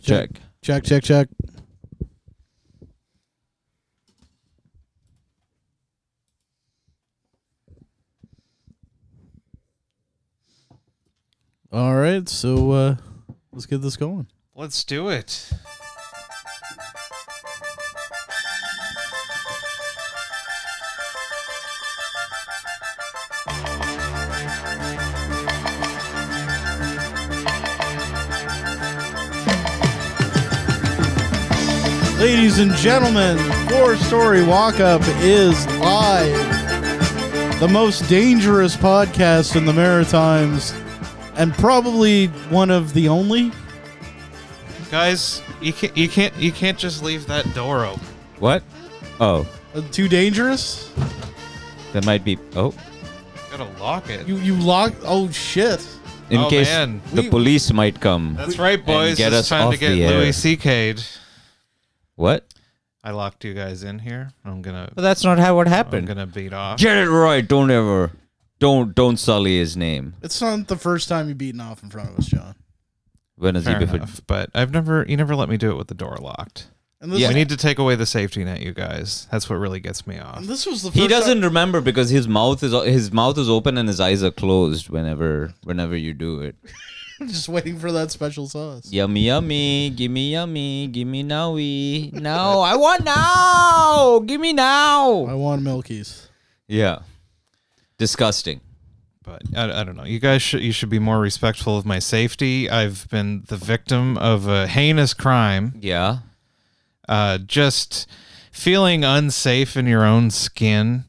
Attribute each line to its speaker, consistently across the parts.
Speaker 1: Check.
Speaker 2: Check, check, check. All right, so uh, let's get this going.
Speaker 3: Let's do it.
Speaker 2: Ladies and gentlemen, Four Story Walk Up is live. The most dangerous podcast in the Maritimes, and probably one of the only.
Speaker 3: Guys, you can't you can't you can't just leave that door open.
Speaker 1: What? Oh,
Speaker 2: Uh, too dangerous?
Speaker 1: that might be. Oh,
Speaker 3: You gotta lock it.
Speaker 2: You you lock? Oh shit!
Speaker 1: in
Speaker 3: Oh,
Speaker 1: case
Speaker 3: man.
Speaker 1: the
Speaker 2: We-
Speaker 1: police might come.
Speaker 3: That's right, boys.
Speaker 1: get
Speaker 3: it's
Speaker 1: us
Speaker 3: time to
Speaker 1: off
Speaker 3: get
Speaker 1: the air.
Speaker 3: Louis CK'd.
Speaker 1: What?
Speaker 3: I locked you guys in here. I'm gonna
Speaker 1: But that's not how what
Speaker 3: I'm
Speaker 1: happened.
Speaker 3: gonna beat off.
Speaker 1: Get it right. Don't ever. Don't don't sully his name.
Speaker 2: It's not the first time you've beaten off in front of us, John.
Speaker 1: When is he
Speaker 3: Fair
Speaker 1: before?
Speaker 3: enough, but I've never you never let me do it with the door locked.
Speaker 2: And this,
Speaker 1: Yeah.
Speaker 3: We need to take away the safety net, you guys. That's what really gets me off.
Speaker 2: and this was the first
Speaker 1: He doesn't
Speaker 2: Time,
Speaker 1: remember because his mouth is his mouth is open and his eyes are closed whenever whenever you do it.
Speaker 2: I'm just waiting for that special sauce.
Speaker 1: Yummy, yummy, gimme, yummy, gimme nowy. No, I want now. Gimme
Speaker 2: I
Speaker 1: now.
Speaker 2: want Milky's.
Speaker 1: Yeah. Disgusting.
Speaker 3: but I, I don't know. You guys should you should be more respectful of my safety. I've been the victim of a heinous crime.
Speaker 1: Yeah.
Speaker 3: uh, just feeling unsafe in your own skin.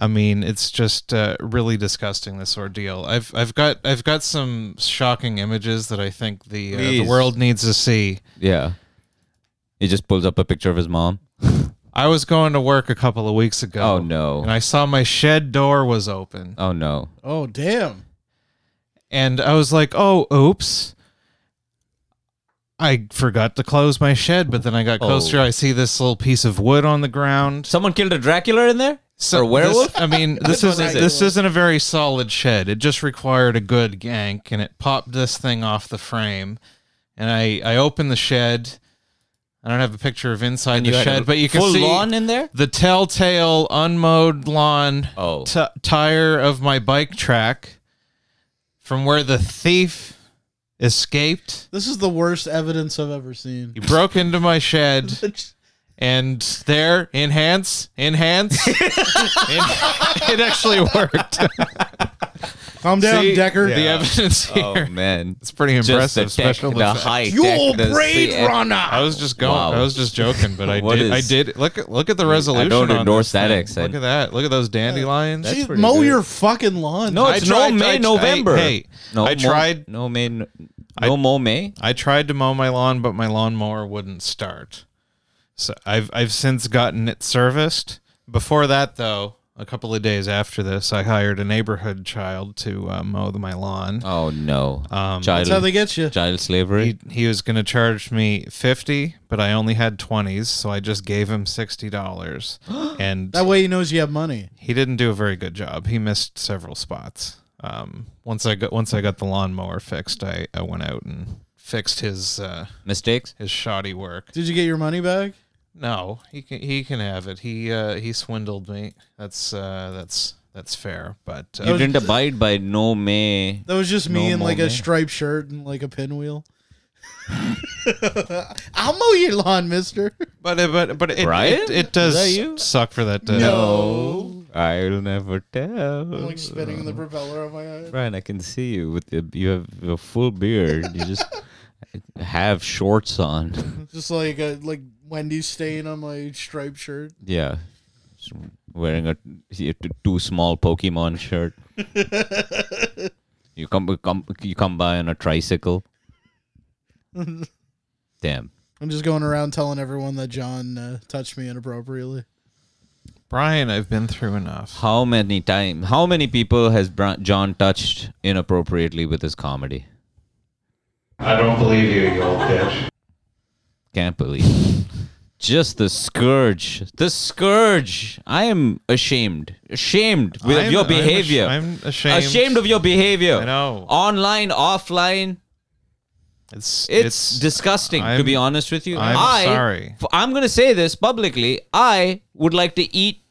Speaker 3: I mean, it's just uh, really disgusting this ordeal. I've I've got I've got some shocking images that I think the uh, the
Speaker 1: Please.
Speaker 3: world needs to see.
Speaker 1: Yeah. He just pulls up a picture of his mom.
Speaker 3: I was going to work a couple of weeks ago.
Speaker 1: Oh, no.
Speaker 3: And I saw my shed door was open,
Speaker 1: Oh no.
Speaker 2: Oh damn!
Speaker 3: and I was like, "Oh, oops." I forgot to close my shed, but then I got
Speaker 1: Oh.
Speaker 3: closer. I see this little piece of wood on the ground.
Speaker 1: Someone killed a Dracula in there?
Speaker 3: So
Speaker 1: or a werewolf?
Speaker 3: This, I mean, this
Speaker 1: one
Speaker 3: is
Speaker 1: is it?
Speaker 3: this isn't a very solid shed. It just required a good yank, and it popped this thing off the frame. And I I opened the shed. I don't have a picture of inside
Speaker 1: You
Speaker 3: the
Speaker 1: had a
Speaker 3: shed, but you can
Speaker 1: full
Speaker 3: see
Speaker 1: lawn in there?
Speaker 3: the telltale unmowed lawn
Speaker 1: Oh.
Speaker 3: t- tire of my bike track from where the thief escaped.
Speaker 2: This is the worst evidence I've ever seen.
Speaker 3: He broke into my shed. And there, enhance, enhance. En- it actually worked.
Speaker 2: Calm down,
Speaker 3: See,
Speaker 2: Decker.
Speaker 3: The evidence here.
Speaker 1: Oh man.
Speaker 3: It's pretty
Speaker 1: Just the
Speaker 3: impressive.
Speaker 1: tech,
Speaker 3: Special
Speaker 1: the
Speaker 3: effects.
Speaker 1: high
Speaker 2: You're
Speaker 1: tech, the eh. CX.
Speaker 3: I was just going.
Speaker 1: Wow.
Speaker 3: I was just joking, but I
Speaker 1: What
Speaker 3: did. I
Speaker 1: is-
Speaker 3: did. Look at look at the resolution.
Speaker 1: don't
Speaker 3: on
Speaker 1: endorse
Speaker 3: this
Speaker 1: that
Speaker 3: thing.
Speaker 1: accent.
Speaker 3: Look at that. Look at those dandelions.
Speaker 1: That's
Speaker 2: Gee,
Speaker 1: pretty
Speaker 2: mow
Speaker 1: good.
Speaker 2: your fucking lawn.
Speaker 1: No,
Speaker 3: I
Speaker 1: it's
Speaker 3: tried-
Speaker 1: no May,
Speaker 3: I- I-
Speaker 1: November.
Speaker 3: hey,
Speaker 1: no,
Speaker 3: I
Speaker 1: mo-
Speaker 3: tried-
Speaker 1: no May, no, no more May.
Speaker 3: I tried to mow my lawn, but my lawnmower wouldn't start. So I've I've since gotten it serviced. Before that, though, a couple of days after this, I hired a neighborhood child to uh, mow the, my lawn.
Speaker 1: Oh no,
Speaker 3: Um,
Speaker 1: child,
Speaker 2: that's how they get you.
Speaker 1: child slavery.
Speaker 3: he, he was going to charge me 50 but i only had 20s so i just gave him $60 and
Speaker 2: That way he knows you have money.
Speaker 3: he didn't do a very good job he missed several spots um, once i got once i got the lawnmower fixed i, I went out and fixed his uh,
Speaker 1: Mistakes.
Speaker 3: his shoddy work
Speaker 2: Did you get your money back?
Speaker 3: no he can he can have it he uh, he swindled me that's uh, that's that's fair but uh,
Speaker 1: You didn't abide by no May.
Speaker 2: That was just me
Speaker 1: No
Speaker 2: in like
Speaker 1: mow,
Speaker 2: a
Speaker 1: man.
Speaker 2: striped shirt and like a pinwheel. I'll mow your lawn, mister.
Speaker 3: but it, but but it,
Speaker 1: Brian?
Speaker 3: it, it
Speaker 1: Is
Speaker 3: does
Speaker 1: that you?
Speaker 3: suck for that uh, to
Speaker 2: No.
Speaker 1: I'll never tell.
Speaker 2: I'm like spinning the propeller on my head.
Speaker 1: Brian, I can see you with the you have a full beard. You just have shorts on.
Speaker 2: Just like a like Wendy's stain on my striped shirt.
Speaker 1: Yeah, Just wearing a a too small Pokemon shirt. you come, come you come by on a tricycle. Damn.
Speaker 2: I'm just going around telling everyone that John uh, touched me inappropriately.
Speaker 3: brian i've been through enough
Speaker 1: How many time? How many people has Bra- John touched inappropriately with his comedy?
Speaker 3: I don't believe you, you old bitch.
Speaker 1: Can't believe. it. Just the scourge. The scourge. I am ashamed. Ashamed with of your behavior.
Speaker 3: I'm ashamed.
Speaker 1: ashamed of your behavior.
Speaker 3: I know.
Speaker 1: Online, offline.
Speaker 3: It's
Speaker 1: It's,
Speaker 3: it's,
Speaker 1: disgusting, to
Speaker 3: I'm-
Speaker 1: be honest with you.
Speaker 3: I'm
Speaker 1: I-
Speaker 3: sorry.
Speaker 1: f- I'm going to say this publicly. I would like to eat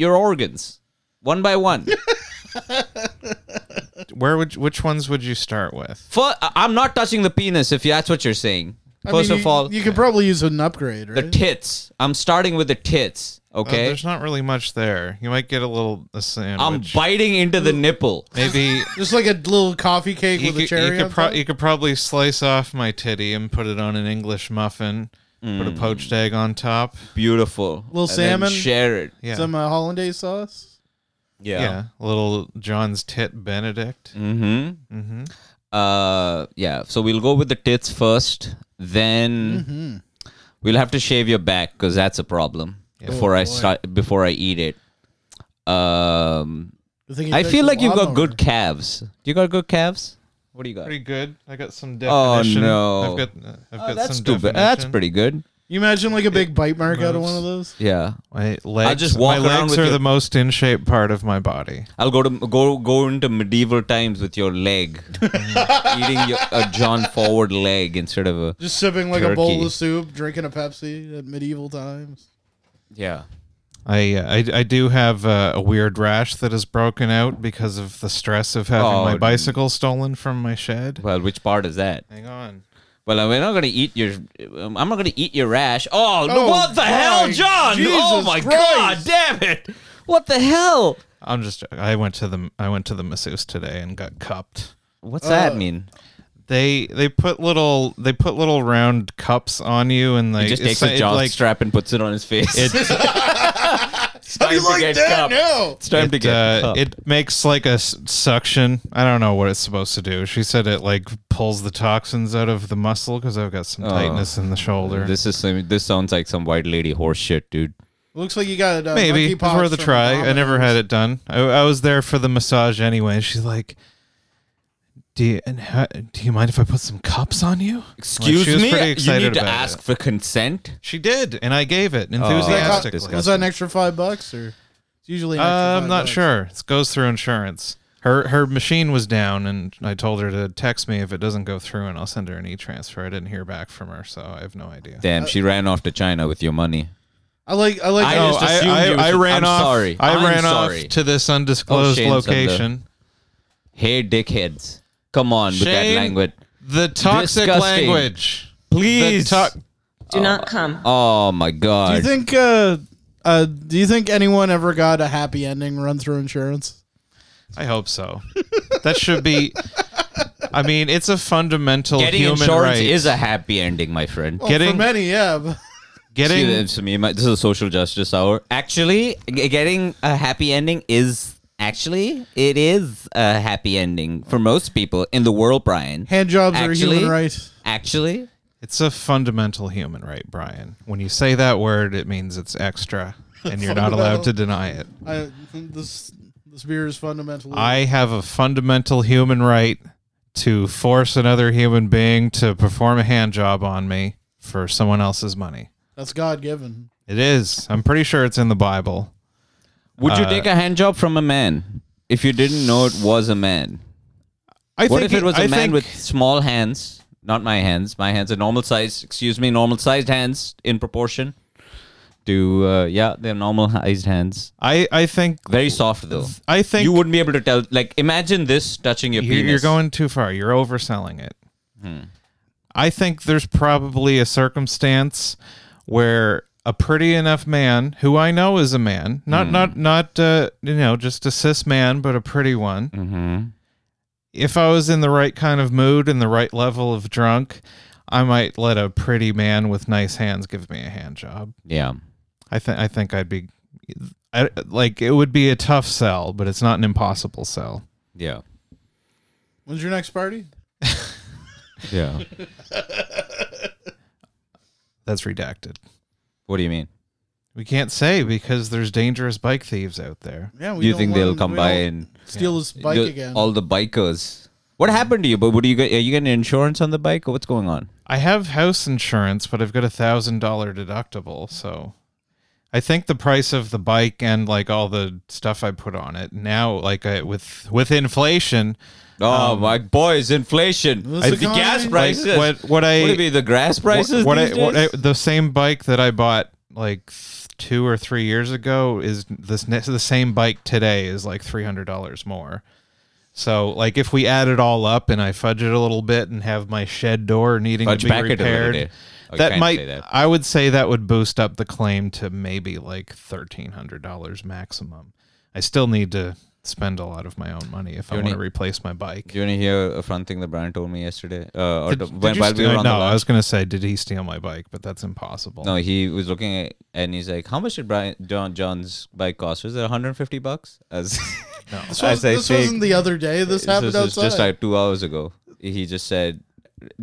Speaker 1: your organs one by one.
Speaker 3: where would which ones would you start with?
Speaker 1: For, uh, I'm not touching the penis if that's what you're saying.
Speaker 2: I
Speaker 1: First
Speaker 2: mean,
Speaker 1: of
Speaker 2: you-
Speaker 1: all,
Speaker 2: you could probably use an upgrade,
Speaker 1: the
Speaker 2: right?
Speaker 1: tits. I'm starting with the tits,
Speaker 3: Uh,
Speaker 1: okay?
Speaker 3: there's not really much there. You might get a little a
Speaker 1: I'm
Speaker 3: sandwich.
Speaker 1: biting into the nipple.
Speaker 3: Maybe
Speaker 2: Just like a little coffee cake
Speaker 3: you
Speaker 2: with a
Speaker 3: could,
Speaker 2: cherry
Speaker 3: you,
Speaker 2: on
Speaker 3: could pro-
Speaker 2: top.
Speaker 3: you could probably slice off my titty and put it on an English muffin. Put a poached
Speaker 1: Mm.
Speaker 3: egg on top.
Speaker 1: Beautiful.
Speaker 2: Little
Speaker 1: And then
Speaker 2: salmon?
Speaker 1: share it.
Speaker 3: Yeah.
Speaker 2: Some uh, hollandaise sauce.
Speaker 1: Yeah.
Speaker 3: yeah. Little John's tit Benedict.
Speaker 1: Mm-hmm.
Speaker 3: hmm
Speaker 1: Uh, yeah. So we'll go with the tits first. Then
Speaker 2: Mm-hmm.
Speaker 1: we'll have to shave your back because that's a problem. Before
Speaker 2: Oh,
Speaker 1: I
Speaker 2: boy.
Speaker 1: start, before I eat it. Um,
Speaker 2: The thing you
Speaker 1: I
Speaker 2: take
Speaker 1: feel
Speaker 2: the
Speaker 1: like you've got
Speaker 2: lawnmower.
Speaker 1: good calves. You got good calves. What do you got?
Speaker 3: Pretty good. I got some
Speaker 1: Oh,
Speaker 3: definition.
Speaker 1: no.
Speaker 3: I've got, uh, I've
Speaker 1: Oh,
Speaker 3: got
Speaker 1: that's
Speaker 3: some
Speaker 1: too bad. That's
Speaker 3: definition.
Speaker 1: pretty good.
Speaker 2: You imagine like a big bite mark out of
Speaker 3: moves.
Speaker 2: one of those?
Speaker 1: Yeah,
Speaker 3: My legs,
Speaker 1: just walk
Speaker 3: my
Speaker 1: around
Speaker 3: legs
Speaker 1: with
Speaker 3: are
Speaker 1: your-
Speaker 3: the most in shape part of my body.
Speaker 1: I'll go to go go into medieval times with your leg, eating your, a John forward leg instead of a
Speaker 2: Just sipping like a bowl
Speaker 1: Turkey.
Speaker 2: of soup, drinking a Pepsi at medieval times.
Speaker 1: yeah.
Speaker 3: I, uh, I I do have uh, a weird rash that has broken out because of the stress of having
Speaker 1: Oh,
Speaker 3: my
Speaker 1: dude.
Speaker 3: bicycle stolen from my shed.
Speaker 1: Well, which part is that?
Speaker 3: Hang on.
Speaker 1: Well, I'm not gonna eat your. um, I'm not gonna eat your rash. Oh,
Speaker 2: Oh,
Speaker 1: what the
Speaker 2: my
Speaker 1: hell, John? oh
Speaker 2: Jesus
Speaker 1: my god,
Speaker 2: Christ.
Speaker 1: damn it! What the hell?
Speaker 3: I'm just. I went to the I went to the masseuse today and got cupped.
Speaker 1: What's
Speaker 2: Uh,
Speaker 1: that mean?
Speaker 3: They they put little they put little round cups on you and they
Speaker 1: He just takes
Speaker 3: it's-
Speaker 1: a
Speaker 3: it,
Speaker 1: John
Speaker 3: like,
Speaker 1: strap and puts it on his face. it's time
Speaker 2: How do you
Speaker 1: to
Speaker 2: like
Speaker 1: get
Speaker 2: that
Speaker 1: cupped.
Speaker 2: now?
Speaker 1: It's time to
Speaker 3: it,
Speaker 1: get
Speaker 3: uh,
Speaker 1: cupped.
Speaker 3: it makes like a s- suction. I don't know what it's supposed to do. She said it like pulls the toxins out of the muscle because I've got some
Speaker 1: Oh.
Speaker 3: tightness in the shoulder.
Speaker 1: This is some, this sounds like some white lady horse shit, dude.
Speaker 2: Looks like you got uh,
Speaker 3: Maybe it's
Speaker 2: monkeypox
Speaker 3: worth a
Speaker 2: from
Speaker 3: try. I
Speaker 2: Domino's.
Speaker 3: never had it done. I, I was there for the massage anyway. And she's like, "Do you and how, do you mind if I put some cups on you?"
Speaker 1: Excuse
Speaker 3: she was
Speaker 1: me.
Speaker 3: pretty excited
Speaker 1: you need to
Speaker 3: about
Speaker 1: ask
Speaker 3: it.
Speaker 1: for consent.
Speaker 3: She did, and I gave it
Speaker 2: Was
Speaker 1: Oh,
Speaker 3: enthusiastically.
Speaker 1: disgusting.
Speaker 2: Was that an extra five bucks or? It's usually. An extra
Speaker 3: Uh,
Speaker 2: five
Speaker 3: I'm not
Speaker 2: bucks.
Speaker 3: sure. It goes through insurance. Her her machine was down, and I told her to text me if it doesn't go through, and I'll send her an e-transfer. I didn't hear back from her, so I have no idea.
Speaker 1: Damn,
Speaker 2: Uh,
Speaker 1: she ran off to China with your money.
Speaker 2: I like. I like.
Speaker 1: I
Speaker 2: how-
Speaker 1: just assumed you was- I'm
Speaker 3: off.
Speaker 1: sorry.
Speaker 3: Oh, I
Speaker 1: I'm
Speaker 3: ran
Speaker 1: sorry. Oh,
Speaker 3: off to this undisclosed
Speaker 1: Shane said the-
Speaker 3: location.
Speaker 1: Hey, dickheads, come on with that
Speaker 3: Shane,
Speaker 1: language.
Speaker 3: The toxic
Speaker 1: Disgusting.
Speaker 3: language.
Speaker 1: Please.
Speaker 3: The to-
Speaker 4: Do not come.
Speaker 1: Oh my god.
Speaker 2: do you think? Uh, uh, do you think anyone ever got a happy ending run through insurance?
Speaker 3: I hope so. that should be. I mean, it's a fundamental
Speaker 1: Getting
Speaker 3: human
Speaker 1: insurance
Speaker 3: right.
Speaker 1: is a happy ending, my friend.
Speaker 2: Well, for
Speaker 3: Getting-
Speaker 2: many, yeah. But
Speaker 1: See,
Speaker 3: getting
Speaker 1: that's me, my- this is a social justice hour. Actually, g- getting a happy ending is actually it is a happy ending for most people in the world, Brian.
Speaker 2: hand jobs are a
Speaker 1: Actually-
Speaker 2: human right.
Speaker 1: Actually,
Speaker 3: it's a fundamental human right, Brian. When you say that word, it means it's extra, and you're not allowed to deny it.
Speaker 2: I, this this beer is fundamental.
Speaker 3: I have a fundamental human right to force another human being to perform a hand job on me for someone else's money.
Speaker 2: That's God given.
Speaker 3: It is. I'm pretty sure it's in the Bible.
Speaker 1: would you
Speaker 3: Uh,
Speaker 1: take a hand job from a man if you didn't know it was a man?
Speaker 3: I
Speaker 1: What if it was a
Speaker 3: I
Speaker 1: man
Speaker 3: think-
Speaker 1: with small hands? Not my hands. My hands are normal size. Excuse me, normal sized hands in proportion to uh, yeah, they're normal sized hands.
Speaker 3: I I think
Speaker 1: Very soft though.
Speaker 3: I think
Speaker 1: you wouldn't be able to tell. Like, imagine this touching your
Speaker 3: you're,
Speaker 1: penis.
Speaker 3: you're going too far. You're overselling it. I think there's probably a circumstance where a pretty enough man, who I know is a man, not not not uh, you know just a cis man, but a pretty one.
Speaker 1: Hmm. Mm-hmm.
Speaker 3: If I was in the right kind of mood and the right level of drunk, I might let a pretty man with nice hands give me a hand job.
Speaker 1: Yeah.
Speaker 3: I think I think I'd be. I, like it would be a tough sell, but it's not an impossible sell.
Speaker 1: Yeah.
Speaker 2: When's your next party?
Speaker 1: Yeah.
Speaker 3: That's redacted.
Speaker 1: what do you mean?
Speaker 3: We can't say because there's dangerous bike thieves out there.
Speaker 2: Yeah, we
Speaker 1: Do you
Speaker 2: don't
Speaker 1: think
Speaker 2: want
Speaker 1: they'll
Speaker 2: him-
Speaker 1: come
Speaker 2: we
Speaker 1: by
Speaker 2: don't
Speaker 1: and
Speaker 2: steal his bike
Speaker 1: the-
Speaker 2: again?
Speaker 1: all the bikers? What happened to you? But what do you get? Are you getting insurance on the bike, or what's going on?
Speaker 3: I have house insurance, but I've got a thousand dollar deductible, so I think the price of the bike and like all the stuff I put on it now, like I, with with inflation,
Speaker 1: Oh my boys, inflation!
Speaker 2: This
Speaker 1: I think
Speaker 2: economy?
Speaker 1: gas
Speaker 2: Like,
Speaker 1: prices.
Speaker 3: Um, what- what I-
Speaker 1: would it be the gas prices?
Speaker 3: what I,
Speaker 1: these
Speaker 3: what I,
Speaker 1: days?
Speaker 3: the same bike that I bought like th- two or three years ago is this ne- the same bike today is like three hundred dollars more. So like if we add it all up and I fudge it a little bit and have my shed door needing
Speaker 1: Fudge
Speaker 3: to be
Speaker 1: back it a little
Speaker 3: repaired,
Speaker 1: bit. Oh, you
Speaker 3: that
Speaker 1: can't
Speaker 3: might
Speaker 1: say that.
Speaker 3: I would say that would boost up the claim to maybe like thirteen hundred dollars maximum. I still need to spend a lot of my own money if I
Speaker 1: You
Speaker 3: want to
Speaker 1: need-
Speaker 3: replace my bike.
Speaker 1: Do you want to hear a front thing that Brian told me yesterday? Uh, or
Speaker 3: Did-
Speaker 1: the-
Speaker 3: did
Speaker 1: when,
Speaker 3: you
Speaker 1: while we
Speaker 3: steal-
Speaker 1: were on
Speaker 3: no,
Speaker 1: the
Speaker 3: I
Speaker 1: line.
Speaker 3: was gonna say, did he steal my bike? But that's impossible.
Speaker 1: No, he was looking at and he's like, "How much did Brian John John's bike cost? Was it 150 bucks?" As
Speaker 3: No.
Speaker 2: This,
Speaker 1: I
Speaker 2: was,
Speaker 1: say
Speaker 2: this
Speaker 1: fake.
Speaker 2: wasn't the other day. This happened
Speaker 1: was
Speaker 2: outside.
Speaker 1: just like two hours ago, he just said,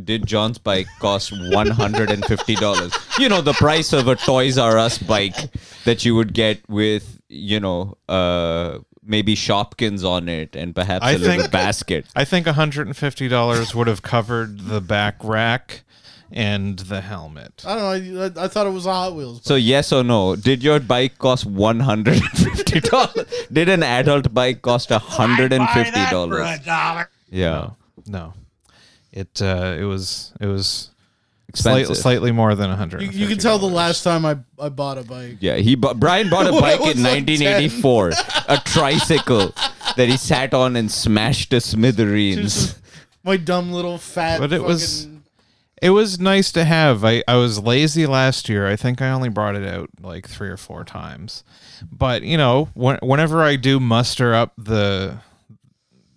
Speaker 1: "Did John's bike cost 150 dollars? you know, the price of a Toys R Us bike that you would get with you know uh, maybe Shopkins on it and perhaps a
Speaker 3: I
Speaker 1: little
Speaker 3: think-
Speaker 1: basket."
Speaker 3: I think $150 would have covered the back rack and the helmet.
Speaker 2: I don't know. I, I thought it was a Hot Wheels.
Speaker 1: So yes or no? Did your bike cost one hundred and fifty dollars? Did an adult bike cost hundred and fifty dollars? Yeah,
Speaker 3: No. No. It uh it was it was slight,
Speaker 1: expensive.
Speaker 3: slightly more than 100.
Speaker 2: You, you can tell the last time I, I bought a bike.
Speaker 1: Yeah, he bu- Brian bought a
Speaker 2: When I
Speaker 1: bike
Speaker 2: was
Speaker 1: in
Speaker 2: like
Speaker 1: 1984, a tricycle that he sat on and smashed to smithereens.
Speaker 2: Just my dumb little fat.
Speaker 3: But it was-
Speaker 2: fucking-
Speaker 3: It was nice to have. I I was lazy last year. I think I only brought it out like 3 or 4 times. But, you know, when, whenever I do muster up the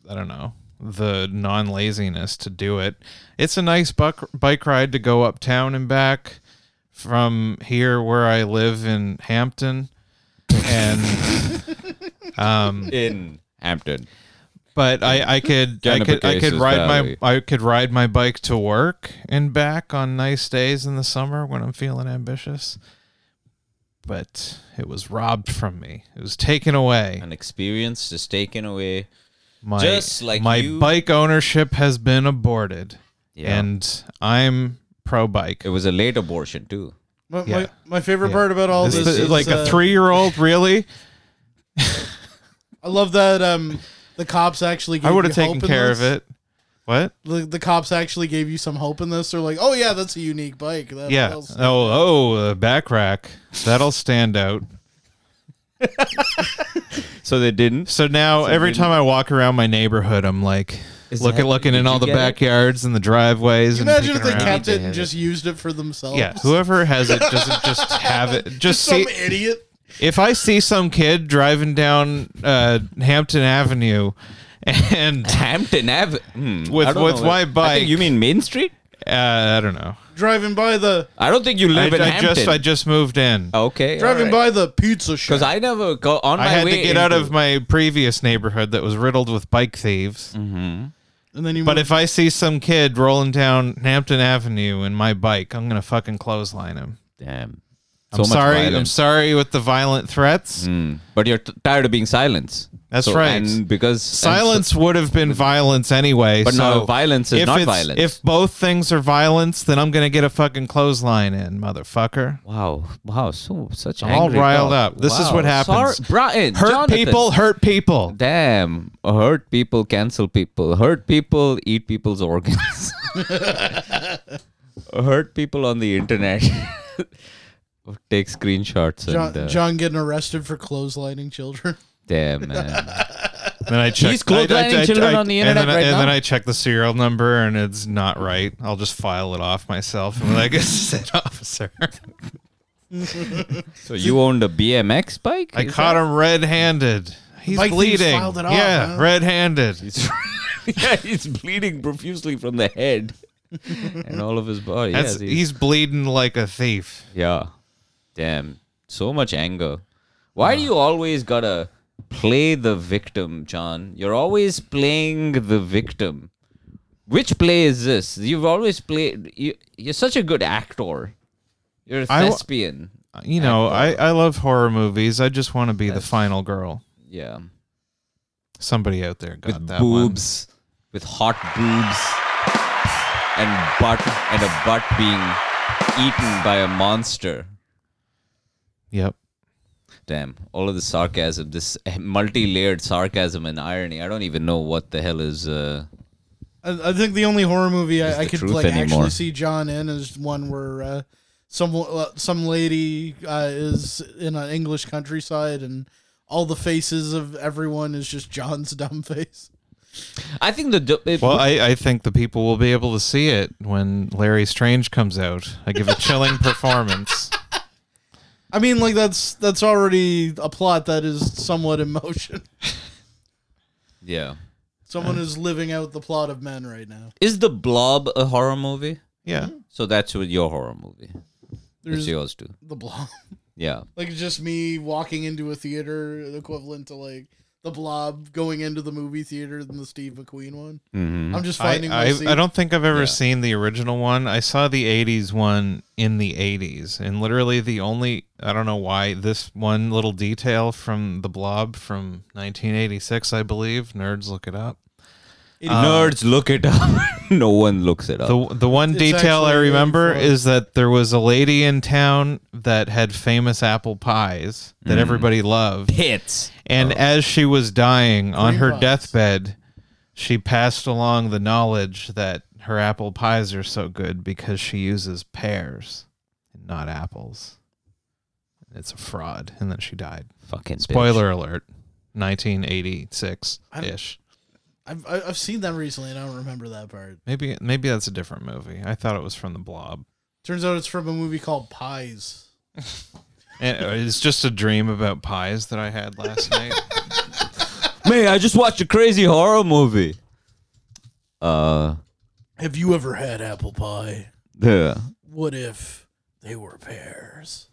Speaker 3: I don't know, the non-laziness to do it, it's a nice buck, bike ride to go uptown and back. from here where I live in Hampton. And um,
Speaker 1: in Hampton.
Speaker 3: but I, I could I could I could
Speaker 1: Kennebecasis
Speaker 3: ride
Speaker 1: Valley.
Speaker 3: my I could ride my bike to work and back on nice days in the summer when I'm feeling ambitious. But it was robbed from me. It was taken away.
Speaker 1: An experience is taken away.
Speaker 3: My
Speaker 1: Just like
Speaker 3: my
Speaker 1: you-
Speaker 3: bike ownership has been aborted.
Speaker 1: Yeah.
Speaker 3: And I'm pro bike.
Speaker 1: It was a late abortion too.
Speaker 2: my,
Speaker 3: yeah.
Speaker 2: my, my favorite part about all
Speaker 3: This
Speaker 2: this,
Speaker 3: is
Speaker 2: is
Speaker 3: like
Speaker 2: uh,
Speaker 3: a three year old, really?
Speaker 2: I love that um the cops actually. Gave
Speaker 3: I would have
Speaker 2: you hope
Speaker 3: taken
Speaker 2: in
Speaker 3: care of
Speaker 2: this.
Speaker 3: it. What?
Speaker 2: The, the cops actually gave you some hope in this. They're like, oh yeah, that's a unique bike. That,
Speaker 3: Yeah.
Speaker 2: that'll-
Speaker 3: Oh, oh, the back rack. That'll stand out.
Speaker 1: So they didn't.
Speaker 3: So now every time I walk around my neighborhood, I'm like
Speaker 1: Is
Speaker 3: look
Speaker 1: that-
Speaker 3: at looking
Speaker 1: did
Speaker 3: in
Speaker 1: you
Speaker 3: all the
Speaker 1: get it?
Speaker 3: backyards and the driveways. and
Speaker 2: Imagine if
Speaker 3: picking
Speaker 2: they
Speaker 3: around.
Speaker 2: kept it
Speaker 1: They
Speaker 2: and
Speaker 1: have
Speaker 2: just used it for themselves.
Speaker 3: Yeah, whoever has it doesn't just have it. Just
Speaker 2: some
Speaker 3: see
Speaker 2: idiot.
Speaker 3: if I see some kid driving down uh, Hampton Avenue, and
Speaker 1: Hampton Ave. Hmm,
Speaker 3: With-
Speaker 1: I don't
Speaker 3: with
Speaker 1: know.
Speaker 3: my
Speaker 1: I think
Speaker 3: bike.
Speaker 1: you mean Main Street?
Speaker 3: uh, I don't know.
Speaker 2: Driving by the
Speaker 1: I don't think you
Speaker 3: I,
Speaker 1: live in
Speaker 3: I
Speaker 1: Hampton.
Speaker 3: just I just moved in.
Speaker 1: okay.
Speaker 2: driving by the pizza shop.
Speaker 1: because I never go on my
Speaker 3: I had
Speaker 1: way
Speaker 3: to get out
Speaker 1: into-
Speaker 3: of my previous neighborhood that was riddled with bike thieves.
Speaker 1: Mm-hmm.
Speaker 2: and then you
Speaker 3: But
Speaker 2: moved-
Speaker 3: if I see some kid rolling down Hampton Avenue in my bike, I'm gonna fucking clothesline him.
Speaker 1: Damn.
Speaker 3: I'm sorry. I'm sorry with the violent threats.
Speaker 1: But you're t- tired of being silenced.
Speaker 3: That's right.
Speaker 1: And because and so-
Speaker 3: Silence would have been violence anyway.
Speaker 1: But
Speaker 3: so
Speaker 1: no, violence is
Speaker 3: if
Speaker 1: not
Speaker 3: it's-
Speaker 1: violence.
Speaker 3: If both things are violence, then I'm gonna get a fucking clothesline in, motherfucker.
Speaker 1: wow, wow, so such
Speaker 3: I'm all
Speaker 1: angry
Speaker 3: riled
Speaker 1: thought.
Speaker 3: up. This is what happens.
Speaker 1: Sorry, Brian,
Speaker 3: Hurt
Speaker 1: Jonathan.
Speaker 3: people, hurt people.
Speaker 1: Damn, hurt people, cancel people. Hurt people, eat people's organs. hurt people on the internet. Take screenshots
Speaker 2: John,
Speaker 1: and uh,
Speaker 2: John getting arrested for clotheslining children.
Speaker 1: damn man.
Speaker 3: Then I check.
Speaker 1: He's clotheslining children on the internet
Speaker 3: and then, I-
Speaker 1: right
Speaker 3: and
Speaker 1: now.
Speaker 3: then I check the serial number, and it's not right. I'll just file it off myself. and be like, it's an officer.
Speaker 1: so you owned a BMX bike?
Speaker 3: I caught him red-handed. He's
Speaker 2: bike thieves
Speaker 3: bleeding.
Speaker 2: filed it off,
Speaker 3: yeah,
Speaker 2: huh?
Speaker 3: red-handed.
Speaker 1: yeah, he's bleeding profusely from the head and all of his body.
Speaker 3: That's,
Speaker 1: Yes,
Speaker 3: he's,
Speaker 1: he's-
Speaker 3: bleeding like a thief.
Speaker 1: yeah. Damn. So much anger. Why
Speaker 3: Ah.
Speaker 1: do you always gotta play the victim, John? You're always playing the victim. Which play is this? You've always played. You, you're such a good actor. You're a
Speaker 3: I w-
Speaker 1: thespian.
Speaker 3: You know, I, I love horror movies. I just want to be the final girl.
Speaker 1: yeah.
Speaker 3: Somebody out there got
Speaker 1: With
Speaker 3: that
Speaker 1: boobs. With hot boobs. And butt. And a butt being eaten by a monster.
Speaker 3: One. Yep.
Speaker 1: Damn, all of the sarcasm, this multi-layered sarcasm and irony. I don't even know what the hell is. Uh,
Speaker 2: I, I think the only horror movie
Speaker 1: Is
Speaker 2: I, I
Speaker 1: the
Speaker 2: could
Speaker 1: truth
Speaker 2: like
Speaker 1: anymore.
Speaker 2: actually see John in is one where uh, some uh, some lady uh, is in an English countryside and all the faces of everyone is just John's dumb face.
Speaker 1: I think the do- it,
Speaker 3: Well, I, I think the people will be able to see it when Larry Strange comes out. I give a chilling performance.
Speaker 2: I mean, like that's that's already a plot that is somewhat in motion.
Speaker 1: yeah.
Speaker 2: Someone is living out the plot of men right now.
Speaker 1: Is the Blob a horror movie?
Speaker 3: Yeah.
Speaker 1: So that's what your horror movie.
Speaker 2: There's
Speaker 1: it's yours too.
Speaker 2: the blob,
Speaker 1: Yeah.
Speaker 2: like it's just me walking into a theater, the equivalent to like the blob going into the movie theater than the Steve McQueen one.
Speaker 1: Mm-hmm.
Speaker 2: I'm just
Speaker 3: I,
Speaker 2: finding my seat.
Speaker 3: I, I don't think I've ever
Speaker 1: Yeah.
Speaker 3: seen the original one. I saw the 80s one in the 80s. And literally the only, I don't know why, this one little detail from The Blob from 1986, I believe. Nerds, look it up.
Speaker 1: Nerds look it up. no one looks it up.
Speaker 3: The, the one
Speaker 2: It's
Speaker 3: detail I
Speaker 2: actually really
Speaker 3: remember
Speaker 2: cool.
Speaker 3: is that there was a lady in town that had famous apple pies that everybody loved.
Speaker 1: hits.
Speaker 3: And as she was dying on
Speaker 2: Three
Speaker 3: her
Speaker 2: bucks.
Speaker 3: deathbed, she passed along the knowledge that her apple pies are so good because she uses pears and not apples. It's a fraud. And then she died.
Speaker 1: Fucking bitch.
Speaker 3: Spoiler alert 1986 ish.
Speaker 2: I've I- I've seen them recently, and I don't remember that part.
Speaker 3: Maybe maybe that's a different movie. I thought it was from The Blob.
Speaker 2: Turns out it's from a movie called Pies.
Speaker 3: And uh, it's just a dream about pies that I had last night.
Speaker 1: Man, I just watched a crazy horror movie. Uh,
Speaker 2: Have you ever had apple pie?
Speaker 1: yeah,
Speaker 2: What if they were pears?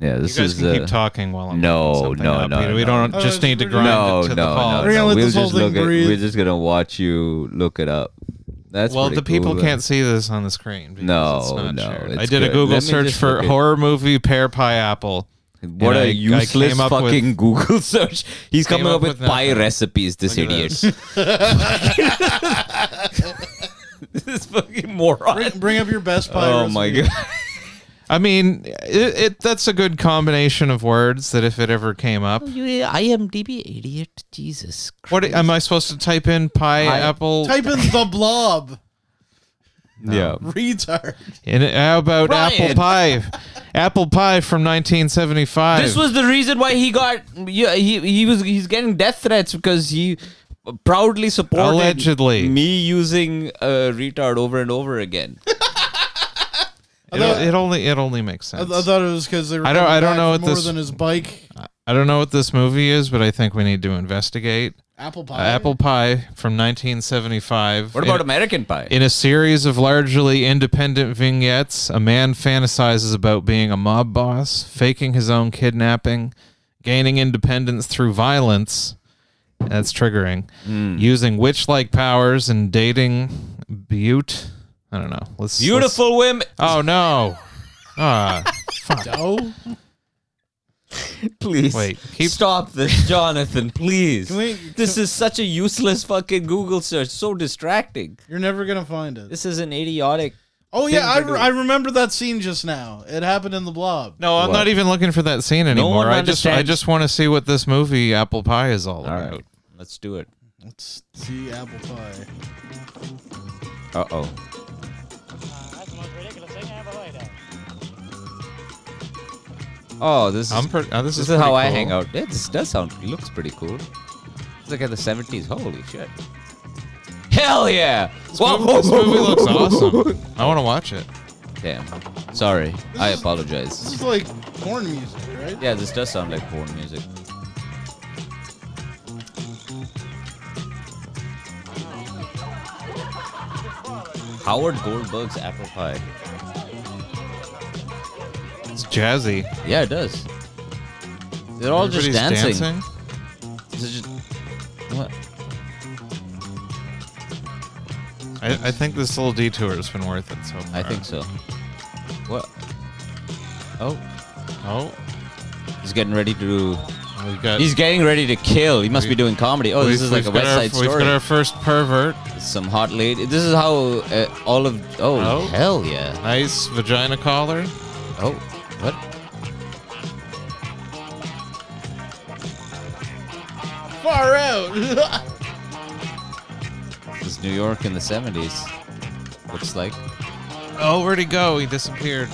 Speaker 1: yeah.
Speaker 3: You
Speaker 1: This
Speaker 3: guys
Speaker 1: is
Speaker 3: can
Speaker 1: uh,
Speaker 3: keep talking while I'm
Speaker 1: no,
Speaker 3: looking something
Speaker 1: no,
Speaker 3: up.
Speaker 1: no,
Speaker 3: We- We
Speaker 1: no.
Speaker 3: don't
Speaker 2: Oh,
Speaker 3: just need to
Speaker 2: it's-
Speaker 3: grind
Speaker 1: no,
Speaker 3: it to
Speaker 1: no,
Speaker 3: the
Speaker 1: no.
Speaker 3: ball.
Speaker 2: We're gonna let
Speaker 1: we'll
Speaker 2: this whole
Speaker 1: just look
Speaker 2: thing
Speaker 1: at,
Speaker 2: breathe.
Speaker 1: We're just gonna watch you look it up. That's
Speaker 3: well,
Speaker 1: pretty
Speaker 3: the people
Speaker 1: cool,
Speaker 3: can't see this on the screen. because
Speaker 1: No,
Speaker 3: it's not
Speaker 1: no,
Speaker 3: shared.
Speaker 1: it's
Speaker 3: I did a
Speaker 1: good.
Speaker 3: Google
Speaker 1: Let me
Speaker 3: search
Speaker 1: just
Speaker 3: for
Speaker 1: look at-
Speaker 3: horror movie pear pie apple.
Speaker 1: What
Speaker 3: And
Speaker 1: a
Speaker 3: I- I
Speaker 1: useless
Speaker 3: came up with-
Speaker 1: fucking Google search. He's
Speaker 3: Came
Speaker 1: coming
Speaker 3: up
Speaker 1: up with
Speaker 3: with
Speaker 1: pie
Speaker 3: nothing.
Speaker 1: recipes. This
Speaker 3: Look at
Speaker 1: idiot.
Speaker 3: this.
Speaker 1: this fucking moron.
Speaker 2: Bring, bring up your best pie.
Speaker 1: oh my
Speaker 2: recipe.
Speaker 1: god.
Speaker 3: I mean, it, it that's a good combination of words that if it ever came up.
Speaker 1: You IMDb idiot. Jesus. Christ.
Speaker 3: What am I supposed to type in? Pie
Speaker 1: Pie-
Speaker 3: apple.
Speaker 2: Type in the blob.
Speaker 1: Yeah.
Speaker 2: Retard.
Speaker 3: And how about apple
Speaker 1: Brian.
Speaker 3: pie? apple pie from 1975.
Speaker 1: This was the reason why he got yeah, he he was he's getting death threats because he proudly supported
Speaker 3: Allegedly.
Speaker 1: me using uh, retard over and over again.
Speaker 3: it, o- it only it only makes
Speaker 2: I,
Speaker 3: sense.
Speaker 2: th- I thought it was because they were.
Speaker 3: I don't-
Speaker 2: coming
Speaker 3: I don't
Speaker 2: back
Speaker 3: know
Speaker 2: for
Speaker 3: what
Speaker 2: more
Speaker 3: this-
Speaker 2: than his bike.
Speaker 3: I don't know what this movie is, but I think we need to investigate.
Speaker 2: Apple pie.
Speaker 3: Uh, apple pie from 1975.
Speaker 1: What
Speaker 3: It-
Speaker 1: about American Pie?
Speaker 3: In a series of largely independent vignettes, a man fantasizes about being a mob boss, faking his own kidnapping, gaining independence through violence. That's triggering.
Speaker 1: Mm.
Speaker 3: Using witch like powers and dating Butte. I don't know. Let's
Speaker 1: Beautiful women.
Speaker 3: let's- oh, no. Ah,
Speaker 2: Dough?
Speaker 1: Please
Speaker 3: Wait, keep-
Speaker 1: stop this, Jonathan. Please.
Speaker 2: we-
Speaker 1: this is such a useless fucking Google search. So distracting.
Speaker 2: You're never gonna find it.
Speaker 1: This is an idiotic.
Speaker 2: Oh yeah, I,
Speaker 1: thing to
Speaker 2: re-
Speaker 1: do.
Speaker 2: I remember that scene just now. It happened in the blob.
Speaker 3: no, I'm
Speaker 1: What?
Speaker 3: not even looking for that scene anymore.
Speaker 1: one
Speaker 3: I just I
Speaker 1: understands.
Speaker 3: just want to see what this movie Apple Pie is all,
Speaker 1: All
Speaker 3: about.
Speaker 1: right, let's do it.
Speaker 2: Let's see apple pie.
Speaker 1: Uh oh.
Speaker 4: That's the most ridiculous thing I ever heard of.
Speaker 1: Oh, this is
Speaker 3: I'm pre- oh, this,
Speaker 1: this
Speaker 3: is,
Speaker 1: is, how
Speaker 3: pretty
Speaker 1: I
Speaker 3: cool.
Speaker 1: hang out. Yeah, this does sound looks pretty cool. It's like at the seventies. Holy shit! Hell yeah! Whoa,
Speaker 3: This movie- this movie looks awesome. I want to watch it.
Speaker 1: Damn. Sorry, I
Speaker 2: This
Speaker 1: apologize.
Speaker 2: is like porn music, right?
Speaker 1: Yeah, this does sound like porn music. Howard Goldberg's apple pie.
Speaker 3: It's jazzy.
Speaker 1: Yeah, it does. They're all just dancing. This is just- what?
Speaker 3: I, I think this little detour has been worth it so far.
Speaker 1: I think so. What? Oh,
Speaker 3: Oh,
Speaker 1: he's getting ready to do
Speaker 3: we've got.
Speaker 1: He's getting ready to kill. He must be doing comedy. Oh, this
Speaker 3: we've-
Speaker 1: is like a
Speaker 3: we've got
Speaker 1: West
Speaker 3: our-
Speaker 1: Side
Speaker 3: We've
Speaker 1: Story.
Speaker 3: got our first pervert.
Speaker 1: Some hot lady. This is how uh, all of. Oh,
Speaker 3: Oh.
Speaker 1: hell yeah.
Speaker 3: Nice vagina collar.
Speaker 1: Oh, what?
Speaker 2: far out.
Speaker 1: This is New York in the 70s. Looks like.
Speaker 3: Oh, where'd he go? He disappeared.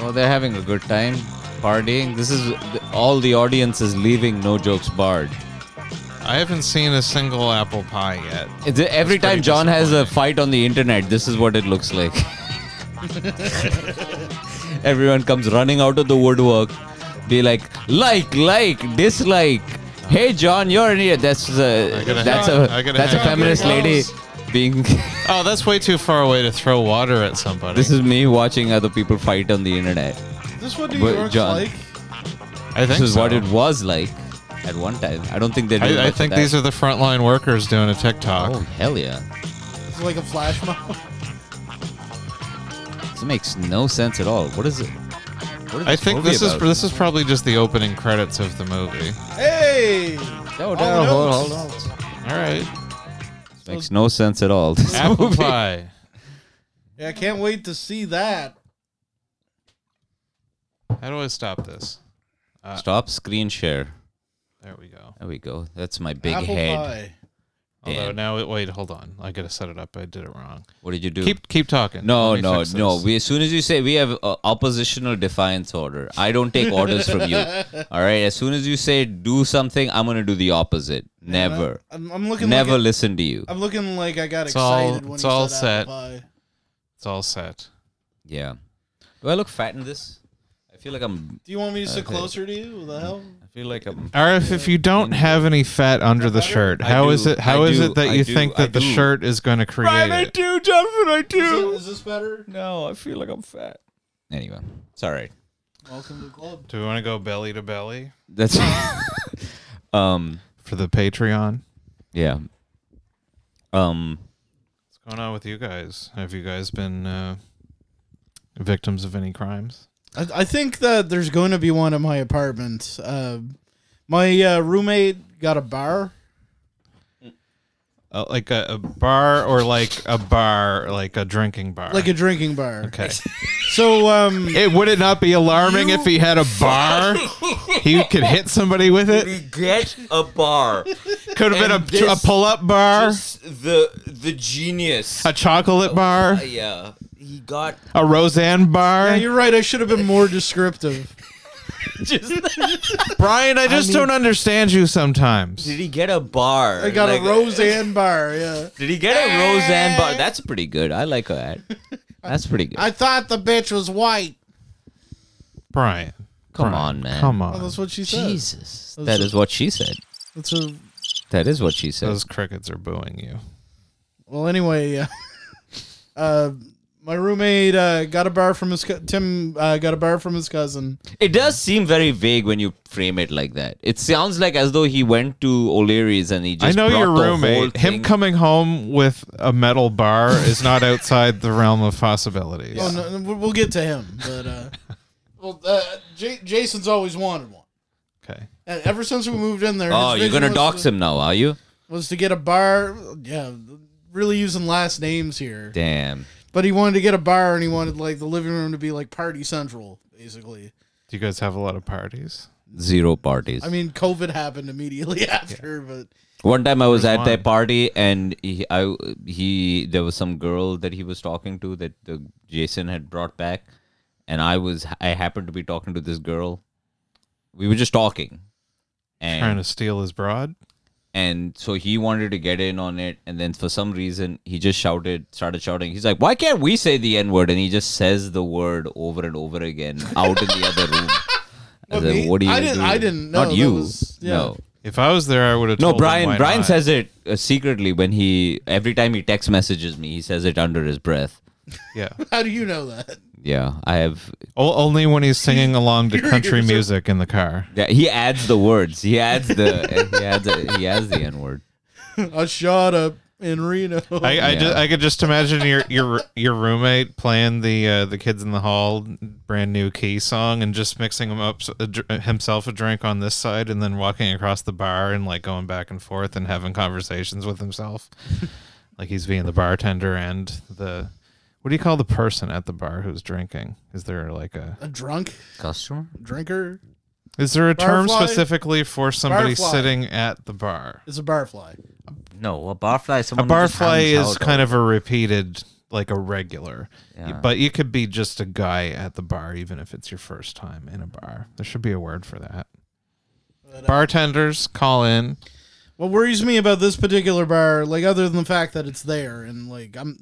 Speaker 1: Oh, they're having a good time partying. This is th- all the audience is leaving No Jokes Barred.
Speaker 3: I haven't seen a single apple pie yet.
Speaker 1: It's- every
Speaker 3: pretty
Speaker 1: time John has a fight on the internet, this is what it looks like. Everyone comes running out of the woodwork. Be like, like, like, dislike. Hey, John, you're an idiot. That's a
Speaker 3: I gotta
Speaker 1: that's
Speaker 3: hang-
Speaker 1: a
Speaker 3: I gotta
Speaker 1: that's a
Speaker 3: hang-
Speaker 1: feminist
Speaker 3: John,
Speaker 1: lady being.
Speaker 3: Oh, that's way too far away to throw water at somebody.
Speaker 1: this is me watching other people fight on the internet.
Speaker 2: this what New
Speaker 1: But,
Speaker 2: York's
Speaker 1: John,
Speaker 2: like.
Speaker 3: I think
Speaker 1: This is
Speaker 3: so.
Speaker 1: what it was like at one time. I don't think they. do
Speaker 3: I, I
Speaker 1: much of
Speaker 3: think
Speaker 1: that.
Speaker 3: these are the frontline workers doing a TikTok.
Speaker 1: Oh hell yeah!
Speaker 2: It's like a flash mob.
Speaker 1: This makes no sense at all. What is it? What is
Speaker 3: I think
Speaker 1: movie
Speaker 3: this is
Speaker 1: about?
Speaker 3: this is probably just the opening credits of the movie.
Speaker 2: Hey. no,
Speaker 1: No, no, hold,
Speaker 2: hold,
Speaker 1: hold on.
Speaker 3: All right,
Speaker 1: Makes no sense at all. This
Speaker 3: apple
Speaker 1: movie.
Speaker 3: pie.
Speaker 2: Yeah, I can't wait to see that.
Speaker 3: How do I stop this?
Speaker 1: Stop screen share.
Speaker 3: There we go.
Speaker 1: There we go. That's my big
Speaker 2: Apple
Speaker 1: head.
Speaker 2: pie.
Speaker 3: Although
Speaker 1: Damn.
Speaker 3: now it, wait, hold on. I gotta set it up. I did it wrong.
Speaker 1: What did you do?
Speaker 3: Keep keep talking.
Speaker 1: no,
Speaker 3: Let me
Speaker 1: no,
Speaker 3: fix
Speaker 1: no.
Speaker 3: this.
Speaker 1: We, as soon as you say we have uh, oppositional defiance order, I don't take orders from you. All right. As soon as you say do something, I'm gonna do the opposite. Never,
Speaker 2: I'm, I'm looking.
Speaker 1: never
Speaker 2: Like
Speaker 1: listen to you.
Speaker 2: a, I'm looking like I got
Speaker 3: It's all-
Speaker 2: excited when
Speaker 3: it's
Speaker 2: he
Speaker 3: all
Speaker 2: said apple pie.
Speaker 3: It's all set.
Speaker 1: Yeah. Do I look fat in this? I feel like I'm.
Speaker 2: Do you want me to sit
Speaker 1: Okay.
Speaker 2: closer to you? What the hell?
Speaker 1: I feel like I'm.
Speaker 3: Arif, if you don't have any fat under the shirt,
Speaker 1: I
Speaker 3: how
Speaker 1: do,
Speaker 3: is it? How
Speaker 1: I
Speaker 3: is
Speaker 1: do,
Speaker 3: it that
Speaker 1: I
Speaker 3: you
Speaker 1: do,
Speaker 3: think
Speaker 1: I
Speaker 3: that the
Speaker 1: do.
Speaker 3: shirt is going to create it?
Speaker 1: do, Jonathan. I
Speaker 2: Is, it, is this better?
Speaker 1: No, I feel like I'm fat. Anyway, it's all right.
Speaker 2: Welcome to the club.
Speaker 3: Do we want to go belly to belly
Speaker 1: That's. um.
Speaker 3: for the Patreon?
Speaker 1: Yeah. Um.
Speaker 3: What's going on with you guys? Have you guys been uh, victims of any crimes?
Speaker 2: I, I think that there's going to be one at my apartment. Uh, my uh, roommate got a bar.
Speaker 3: Uh, like a, a bar or like a bar, like a drinking bar?
Speaker 2: Like a drinking bar.
Speaker 3: okay.
Speaker 2: So um
Speaker 3: It would it not be alarming if he had a bar? he could hit somebody with it.
Speaker 1: Get a bar.
Speaker 3: Could have been a,
Speaker 1: And this-
Speaker 3: a pull-up bar,
Speaker 1: the the genius. Uh,
Speaker 3: a
Speaker 2: Oh,
Speaker 3: chocolate bar,
Speaker 1: Yeah. He got
Speaker 3: a Roseanne bar.
Speaker 2: yeah, you're right, I should have been more descriptive.
Speaker 1: just
Speaker 3: Brian, I just don't understand you sometimes.
Speaker 1: Did he get a bar?
Speaker 2: I got
Speaker 1: Like,
Speaker 2: a Roseanne bar, yeah.
Speaker 1: Did he get a Roseanne bar? That's pretty good. I like that. That's pretty good.
Speaker 2: I thought the bitch was white.
Speaker 3: Brian.
Speaker 1: Come
Speaker 3: Brian,
Speaker 1: on, man.
Speaker 3: Come
Speaker 2: Oh,
Speaker 3: on.
Speaker 2: that's what she said.
Speaker 1: Jesus. That is what she said.
Speaker 2: That's a,
Speaker 1: That is what she said.
Speaker 3: Those crickets are booing you.
Speaker 2: well anyway, uh, uh my roommate uh, got a bar from his co- Tim uh, got a bar from his cousin.
Speaker 1: It does seem very vague when you frame it like that. It sounds like as though he went to O'Leary's and he
Speaker 3: I
Speaker 1: just.
Speaker 3: know
Speaker 1: brought
Speaker 3: your
Speaker 1: the whole
Speaker 3: roommate. Him
Speaker 1: thing-
Speaker 3: coming home with a metal bar is not outside the realm of possibilities.
Speaker 2: Oh, no, no, we'll- we'll get to him, but uh, well, uh, J- Jason's always wanted one.
Speaker 3: Okay.
Speaker 2: And ever since we moved in there,
Speaker 1: Oh,
Speaker 2: his
Speaker 1: you're
Speaker 2: vision
Speaker 1: gonna
Speaker 2: was
Speaker 1: dox
Speaker 2: to-
Speaker 1: him now, are you?
Speaker 2: Was to get a bar. Yeah, really using last names here.
Speaker 1: Damn.
Speaker 2: But he wanted to get a bar, and he wanted like the living room to be like party central, basically.
Speaker 3: Do you guys have a lot of parties?
Speaker 1: Zero parties.
Speaker 2: I mean, COVID happened immediately after, but
Speaker 1: One time I was
Speaker 3: Where's
Speaker 1: at their
Speaker 3: mine?
Speaker 1: party and he, I he there was some girl that he was talking to that the Jason had brought back, and I was I happened to be talking to this girl. We were just talking,
Speaker 3: Trying
Speaker 1: and
Speaker 3: to steal his broad?
Speaker 1: and so he wanted to get in on it, and then for some reason he just shouted, started shouting. He's like, "Why can't we say the n word?" And he just says the word over and over again out in the other room. I
Speaker 2: What,
Speaker 1: was like,
Speaker 2: me?
Speaker 1: what are you
Speaker 2: I didn't- I
Speaker 1: doing?"
Speaker 2: didn't know.
Speaker 1: Not
Speaker 2: That
Speaker 1: you.
Speaker 2: was- yeah.
Speaker 1: No.
Speaker 3: If I was there, I would have
Speaker 1: No,
Speaker 3: told him
Speaker 1: Brian.
Speaker 3: why
Speaker 1: Brian
Speaker 3: not.
Speaker 1: says it uh, secretly when he every time he text messages me, he says it under his breath.
Speaker 3: Yeah.
Speaker 2: how do you know that?
Speaker 1: Yeah, I have.
Speaker 3: O- only when he's singing along to
Speaker 2: Your
Speaker 3: country
Speaker 2: ears are-
Speaker 3: music in the car.
Speaker 1: Yeah, he adds the words. He adds the. uh, he adds. he adds the n word.
Speaker 2: I shot up in Reno.
Speaker 3: I, I,
Speaker 1: Yeah.
Speaker 3: ju- I could just imagine your your your roommate playing the uh, the kids in the hall brand new key song and just mixing him up a dr- himself a drink on this side and then walking across the bar and like going back and forth and having conversations with himself, like he's being the bartender and the what do you call the person at the bar who's drinking? Is there like a
Speaker 2: a drunk
Speaker 1: Customer.
Speaker 2: drinker.
Speaker 3: Is there a term
Speaker 2: Firefly?
Speaker 3: specifically for somebody
Speaker 2: Firefly.
Speaker 3: sitting at the bar?
Speaker 2: It's a barfly.
Speaker 5: No, a barfly is
Speaker 3: A
Speaker 5: someone.
Speaker 3: barfly is kind of a repeated, like a regular,
Speaker 5: Yeah.
Speaker 3: but you could be just a guy at the bar, even if it's your first time in a bar. There should be a word for that.
Speaker 2: uh,
Speaker 3: Bartenders call in.
Speaker 2: What worries me about this particular bar, like other than the fact that it's there and like I'm,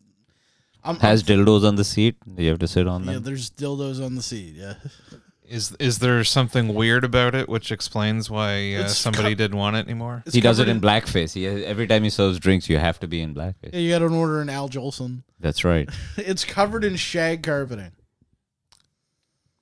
Speaker 2: I'm
Speaker 1: Has dildos on the seat. You have to sit on
Speaker 2: yeah,
Speaker 1: them.
Speaker 2: there's dildos on the seat. Yeah,
Speaker 3: Is is there something weird about it, which explains why uh,
Speaker 2: It's
Speaker 3: somebody
Speaker 2: co-
Speaker 3: didn't want it anymore?
Speaker 2: It's
Speaker 1: he does it
Speaker 2: covered
Speaker 1: in blackface. He uh, every time he serves drinks, you have to be in blackface.
Speaker 2: Yeah, you got an order in Al Jolson.
Speaker 1: That's right.
Speaker 2: It's covered in shag carpeting.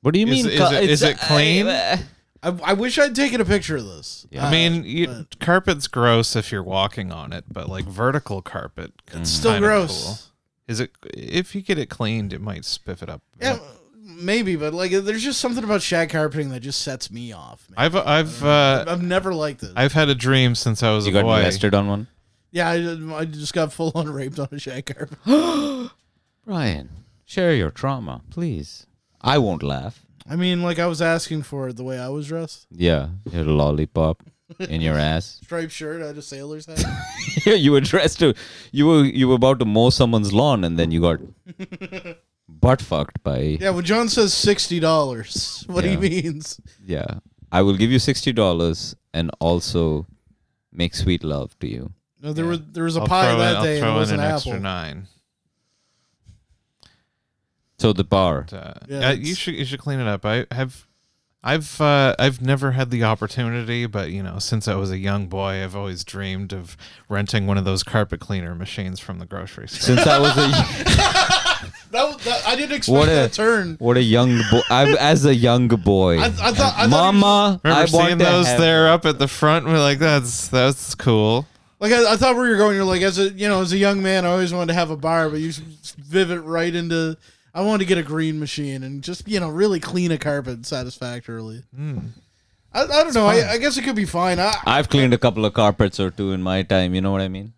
Speaker 1: What do you
Speaker 3: Is-
Speaker 1: mean?
Speaker 3: is
Speaker 1: co-
Speaker 3: it- is
Speaker 1: it's-
Speaker 3: it clean?
Speaker 1: I-
Speaker 2: I, I wish I'd taken a picture of this.
Speaker 1: Yeah.
Speaker 3: I
Speaker 2: Uh,
Speaker 3: mean, you,
Speaker 2: but-
Speaker 3: carpet's gross if you're walking on it, but like vertical carpet, it's
Speaker 2: still gross.
Speaker 3: Is it? If you get it cleaned, it might spiff it up.
Speaker 2: Yeah, maybe, but like, there's just something about shag carpeting that just sets me off. Man.
Speaker 3: I've I've uh,
Speaker 2: I've never liked it.
Speaker 3: I've had a dream since I was a
Speaker 1: you got
Speaker 3: boy.
Speaker 1: molested on one,
Speaker 2: yeah, I, I just got full on raped on a shag carpet.
Speaker 1: Brian. Share your trauma, please. I won't laugh.
Speaker 2: I mean, like, I was asking for it the way I was dressed.
Speaker 1: Yeah, you had a lollipop in your ass.
Speaker 2: Striped shirt, I had a sailor's hat.
Speaker 1: Yeah, you were dressed to you were you were about to mow someone's lawn and then you got butt fucked by
Speaker 2: yeah, when John says sixty dollars, what he
Speaker 1: Yeah.
Speaker 2: means.
Speaker 1: yeah. I will give you sixty dollars and also make sweet love to you.
Speaker 2: No, there
Speaker 3: Yeah.
Speaker 2: was there was a
Speaker 3: I'll
Speaker 2: pie
Speaker 3: throw,
Speaker 2: that day.
Speaker 3: in, I'll
Speaker 2: and it
Speaker 3: throw
Speaker 2: was
Speaker 3: in an,
Speaker 2: an
Speaker 3: extra
Speaker 2: apple.
Speaker 3: nine.
Speaker 1: So the bar.
Speaker 3: But, uh,
Speaker 2: Yeah,
Speaker 3: uh, you
Speaker 2: it's-
Speaker 3: should you should clean it up. I have. I've uh, I've never had the opportunity, but you know, since I was a young boy, I've always dreamed of renting one of those carpet cleaner machines from the grocery store.
Speaker 1: Since I was a
Speaker 2: That, was- that- I didn't expect
Speaker 1: What a-
Speaker 2: that turn.
Speaker 1: what a young boy, I, as a young boy,
Speaker 2: I, I thought, I thought you-
Speaker 1: Mama,
Speaker 3: Remember
Speaker 1: I
Speaker 3: seeing
Speaker 1: want to
Speaker 3: those
Speaker 1: have-
Speaker 3: there up at the front? We're like, that's that's cool.
Speaker 2: like I, I thought where you're going. You're like as a you know as a young man, I always wanted to have a bar, but you s- pivot right into. I wanted to get a green machine and just you know really clean a carpet satisfactorily.
Speaker 3: Hmm.
Speaker 2: I, I don't know. I, I guess it could be fine. I,
Speaker 1: I've cleaned a couple of carpets or two in my time. You know what I mean?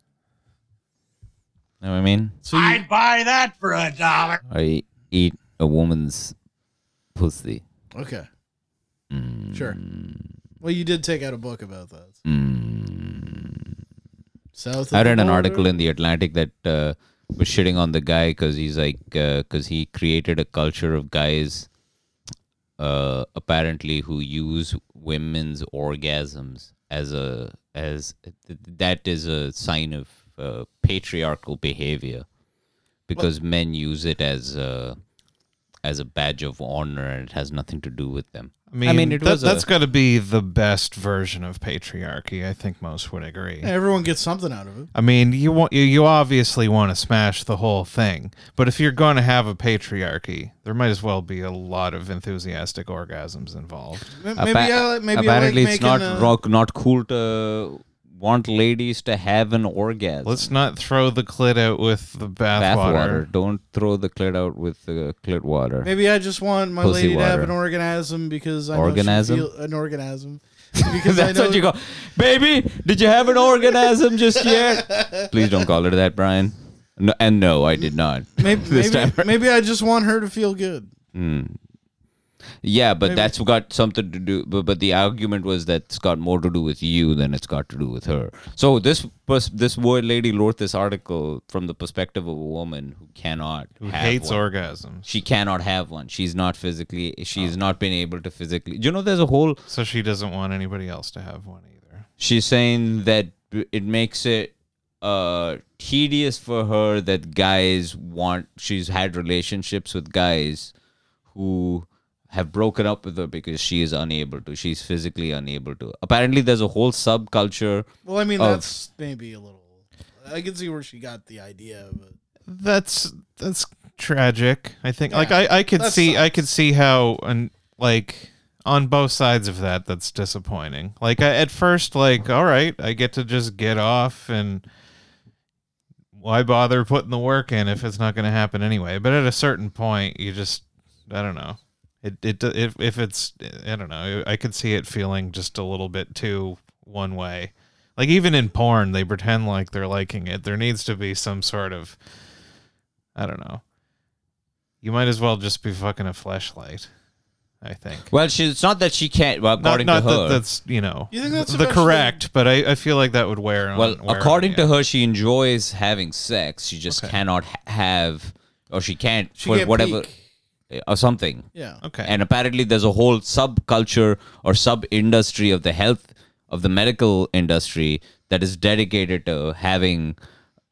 Speaker 1: Know what I mean?
Speaker 4: I'd buy that for a dollar.
Speaker 1: I eat a woman's pussy.
Speaker 2: okay.
Speaker 1: Mm.
Speaker 2: Sure. Well, you did take out a book about that. South. of
Speaker 1: Mm. I
Speaker 2: the
Speaker 1: read an
Speaker 2: border?
Speaker 1: article in the Atlantic that uh, was shitting on the guy because he's like because he created a culture of guys uh, apparently who use women's orgasms as a as that is a sign of uh, patriarchal behavior because men use it as a as a badge of honor and it has nothing to do with them.
Speaker 3: I mean,
Speaker 1: mean, it
Speaker 3: that,
Speaker 1: was a-
Speaker 3: that's got to be the best version of patriarchy. I think most would agree.
Speaker 2: Yeah, everyone gets something out of it.
Speaker 3: I mean, you want you, you obviously want to smash the whole thing, but if you're going to have a patriarchy, there might as well be a lot of enthusiastic orgasms involved.
Speaker 2: M- Maybe I, like- maybe
Speaker 1: apparently
Speaker 2: I like
Speaker 1: it's
Speaker 2: making
Speaker 1: not
Speaker 2: a-
Speaker 1: rock, not cool to want ladies to have an orgasm.
Speaker 3: Let's not throw the clit out with the
Speaker 1: bathwater.
Speaker 3: bathwater.
Speaker 1: Don't throw the clit out with the clit water.
Speaker 2: Maybe I just want my
Speaker 1: Pussy
Speaker 2: lady to have
Speaker 1: water.
Speaker 2: an orgasm because I
Speaker 1: Orgasm?
Speaker 2: know she feel, an orgasm because I
Speaker 1: That's
Speaker 2: know
Speaker 1: what you go, baby. Did you have an orgasm just yet? Please don't call her that, Brian. No, and no, I did not.
Speaker 2: maybe
Speaker 1: this
Speaker 2: maybe,
Speaker 1: time.
Speaker 2: maybe I just want her to feel good.
Speaker 1: Yeah, but that's got something to do. But, but the argument was that it's got more to do with you than it's got to do with her. So this pers- this word lady wrote this article from the perspective of a woman who cannot
Speaker 3: Who
Speaker 1: have
Speaker 3: hates
Speaker 1: one.
Speaker 3: orgasms?
Speaker 1: she cannot have one. She's not physically.
Speaker 3: Oh.
Speaker 1: She's not been able to physically. You know, there's a whole
Speaker 3: So she doesn't want anybody else to have one either.
Speaker 1: She's saying that it makes it uh tedious for her that guys want she's had relationships with guys who have broken up with her because she is unable to she's physically unable to apparently there's a whole subculture
Speaker 2: Well, I mean
Speaker 1: Of-
Speaker 2: that's maybe a little. I can see where she got the idea, but
Speaker 3: That's that's tragic. I think like
Speaker 2: Yeah,
Speaker 3: I I could
Speaker 2: that
Speaker 3: see I
Speaker 2: sucks.
Speaker 3: could see how and like on both sides of that that's disappointing. Like I, at first like all right, I get to just get off and why bother putting the work in if it's not going to happen anyway? But at a certain point you just I don't know. It it if if it's I don't know. I could see it feeling just a little bit too one way. Like even in porn, they pretend like they're liking it. There needs to be some sort of I don't know. You might as well just be fucking a flashlight. I I think.
Speaker 1: Well, she, it's not that she can't. Well,
Speaker 3: Not,
Speaker 1: according
Speaker 3: not
Speaker 1: to her,
Speaker 3: that that's you know
Speaker 2: You think that's
Speaker 3: the
Speaker 2: eventually-
Speaker 3: correct, but I, I feel like that would wear on.
Speaker 1: well,
Speaker 3: wear on
Speaker 1: according
Speaker 3: you.
Speaker 1: to her, she enjoys having sex. She just cannot ha- have, or she can't
Speaker 2: She
Speaker 1: for
Speaker 2: can't
Speaker 1: whatever uh, or something.
Speaker 2: Yeah.
Speaker 3: Okay.
Speaker 1: And apparently, there's a whole subculture or sub industry of the health of the medical industry that is dedicated to having,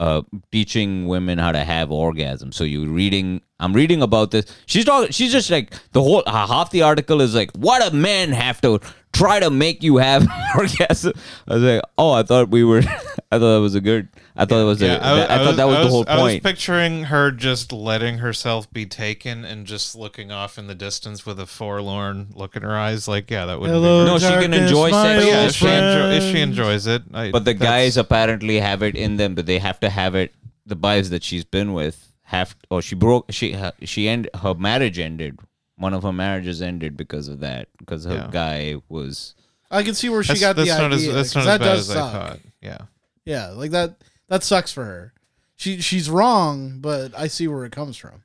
Speaker 1: uh, teaching women how to have orgasms. So you're reading, I'm reading about this. She's talking. She's just like the whole uh, half the article is like, what do men have to try to make you have orgasm? I was like, oh, I thought we were, I thought that was a good, I thought it was, a,
Speaker 3: Yeah,
Speaker 1: I, thought that was, the whole
Speaker 3: I was
Speaker 1: point.
Speaker 3: picturing her just letting herself be taken and just looking off in the distance with a forlorn look in her eyes. Like, yeah, that would.
Speaker 2: Hello,
Speaker 3: Be
Speaker 1: No, she can
Speaker 2: darkness,
Speaker 1: enjoy
Speaker 2: my
Speaker 1: sex.
Speaker 3: But
Speaker 2: old
Speaker 3: yeah, if she, enjo- if she
Speaker 2: friend.
Speaker 3: enjoys it. I,
Speaker 1: But the
Speaker 3: that's-
Speaker 1: guys apparently have it in them, but they have to have it. The wives that she's been with have, or she broke. She her- she end her marriage ended. One of her marriages ended because of that, because her
Speaker 3: Yeah.
Speaker 1: guy was.
Speaker 2: I can see where she
Speaker 3: That's,
Speaker 2: got
Speaker 3: that's
Speaker 2: the
Speaker 3: not
Speaker 2: idea.
Speaker 3: as that's
Speaker 2: 'cause
Speaker 3: not
Speaker 2: that
Speaker 3: as bad
Speaker 2: does
Speaker 3: as I
Speaker 2: suck.
Speaker 3: thought. Yeah.
Speaker 2: Yeah, like that. That sucks for her. She she's wrong, but I see where it comes from.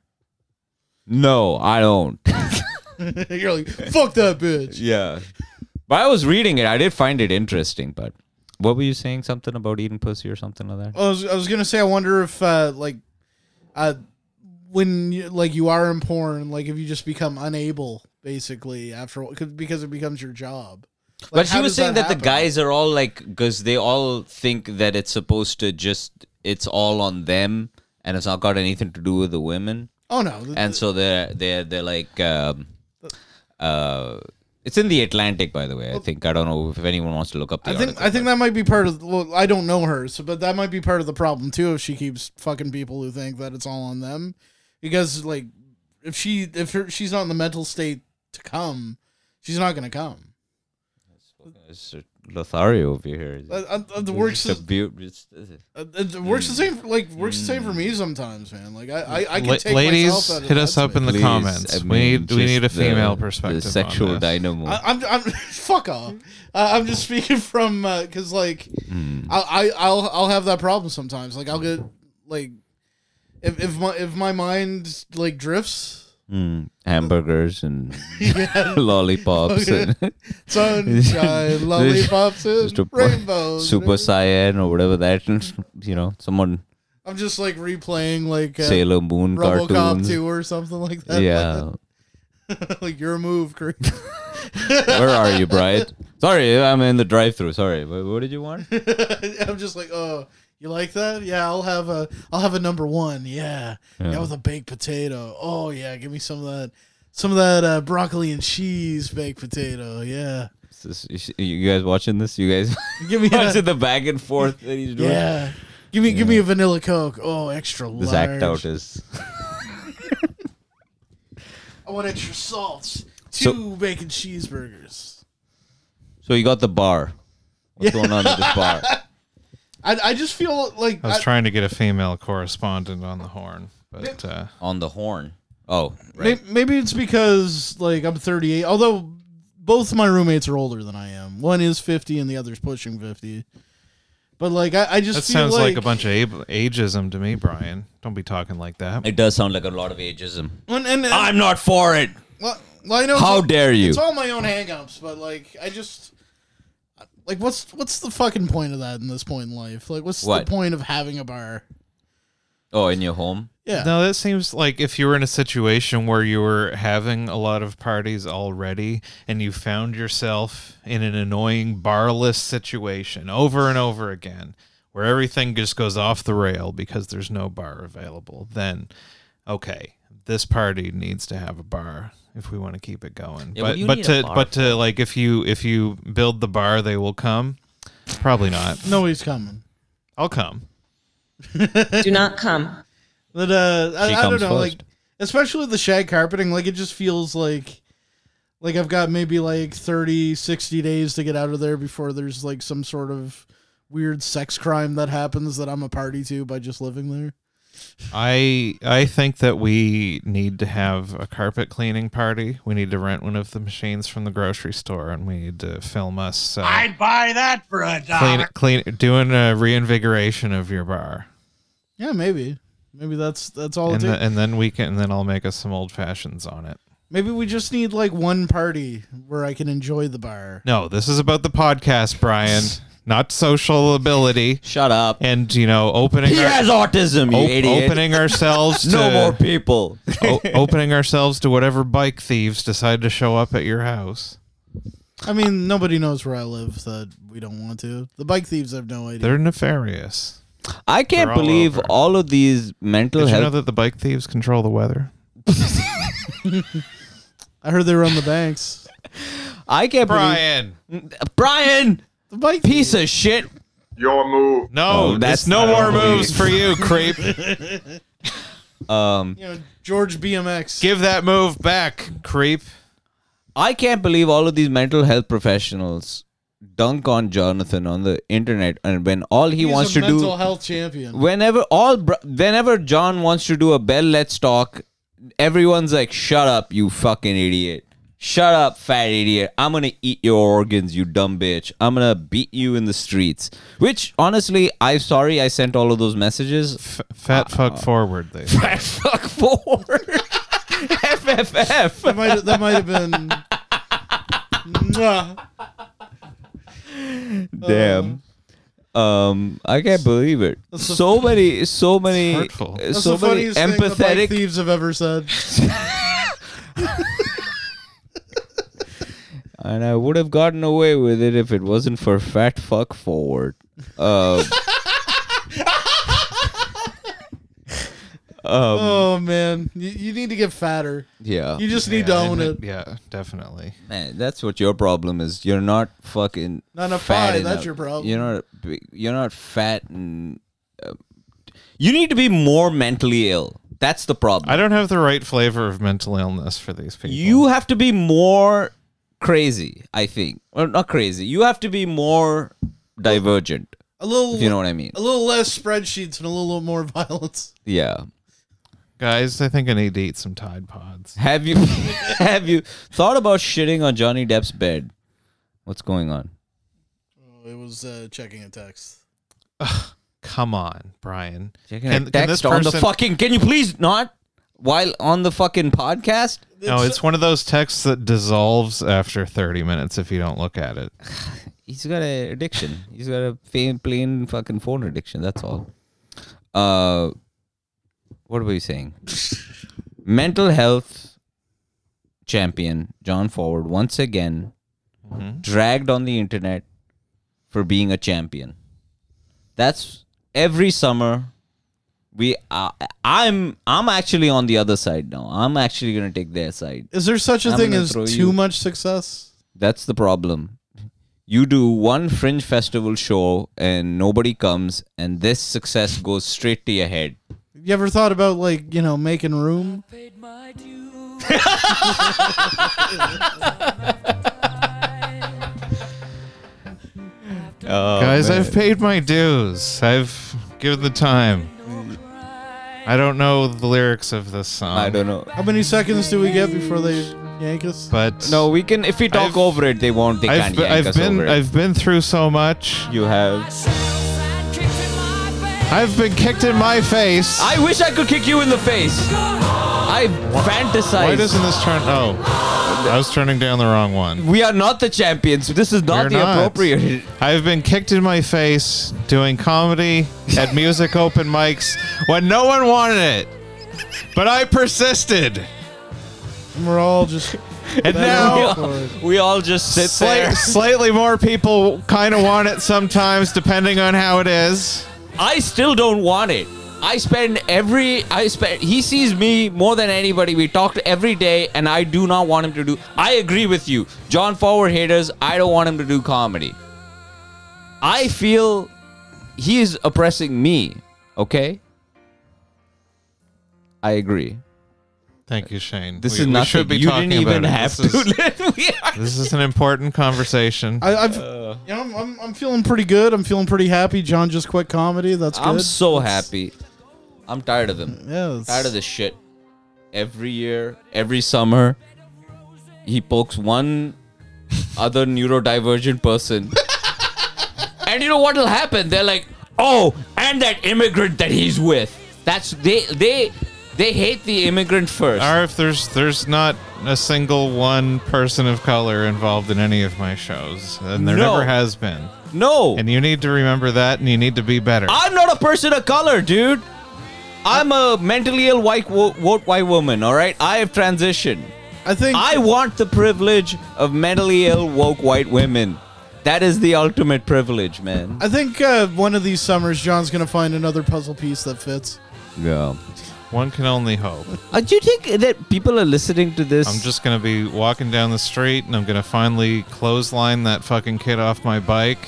Speaker 1: No, I don't.
Speaker 2: You're like, fuck that bitch.
Speaker 1: yeah, but I was reading it. I did find it interesting. But what were you saying? Something about eating pussy or something like that?
Speaker 2: I was I was gonna say I wonder if uh, like, uh, when you, like you are in porn, like if you just become unable basically after cause, because it becomes your job. Like,
Speaker 1: but she
Speaker 2: how
Speaker 1: was
Speaker 2: does
Speaker 1: saying that, the
Speaker 2: happen?
Speaker 1: guys are all like, because they all think that it's supposed to just, it's all on them, and it's not got anything to do with the women.
Speaker 2: Oh no, th-
Speaker 1: and so they're they're they're like um, uh, it's in the Atlantic, by the way. I think I don't know if anyone wants to look up the
Speaker 2: I think
Speaker 1: article,
Speaker 2: I think
Speaker 1: but-
Speaker 2: that might be part of. Well, I don't know her, so but that might be part of the problem too. If she keeps fucking people who think that it's all on them, because like if she if her, she's not in the mental state to come, she's not gonna come.
Speaker 1: It's Lothario over here.
Speaker 2: Uh, uh, uh, the works
Speaker 1: It's
Speaker 2: is-
Speaker 1: a beau- it's- it's-
Speaker 2: uh, it works the same. Like works the same for me sometimes, man. Like I I, I can
Speaker 3: mm. La-
Speaker 2: take
Speaker 3: ladies,
Speaker 2: myself out of
Speaker 3: hit
Speaker 2: that
Speaker 3: us up in the
Speaker 2: space.
Speaker 1: please,
Speaker 3: comments.
Speaker 1: I
Speaker 3: we
Speaker 1: mean,
Speaker 3: need we
Speaker 1: just
Speaker 3: need a
Speaker 1: the-
Speaker 3: female perspective.
Speaker 1: The
Speaker 3: on
Speaker 1: sexual
Speaker 3: this.
Speaker 1: dynamo.
Speaker 2: I, I'm I'm fuck off. Uh, I'm just speaking from because like
Speaker 1: Hmm.
Speaker 2: I, I I'll I'll have that problem sometimes. Like I'll get like if if my if my mind like drifts.
Speaker 1: Mm, hamburgers and lollipops and
Speaker 2: Sunshine, lollipops,
Speaker 1: Just a
Speaker 2: and
Speaker 1: po-
Speaker 2: rainbows.
Speaker 1: super cyan or whatever that you know someone
Speaker 2: I'm just like replaying like uh,
Speaker 1: Sailor Moon
Speaker 2: RoboCop
Speaker 1: cartoons.
Speaker 2: two or something like that.
Speaker 1: Yeah,
Speaker 2: like your move, Creed.
Speaker 1: where are you, Bright? Sorry, I'm in the drive-through. Sorry, what, what did you want?
Speaker 2: I'm just like, oh, you like that? Yeah, I'll have a, I'll have a number one. Yeah, yeah, with a baked potato. Oh yeah, give me some of that, some of that uh, broccoli and cheese baked potato. Yeah,
Speaker 1: Is this- you guys watching this? You guys
Speaker 2: give me that.
Speaker 1: watching the back and forth that he's doing?
Speaker 2: Yeah, give me, give me a vanilla coke. Oh, extra large.
Speaker 1: This act out is
Speaker 2: I want extra salts. Two
Speaker 1: So-
Speaker 2: bacon cheeseburgers.
Speaker 1: so you got the bar. What's going on with this bar?
Speaker 2: I, I just feel like
Speaker 3: I was
Speaker 2: I-
Speaker 3: trying to get a female correspondent on the horn, but uh,
Speaker 1: On the horn. Oh,
Speaker 2: May
Speaker 1: right.
Speaker 2: Maybe it's because like I'm 38. Although both my roommates are older than I am. One is 50 and the other's pushing 50. But like I, I just
Speaker 3: that
Speaker 2: feel
Speaker 3: sounds like, a bunch of ab- ageism to me, Brian. Don't be talking like that.
Speaker 1: It does sound like a lot of ageism.
Speaker 2: And, and, and-
Speaker 1: I'm not for it.
Speaker 2: well, well, I know it's
Speaker 1: How
Speaker 2: all-
Speaker 1: dare you?
Speaker 2: It's all my own hangups, but like I just like what's what's the fucking point of that in this point in life? Like what's
Speaker 1: What?
Speaker 2: the point of having a bar?
Speaker 1: Oh, in your home?
Speaker 2: Yeah.
Speaker 3: No, that seems like if you were in a situation where you were having a lot of parties already and you found yourself in an annoying barless situation over and over again where everything just goes off the rail because there's no bar available, then okay, this party needs to have a bar if we want to keep it going.
Speaker 1: Yeah, what
Speaker 3: but
Speaker 1: do you
Speaker 3: but
Speaker 1: need
Speaker 3: to
Speaker 1: a bar
Speaker 3: but to like if you if you build the bar they will come. Probably not.
Speaker 2: Nobody's coming.
Speaker 3: I'll come.
Speaker 6: Do not come.
Speaker 2: But uh, I,
Speaker 1: She
Speaker 2: I don't
Speaker 1: comes
Speaker 2: know,
Speaker 1: first.
Speaker 2: like especially the shag carpeting, like it just feels like like I've got maybe like 30, 60 days to get out of there before there's like some sort of weird sex crime that happens that I'm a party to by just living there.
Speaker 3: I I think that we need to have a carpet cleaning party. We need to rent one of the machines from the grocery store, and we need to film us uh,
Speaker 4: I'd buy that for a
Speaker 3: clean
Speaker 4: dollar.
Speaker 3: clean doing a reinvigoration of your bar,
Speaker 2: Yeah, maybe. Maybe that's that's all it
Speaker 3: and,
Speaker 2: takes.
Speaker 3: the, and then we can and then I'll make us some old fashions on it.
Speaker 2: Maybe we just need like one party where I can enjoy the bar.
Speaker 3: No, this is about the podcast, Brian, not social ability.
Speaker 1: Shut up.
Speaker 3: And you know, opening
Speaker 1: He
Speaker 3: our-
Speaker 1: has autism, you
Speaker 3: op-
Speaker 1: idiot.
Speaker 3: opening ourselves to
Speaker 1: no more people.
Speaker 3: o- opening ourselves to whatever bike thieves decide to show up at your house.
Speaker 2: I mean, nobody knows where I live that we don't want to. The bike thieves have no idea.
Speaker 3: They're nefarious.
Speaker 1: I can't
Speaker 3: They're all
Speaker 1: believe
Speaker 3: over.
Speaker 1: all of these mental
Speaker 3: Did you
Speaker 1: health.
Speaker 3: know that the bike thieves control the weather?
Speaker 2: I heard they were on the banks.
Speaker 1: I can't
Speaker 3: Brian,
Speaker 1: believe Brian,
Speaker 2: The bike
Speaker 1: piece of shit.
Speaker 7: Your move.
Speaker 1: Oh,
Speaker 3: no, that's
Speaker 1: that's
Speaker 3: no
Speaker 1: not
Speaker 3: more
Speaker 1: how we-
Speaker 3: moves for you, creep.
Speaker 1: Um,
Speaker 2: You know, George BMX.
Speaker 3: Give that move back, creep.
Speaker 1: I can't believe all of these mental health professionals dunk on Jonathan on the internet, and when all he
Speaker 2: He's
Speaker 1: wants
Speaker 2: a
Speaker 1: to
Speaker 2: mental
Speaker 1: do,
Speaker 2: health champion.
Speaker 1: whenever all, br- whenever John wants to do a Bell Let's Talk, everyone's like, "Shut up, you fucking idiot! Shut up, fat idiot! I'm gonna eat your organs, you dumb bitch! I'm gonna beat you in the streets." Which, honestly, I'm sorry I sent all of those messages.
Speaker 3: F- fat
Speaker 1: Uh,
Speaker 3: fuck forward. They.
Speaker 1: Fuck four. FFF.
Speaker 2: that might that might have been. Mwah.
Speaker 1: Damn. Um, I can't believe it. So many, so many,
Speaker 3: hurtful.
Speaker 1: uh,
Speaker 2: That's
Speaker 1: so
Speaker 2: the
Speaker 1: many
Speaker 2: funniest thing the bike
Speaker 1: empathetic,
Speaker 2: thieves have ever said.
Speaker 1: and I would have gotten away with it if it wasn't for fat fuck forward. Um, um,
Speaker 2: Oh man, you, you need to get fatter.
Speaker 1: yeah,
Speaker 2: You just need to
Speaker 3: Yeah,
Speaker 2: own
Speaker 3: I
Speaker 2: it.
Speaker 3: think- Yeah, definitely.
Speaker 1: man, that's what your problem is. You're not fucking
Speaker 2: Not enough
Speaker 1: fat
Speaker 2: pie,
Speaker 1: enough.
Speaker 2: that's your problem.
Speaker 1: You're not, big- you're not fat, and uh, you need to be more mentally ill. That's the problem.
Speaker 3: I don't have the right flavor of mental illness for these people.
Speaker 1: You have to be more crazy, I think. Or not crazy. You have to be more divergent.
Speaker 2: A little,
Speaker 1: If you know what I mean.
Speaker 2: a little less spreadsheets and a little more violence.
Speaker 1: Yeah.
Speaker 3: guys, I think I need to eat some Tide Pods.
Speaker 1: Have you have you thought about shitting on Johnny Depp's bed? What's going on?
Speaker 2: Oh, it was uh, checking a text.
Speaker 3: Come on, Brian.
Speaker 1: Checking
Speaker 3: Can-
Speaker 1: a
Speaker 3: can
Speaker 1: text
Speaker 3: this
Speaker 1: on the
Speaker 3: person-
Speaker 1: fucking can you please not while on the fucking podcast?
Speaker 3: No, it's one of those texts that dissolves after 30 minutes if you don't look at it.
Speaker 1: He's got an addiction. He's got a plain, plain fucking phone addiction. That's all. Uh, what were you saying? Mental health champion John Forward once again dragged on the internet for being a champion. That's every summer. We, uh, I'm, I'm actually on the other side now. I'm actually gonna take their side.
Speaker 2: Is there such a
Speaker 1: I'm
Speaker 2: thing
Speaker 1: gonna
Speaker 2: as
Speaker 1: throw
Speaker 2: too
Speaker 1: you-
Speaker 2: much success?
Speaker 1: That's the problem. You do one fringe festival show and nobody comes, and this success goes straight to your head.
Speaker 2: You ever thought about like you know making room?
Speaker 1: Oh,
Speaker 3: guys, I've paid my dues. I've given the time. I don't know the lyrics of this song.
Speaker 1: I don't know.
Speaker 2: How many seconds do we get before they yank us?
Speaker 3: But
Speaker 1: No, we can. If we talk
Speaker 3: I've-
Speaker 1: over it, they won't. They
Speaker 3: I've,
Speaker 1: can't
Speaker 3: be-
Speaker 1: yank
Speaker 3: I've
Speaker 1: us
Speaker 3: been
Speaker 1: over it.
Speaker 3: I've been through so much.
Speaker 1: you have.
Speaker 3: I've been kicked in my face.
Speaker 1: I wish I could kick you in the face. I fantasize.
Speaker 3: Why doesn't this turn? Oh, I was turning down the wrong one.
Speaker 1: we are not the champions. This is not
Speaker 3: We're
Speaker 1: the
Speaker 3: not.
Speaker 1: appropriate.
Speaker 3: I've been kicked in my face doing comedy at music open mics when no one wanted it. But I persisted.
Speaker 2: And we're all just
Speaker 3: And
Speaker 1: we,
Speaker 3: now
Speaker 1: all, we all just sit
Speaker 3: slight,
Speaker 1: there.
Speaker 3: slightly more people kind of want it sometimes, depending on how it is.
Speaker 1: I still don't want it. I spend every I spend he sees me more than anybody. We talked every day and I do not want him to do I agree with you. John Forward haters, I don't want him to do comedy. I feel he is oppressing me, okay? I agree.
Speaker 3: Thank you, Shane.
Speaker 1: This
Speaker 3: We-
Speaker 1: is
Speaker 3: we
Speaker 1: nothing.
Speaker 3: should be
Speaker 1: you
Speaker 3: talking
Speaker 1: didn't even
Speaker 3: about it.
Speaker 1: have
Speaker 3: This
Speaker 1: to.
Speaker 3: is-
Speaker 1: we are-
Speaker 3: This is an important conversation.
Speaker 2: I, I've,
Speaker 1: Uh.
Speaker 2: you know, I'm, I'm, I'm feeling pretty good. I'm feeling pretty happy. John just quit comedy. That's good.
Speaker 1: I'm so
Speaker 2: That's-
Speaker 1: happy. I'm tired of them.
Speaker 2: Yeah, it's-
Speaker 1: tired of this shit. Every year, every summer, he pokes one other neurodivergent person. and you know what'll happen? They're like, "Oh, and that immigrant that he's with." That's they they They hate the immigrant first.
Speaker 3: Or if there's there's not a single one person of color involved in any of my shows, and there
Speaker 1: No.
Speaker 3: never has been.
Speaker 1: No.
Speaker 3: And you need to remember that, and you need to be better.
Speaker 1: I'm not a person of color, dude. I'm a mentally ill white wo- wo- white woman, all right? I have transitioned.
Speaker 2: I think
Speaker 1: I want the privilege of mentally ill woke white women. That is the ultimate privilege, man.
Speaker 2: I think uh, one of these summers, John's gonna find another puzzle piece that fits.
Speaker 1: Yeah.
Speaker 3: One can only hope.
Speaker 1: Uh, do you think that people are listening to this?
Speaker 3: I'm just gonna be walking down the street, and I'm gonna finally clothesline that fucking kid off my bike,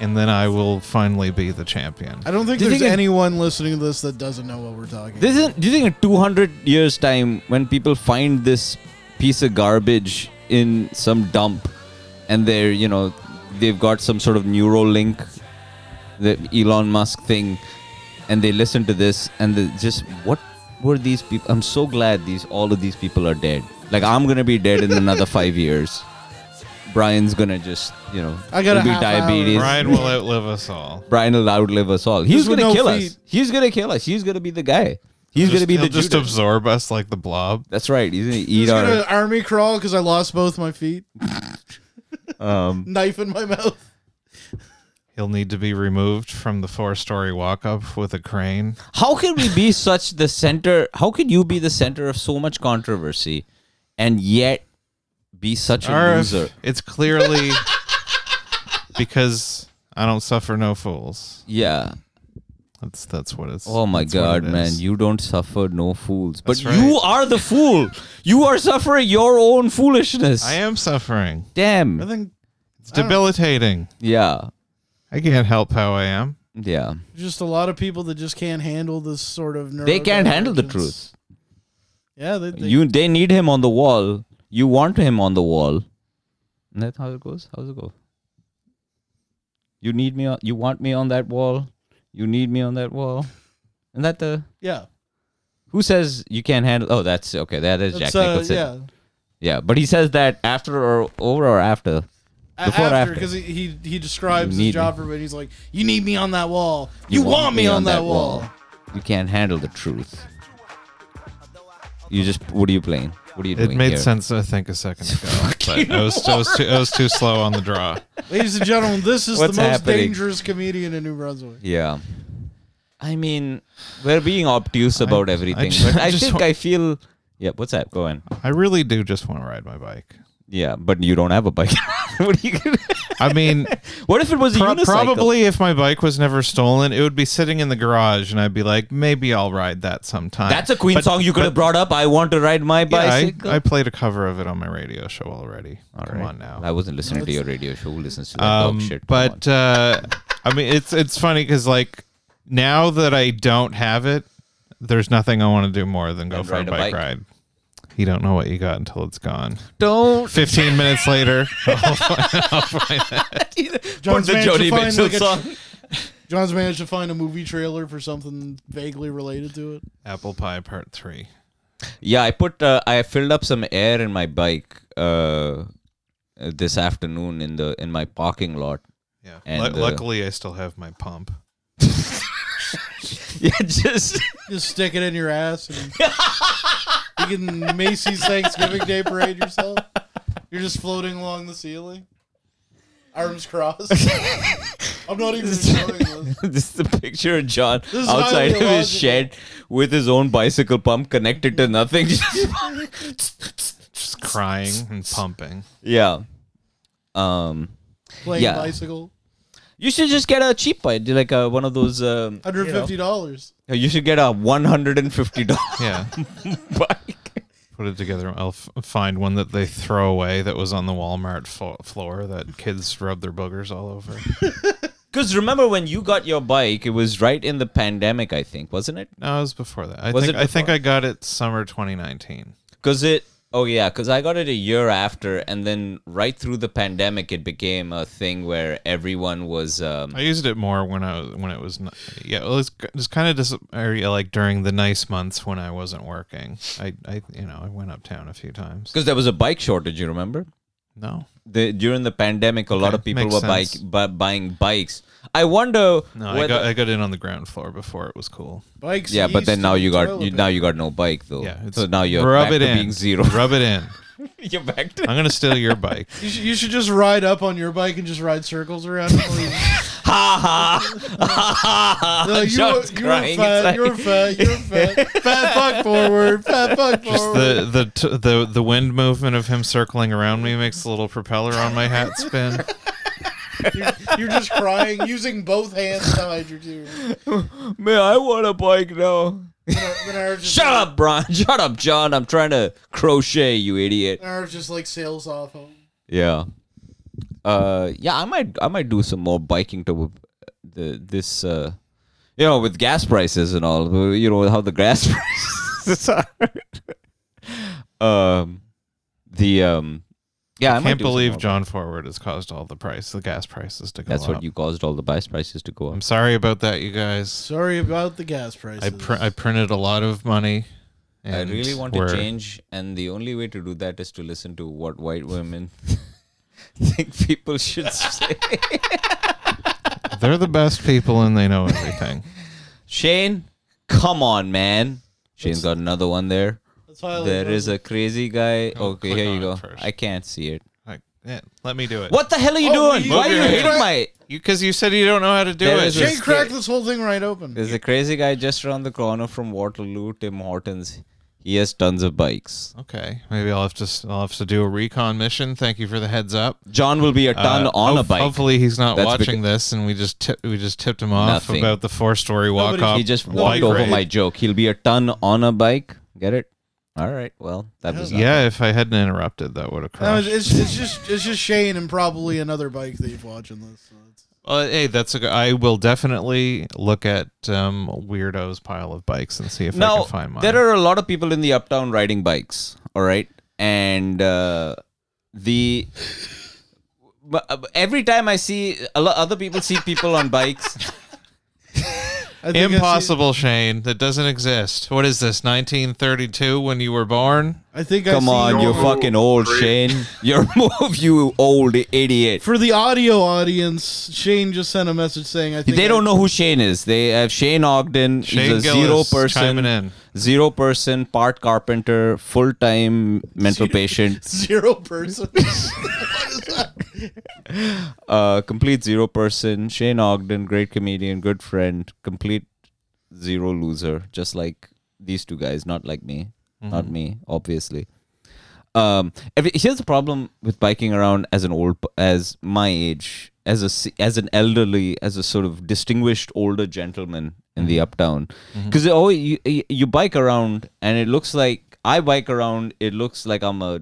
Speaker 3: and then I will finally be the champion.
Speaker 2: I don't think
Speaker 1: Do you
Speaker 2: there's
Speaker 1: think it-
Speaker 2: anyone listening to this that doesn't know what we're talking.
Speaker 1: This isn't. Do you think in 200 years' time, when people find this piece of garbage in some dump, and they're you know they've got some sort of Neuralink, the Elon Musk thing, and they listen to this and they just what were these people? I'm so glad these all of these people are dead. Like I'm gonna be dead in another five years. Brian's gonna just you know
Speaker 2: I got a
Speaker 1: it'll be
Speaker 2: half hour.
Speaker 1: diabetes.
Speaker 3: Brian will outlive us all.
Speaker 1: Brian will outlive us all.
Speaker 2: Just
Speaker 1: He's
Speaker 2: with no
Speaker 1: gonna kill
Speaker 2: feet.
Speaker 1: us. He's gonna kill us. He's gonna be the guy. He's
Speaker 3: Just-
Speaker 1: gonna be
Speaker 3: he'll
Speaker 1: the
Speaker 3: just
Speaker 1: Judas.
Speaker 3: absorb us like the blob.
Speaker 1: That's right. He's gonna
Speaker 2: He's
Speaker 1: eat
Speaker 2: gonna
Speaker 1: our.
Speaker 2: army crawl because I lost both my feet.
Speaker 1: Um,
Speaker 2: Knife in my mouth.
Speaker 3: He'll need to be removed from the four-story walk-up with a crane.
Speaker 1: how can we be such the center? How can you be the center of so much controversy, and yet be such a
Speaker 3: Arf,
Speaker 1: loser?
Speaker 3: It's clearly because I don't suffer no fools.
Speaker 1: Yeah.
Speaker 3: That's that's what it's.
Speaker 1: Oh my
Speaker 3: that's what
Speaker 1: God,
Speaker 3: it
Speaker 1: man!
Speaker 3: is.
Speaker 1: You don't suffer no fools, but
Speaker 3: That's right.
Speaker 1: you are the fool. You are suffering your own foolishness.
Speaker 3: I am suffering.
Speaker 2: I
Speaker 1: Damn.
Speaker 2: think
Speaker 3: It's debilitating.
Speaker 1: Yeah.
Speaker 3: I can't help how I am.
Speaker 1: Yeah.
Speaker 2: just a lot of people that just can't handle this sort of.
Speaker 1: They can't handle the
Speaker 2: neurodivergence.
Speaker 1: truth.
Speaker 2: Yeah, they, they,
Speaker 1: You they need him on the wall. You want him on the wall. And that's how it goes. How's it go? You need me. On, you want me on that wall. You need me on that wall. Isn't that uh, the
Speaker 2: yeah.
Speaker 1: who says you can't handle? Oh, that's okay. That is Jack
Speaker 2: That's, uh,
Speaker 1: Nicholson.
Speaker 2: yeah.
Speaker 1: yeah, but he says that after or over or after.
Speaker 2: A-
Speaker 1: Before or
Speaker 2: after
Speaker 1: after?
Speaker 2: because he, he he describes
Speaker 1: You need
Speaker 2: his job
Speaker 1: me.
Speaker 2: for, but he's like, "You need me on that wall. You, want, me on, that wall."
Speaker 1: You can't handle the truth. You just what are you playing? What are you
Speaker 3: It
Speaker 1: doing
Speaker 3: made
Speaker 1: here?
Speaker 3: sense, I think, a second ago. but I was, I was too, I was too slow on the draw.
Speaker 2: Ladies and gentlemen, this is the most
Speaker 1: What's happening?
Speaker 2: dangerous comedian in New Brunswick.
Speaker 1: Yeah. I mean, we're being obtuse about
Speaker 3: I
Speaker 1: everything,
Speaker 3: ju-
Speaker 1: but
Speaker 3: I
Speaker 1: I
Speaker 3: just
Speaker 1: think
Speaker 3: wa-
Speaker 1: I feel. Yeah, what's that? Go on.
Speaker 3: I really do just want to ride my bike.
Speaker 1: Yeah, but you don't have a bike. what, are you gonna,
Speaker 3: I mean,
Speaker 1: what if it was a
Speaker 3: pro-
Speaker 1: unicycle?
Speaker 3: probably if my bike was never stolen, it would be sitting in the garage, and I'd be like, maybe I'll ride that sometime.
Speaker 1: That's a Queen
Speaker 3: But-
Speaker 1: song you could have brought up. I want to ride my
Speaker 3: Yeah, I,
Speaker 1: bicycle.
Speaker 3: I played a cover of it on my radio show already. Come on now.
Speaker 1: I wasn't listening to your radio show. Who listens to that
Speaker 3: Um,
Speaker 1: dog shit? Come
Speaker 3: but uh, I mean, it's it's funny because like now that I don't have it, there's nothing I want to do more than go
Speaker 1: And
Speaker 3: for a
Speaker 1: ride a
Speaker 3: bike,
Speaker 1: bike.
Speaker 3: ride. You don't know what you got until it's gone.
Speaker 1: on. don't.
Speaker 3: 15 minutes later,
Speaker 1: Put
Speaker 2: John's managed
Speaker 1: the
Speaker 2: to
Speaker 1: Jody
Speaker 2: find,
Speaker 1: Mitchell
Speaker 2: like, a-
Speaker 1: song.
Speaker 2: John's managed to find a movie trailer for something vaguely related to it.
Speaker 3: apple pie part three.
Speaker 1: Yeah, I put uh, I filled up some air in my bike uh, uh, this afternoon in the in my parking lot.
Speaker 3: Yeah.
Speaker 1: And,
Speaker 3: Lu-
Speaker 1: uh,
Speaker 3: luckily, I still have my pump.
Speaker 1: Yeah, just
Speaker 2: Just stick it in your ass and you can Macy's Thanksgiving Day parade yourself. You're just floating along the ceiling, arms crossed. I'm not even showing this.
Speaker 1: this is a picture of John
Speaker 2: is
Speaker 1: outside of his
Speaker 2: ideological.
Speaker 1: shed with his own bicycle pump connected to nothing.
Speaker 3: Just crying and pumping.
Speaker 1: yeah. Um,
Speaker 2: Playing
Speaker 1: Yeah.
Speaker 2: bicycle,
Speaker 1: you should just get a cheap bike, like uh one of those. Um,
Speaker 2: hundred fifty dollars.
Speaker 1: you should get a one hundred and fifty dollar
Speaker 3: Yeah.
Speaker 1: bike.
Speaker 3: Put it together. I'll f- find one that they throw away that was on the Walmart fo- floor that kids rub their boogers all over.
Speaker 1: Because remember when you got your bike, it was right in the pandemic, I think, wasn't it?
Speaker 3: No, it was before that. I
Speaker 1: Was
Speaker 3: think
Speaker 1: it
Speaker 3: I think
Speaker 1: before?
Speaker 3: I got it summer 2019.
Speaker 1: Because it. Oh yeah, because I got it a year after, and then right through the pandemic, it became a thing where everyone was. Um,
Speaker 3: I used it more when I was when it was n- yeah, it was, kind of dis- or, yeah, like during the nice months when I wasn't working. I I you know, I went uptown a few times.
Speaker 1: Because there was a bike shortage, you remember?
Speaker 3: No.
Speaker 1: the, during the pandemic, a lot
Speaker 3: Okay,
Speaker 1: of people
Speaker 3: makes
Speaker 1: were bike,
Speaker 3: sense.
Speaker 1: bu- buying bikes. I wonder.
Speaker 3: No, I
Speaker 1: whether-
Speaker 3: got I got in on the ground floor before it was cool.
Speaker 2: Bikes.
Speaker 1: yeah, but
Speaker 2: east
Speaker 1: then now
Speaker 2: and
Speaker 1: you got you,
Speaker 2: relevant.
Speaker 1: now you got no bike though.
Speaker 3: Yeah, it's
Speaker 1: so now you're
Speaker 3: rub
Speaker 1: back
Speaker 3: it
Speaker 1: to
Speaker 3: in.
Speaker 1: being zero.
Speaker 3: Rub it in.
Speaker 1: you're back to
Speaker 3: I'm gonna steal your bike.
Speaker 2: You should, you should just ride up on your bike and just ride circles around. it. Like, you, were,
Speaker 1: John's
Speaker 2: you were
Speaker 1: crying.
Speaker 2: fat.
Speaker 1: It's
Speaker 2: you were fat. You were fat. fat fuck forward. Fat fuck
Speaker 3: Just
Speaker 2: forward.
Speaker 3: the the t- the the wind movement of him circling around me makes the little propeller on my hat spin.
Speaker 2: You're just crying, using both hands to hide your tears.
Speaker 1: Man, I want a bike now.
Speaker 2: Then I- then I was just
Speaker 1: Shut
Speaker 2: like,
Speaker 1: up, Brian. Shut up, John. I'm trying to crochet, you idiot.
Speaker 2: then I was just like sails off home.
Speaker 1: Yeah. Uh, yeah. I might I might do some more biking to uh, the this uh, you know, with gas prices and all. You know how the gas prices are. um, the um, yeah. I, might
Speaker 3: Can't
Speaker 1: do some
Speaker 3: believe
Speaker 1: more-
Speaker 3: John Forward has caused all the price, the gas prices to go
Speaker 1: That's
Speaker 3: up.
Speaker 1: what you caused all the bike prices to go up.
Speaker 3: I'm sorry about that, you guys.
Speaker 2: Sorry about the gas prices.
Speaker 3: I pr- I printed a lot of money.
Speaker 1: I
Speaker 3: and
Speaker 1: really want
Speaker 3: we're-
Speaker 1: to change, and the only way to do that is to listen to what white women think people should say.
Speaker 3: They're the best people and they know everything.
Speaker 1: Shane, come on, man. Shane's got another one there.
Speaker 2: That's highly
Speaker 1: There is a crazy guy.
Speaker 3: Oh,
Speaker 1: Okay,
Speaker 3: click
Speaker 1: here
Speaker 3: on
Speaker 1: you
Speaker 3: it
Speaker 1: go.
Speaker 3: first.
Speaker 1: I can't see it.
Speaker 3: like, yeah, let me do it.
Speaker 1: What the hell are you
Speaker 2: Oh,
Speaker 1: doing?
Speaker 2: we-
Speaker 1: Why are you
Speaker 3: Okay.
Speaker 1: hitting my?
Speaker 3: Because you, said you don't know how to do
Speaker 1: There
Speaker 3: it.
Speaker 1: is
Speaker 2: Jane
Speaker 1: a-
Speaker 2: cracked this whole thing right open.
Speaker 1: There's a crazy guy just around the corner from Waterloo, Tim Hortons. He has tons of bikes.
Speaker 3: okay, maybe I'll have to s- I'll have to do a recon mission. Thank you for the heads up.
Speaker 1: John will be a ton
Speaker 3: Uh,
Speaker 1: on a
Speaker 3: hope-
Speaker 1: bike.
Speaker 3: Hopefully he's not
Speaker 1: That's
Speaker 3: watching
Speaker 1: becau-
Speaker 3: this, and we just tip, we just tipped him off
Speaker 1: Nothing.
Speaker 3: about the four story walk
Speaker 2: Nobody-
Speaker 3: off.
Speaker 1: He just
Speaker 2: Nobody
Speaker 1: walked over
Speaker 2: raid.
Speaker 1: my joke. He'll be a ton on a bike. Get it? All right. Well, that was nothing.
Speaker 3: Yeah, if I hadn't interrupted, that would have
Speaker 2: No,
Speaker 3: crashed.
Speaker 2: it's, it's, it's just it's just Shane and probably another bike thief watching this. So it's,
Speaker 3: Uh, hey, that's a good. I will definitely look at um, weirdo's pile of bikes and see if I
Speaker 1: Now
Speaker 3: can find mine.
Speaker 1: there are a lot of people in the uptown riding bikes. All right, and uh, the but, uh, every time I see a lot other people see people on bikes.
Speaker 2: I think I see-
Speaker 3: Impossible, Shane. That doesn't exist. What is this? 1932 when you were born?
Speaker 2: I think I
Speaker 1: Come
Speaker 2: see-
Speaker 1: on, you fucking old Shane. You're move, you old idiot.
Speaker 2: For the audio audience, Shane just sent a message saying I think
Speaker 1: They
Speaker 2: I-
Speaker 1: don't know who Shane is. They have Shane Ogden.
Speaker 3: Shane
Speaker 1: he's a
Speaker 3: Gillis
Speaker 1: zero
Speaker 3: chiming
Speaker 1: person,
Speaker 3: in.
Speaker 1: zero person, part carpenter, full time mental patient.
Speaker 2: zero person.
Speaker 1: uh, complete zero person. Shane Ogden, great comedian, good friend, complete zero loser, just like these two guys, not like me, not me, obviously. Um, every, here's the problem with biking around as an old, p- as my age, as a se- as an elderly, as a sort of distinguished older gentleman in the uptown, because always you, you you bike around and it looks like I bike around. It looks like I'm a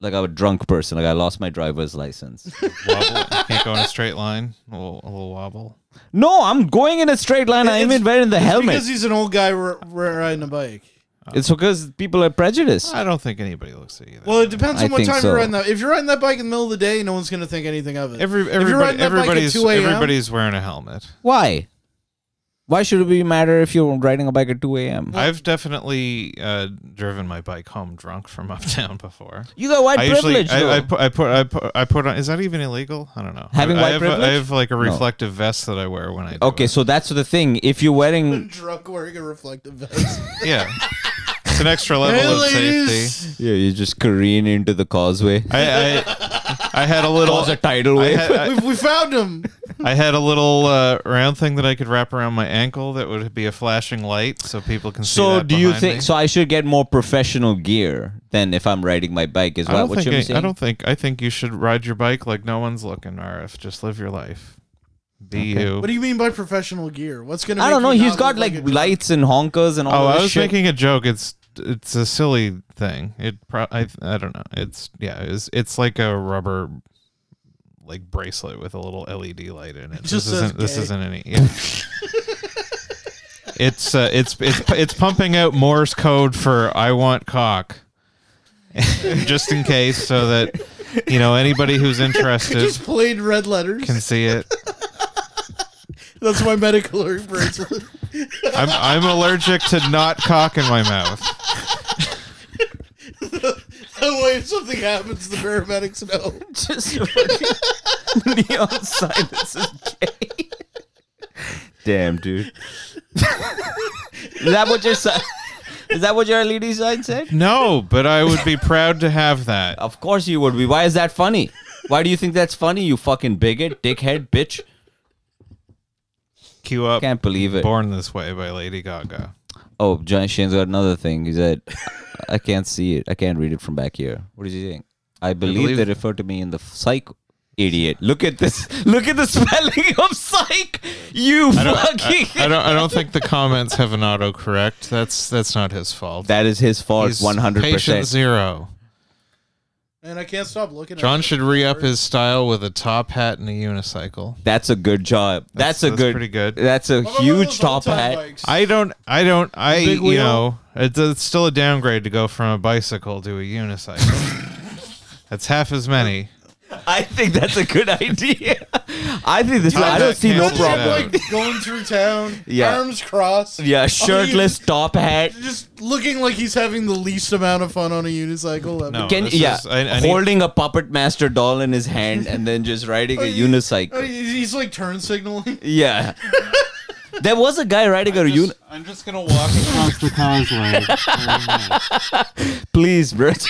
Speaker 1: like I'm a drunk person. Like I lost my driver's license.
Speaker 3: Wobble. Can't go in a straight line. A little, a little wobble.
Speaker 1: No, I'm going in a straight line. I'm
Speaker 2: It's-
Speaker 1: even wearing the helmet.
Speaker 2: because he's an old guy r- r- riding a bike.
Speaker 1: it's because people are prejudiced.
Speaker 3: I don't think anybody looks at you. that
Speaker 2: Well,
Speaker 3: way.
Speaker 2: it depends
Speaker 1: I
Speaker 2: on what
Speaker 1: think
Speaker 2: time
Speaker 1: so.
Speaker 2: you're riding that. If you're riding that bike in the middle of the day, no one's gonna think anything of it.
Speaker 3: Every,
Speaker 2: if you're
Speaker 3: everybody,
Speaker 2: riding that bike at
Speaker 3: everybody's,
Speaker 2: 2 a.m.
Speaker 3: everybody's wearing a helmet.
Speaker 1: Why? Why should it be matter if you're riding a bike at 2 a.m.?
Speaker 3: I've definitely uh, driven my bike home drunk from uptown before.
Speaker 1: You got white
Speaker 3: I
Speaker 1: privilege,
Speaker 3: usually,
Speaker 1: though.
Speaker 3: I, I, put, I put, I put, I put on. Is that even illegal? I don't know.
Speaker 1: Having
Speaker 3: I,
Speaker 1: white
Speaker 3: I have,
Speaker 1: privilege?
Speaker 3: I have like a
Speaker 1: No.
Speaker 3: reflective vest that I wear when I. Do
Speaker 1: okay,
Speaker 3: it.
Speaker 1: so that's the thing. If you're wearing,
Speaker 2: drunk wearing a reflective vest.
Speaker 3: yeah, it's an extra level
Speaker 2: Hey,
Speaker 3: of
Speaker 2: ladies.
Speaker 3: safety.
Speaker 1: yeah, you just careen into the causeway.
Speaker 3: I, I, I had a little.
Speaker 1: Cause a tidal
Speaker 3: I
Speaker 1: wave.
Speaker 3: had, I-
Speaker 2: We've, we found him.
Speaker 3: I had a little uh, round thing that I could wrap around my ankle that would be a flashing light so people can see.
Speaker 1: so
Speaker 3: that
Speaker 1: do you
Speaker 3: behind
Speaker 1: think?
Speaker 3: me.
Speaker 1: So I should get more professional gear than if I'm riding my bike? Is
Speaker 3: I
Speaker 1: what
Speaker 3: don't,
Speaker 1: what
Speaker 3: think
Speaker 1: you're
Speaker 3: any-
Speaker 1: saying?
Speaker 3: I don't think. I think you should ride your bike like no one's looking, RF. Just live your life. Be you.
Speaker 2: What do you mean by professional gear? What's gonna?
Speaker 1: I don't know.
Speaker 2: make you
Speaker 1: He's
Speaker 2: not
Speaker 1: got
Speaker 2: look
Speaker 1: like
Speaker 2: a drunk?
Speaker 1: lights and honkers and all
Speaker 3: oh,
Speaker 1: that
Speaker 3: I was
Speaker 1: shit.
Speaker 3: making a joke. It's it's a silly thing. It pro- I I don't know. It's yeah. It's it's like a rubber like bracelet with a little LED light in it.
Speaker 2: just
Speaker 3: this
Speaker 2: says
Speaker 3: isn't this
Speaker 2: gay.
Speaker 3: isn't any. yeah. it's uh, it's it's it's pumping out Morse code for I want cock. just in case so that you know anybody who's interested
Speaker 2: Just plain red letters.
Speaker 3: can see it.
Speaker 2: That's my medical bracelet.
Speaker 3: I'm I'm allergic to not cock in my mouth.
Speaker 2: what if something happens? The paramedics know.
Speaker 1: Just fucking neon silence is gay. Damn, dude. is that what your si- is that what your LED sign said?
Speaker 3: No, but I would be proud to have that.
Speaker 1: Of course you would be. Why is that funny? Why do you think that's funny? You fucking bigot, dickhead, bitch.
Speaker 3: Cue up
Speaker 1: Can't believe it.
Speaker 3: Born This Way by Lady Gaga.
Speaker 1: Oh, John Shane's got another thing. He said, I can't see it. I can't read it from back here. What is he saying? I believe,
Speaker 3: believe-
Speaker 1: they refer to me in the psycho. Idiot. Look at this. Look at the spelling of psych. You fucking.
Speaker 3: I don't I don't think the comments have an autocorrect. That's that's not his fault.
Speaker 1: that is his fault
Speaker 3: He's
Speaker 1: 100%.
Speaker 3: Patient zero.
Speaker 2: And I can't stop looking.
Speaker 3: John
Speaker 2: at
Speaker 3: should re up his style with a top hat and a unicycle.
Speaker 1: That's a good job. That's,
Speaker 3: That's-
Speaker 1: a
Speaker 3: that's
Speaker 1: good.
Speaker 3: pretty good.
Speaker 1: That's a
Speaker 2: What about
Speaker 1: huge
Speaker 2: those
Speaker 1: top
Speaker 2: old-time
Speaker 1: hat.
Speaker 2: bikes?
Speaker 3: I don't I don't I
Speaker 2: Big
Speaker 3: you
Speaker 2: wheel?
Speaker 3: know it's, it's still a downgrade to go from a bicycle to a unicycle. that's half as many.
Speaker 1: I think that's a good idea. I think this. I don't
Speaker 3: that
Speaker 1: see no
Speaker 2: Imagine,
Speaker 3: cancels
Speaker 1: problem.
Speaker 3: out.
Speaker 2: Like going through town,
Speaker 1: Yeah.
Speaker 2: arms crossed.
Speaker 1: Yeah, shirtless, top hat.
Speaker 2: Just looking like he's having the least amount of fun on a unicycle.
Speaker 3: No.
Speaker 1: Can
Speaker 3: this
Speaker 1: yeah,
Speaker 3: is- I- I need-
Speaker 1: holding a puppet master doll in his hand and then just riding a
Speaker 2: Oh, you- Oh,
Speaker 1: unicycle.
Speaker 2: He's like turn signaling.
Speaker 1: Yeah. There was a guy riding a uni.
Speaker 3: I'm just gonna walk across the causeway.
Speaker 1: Please, bro.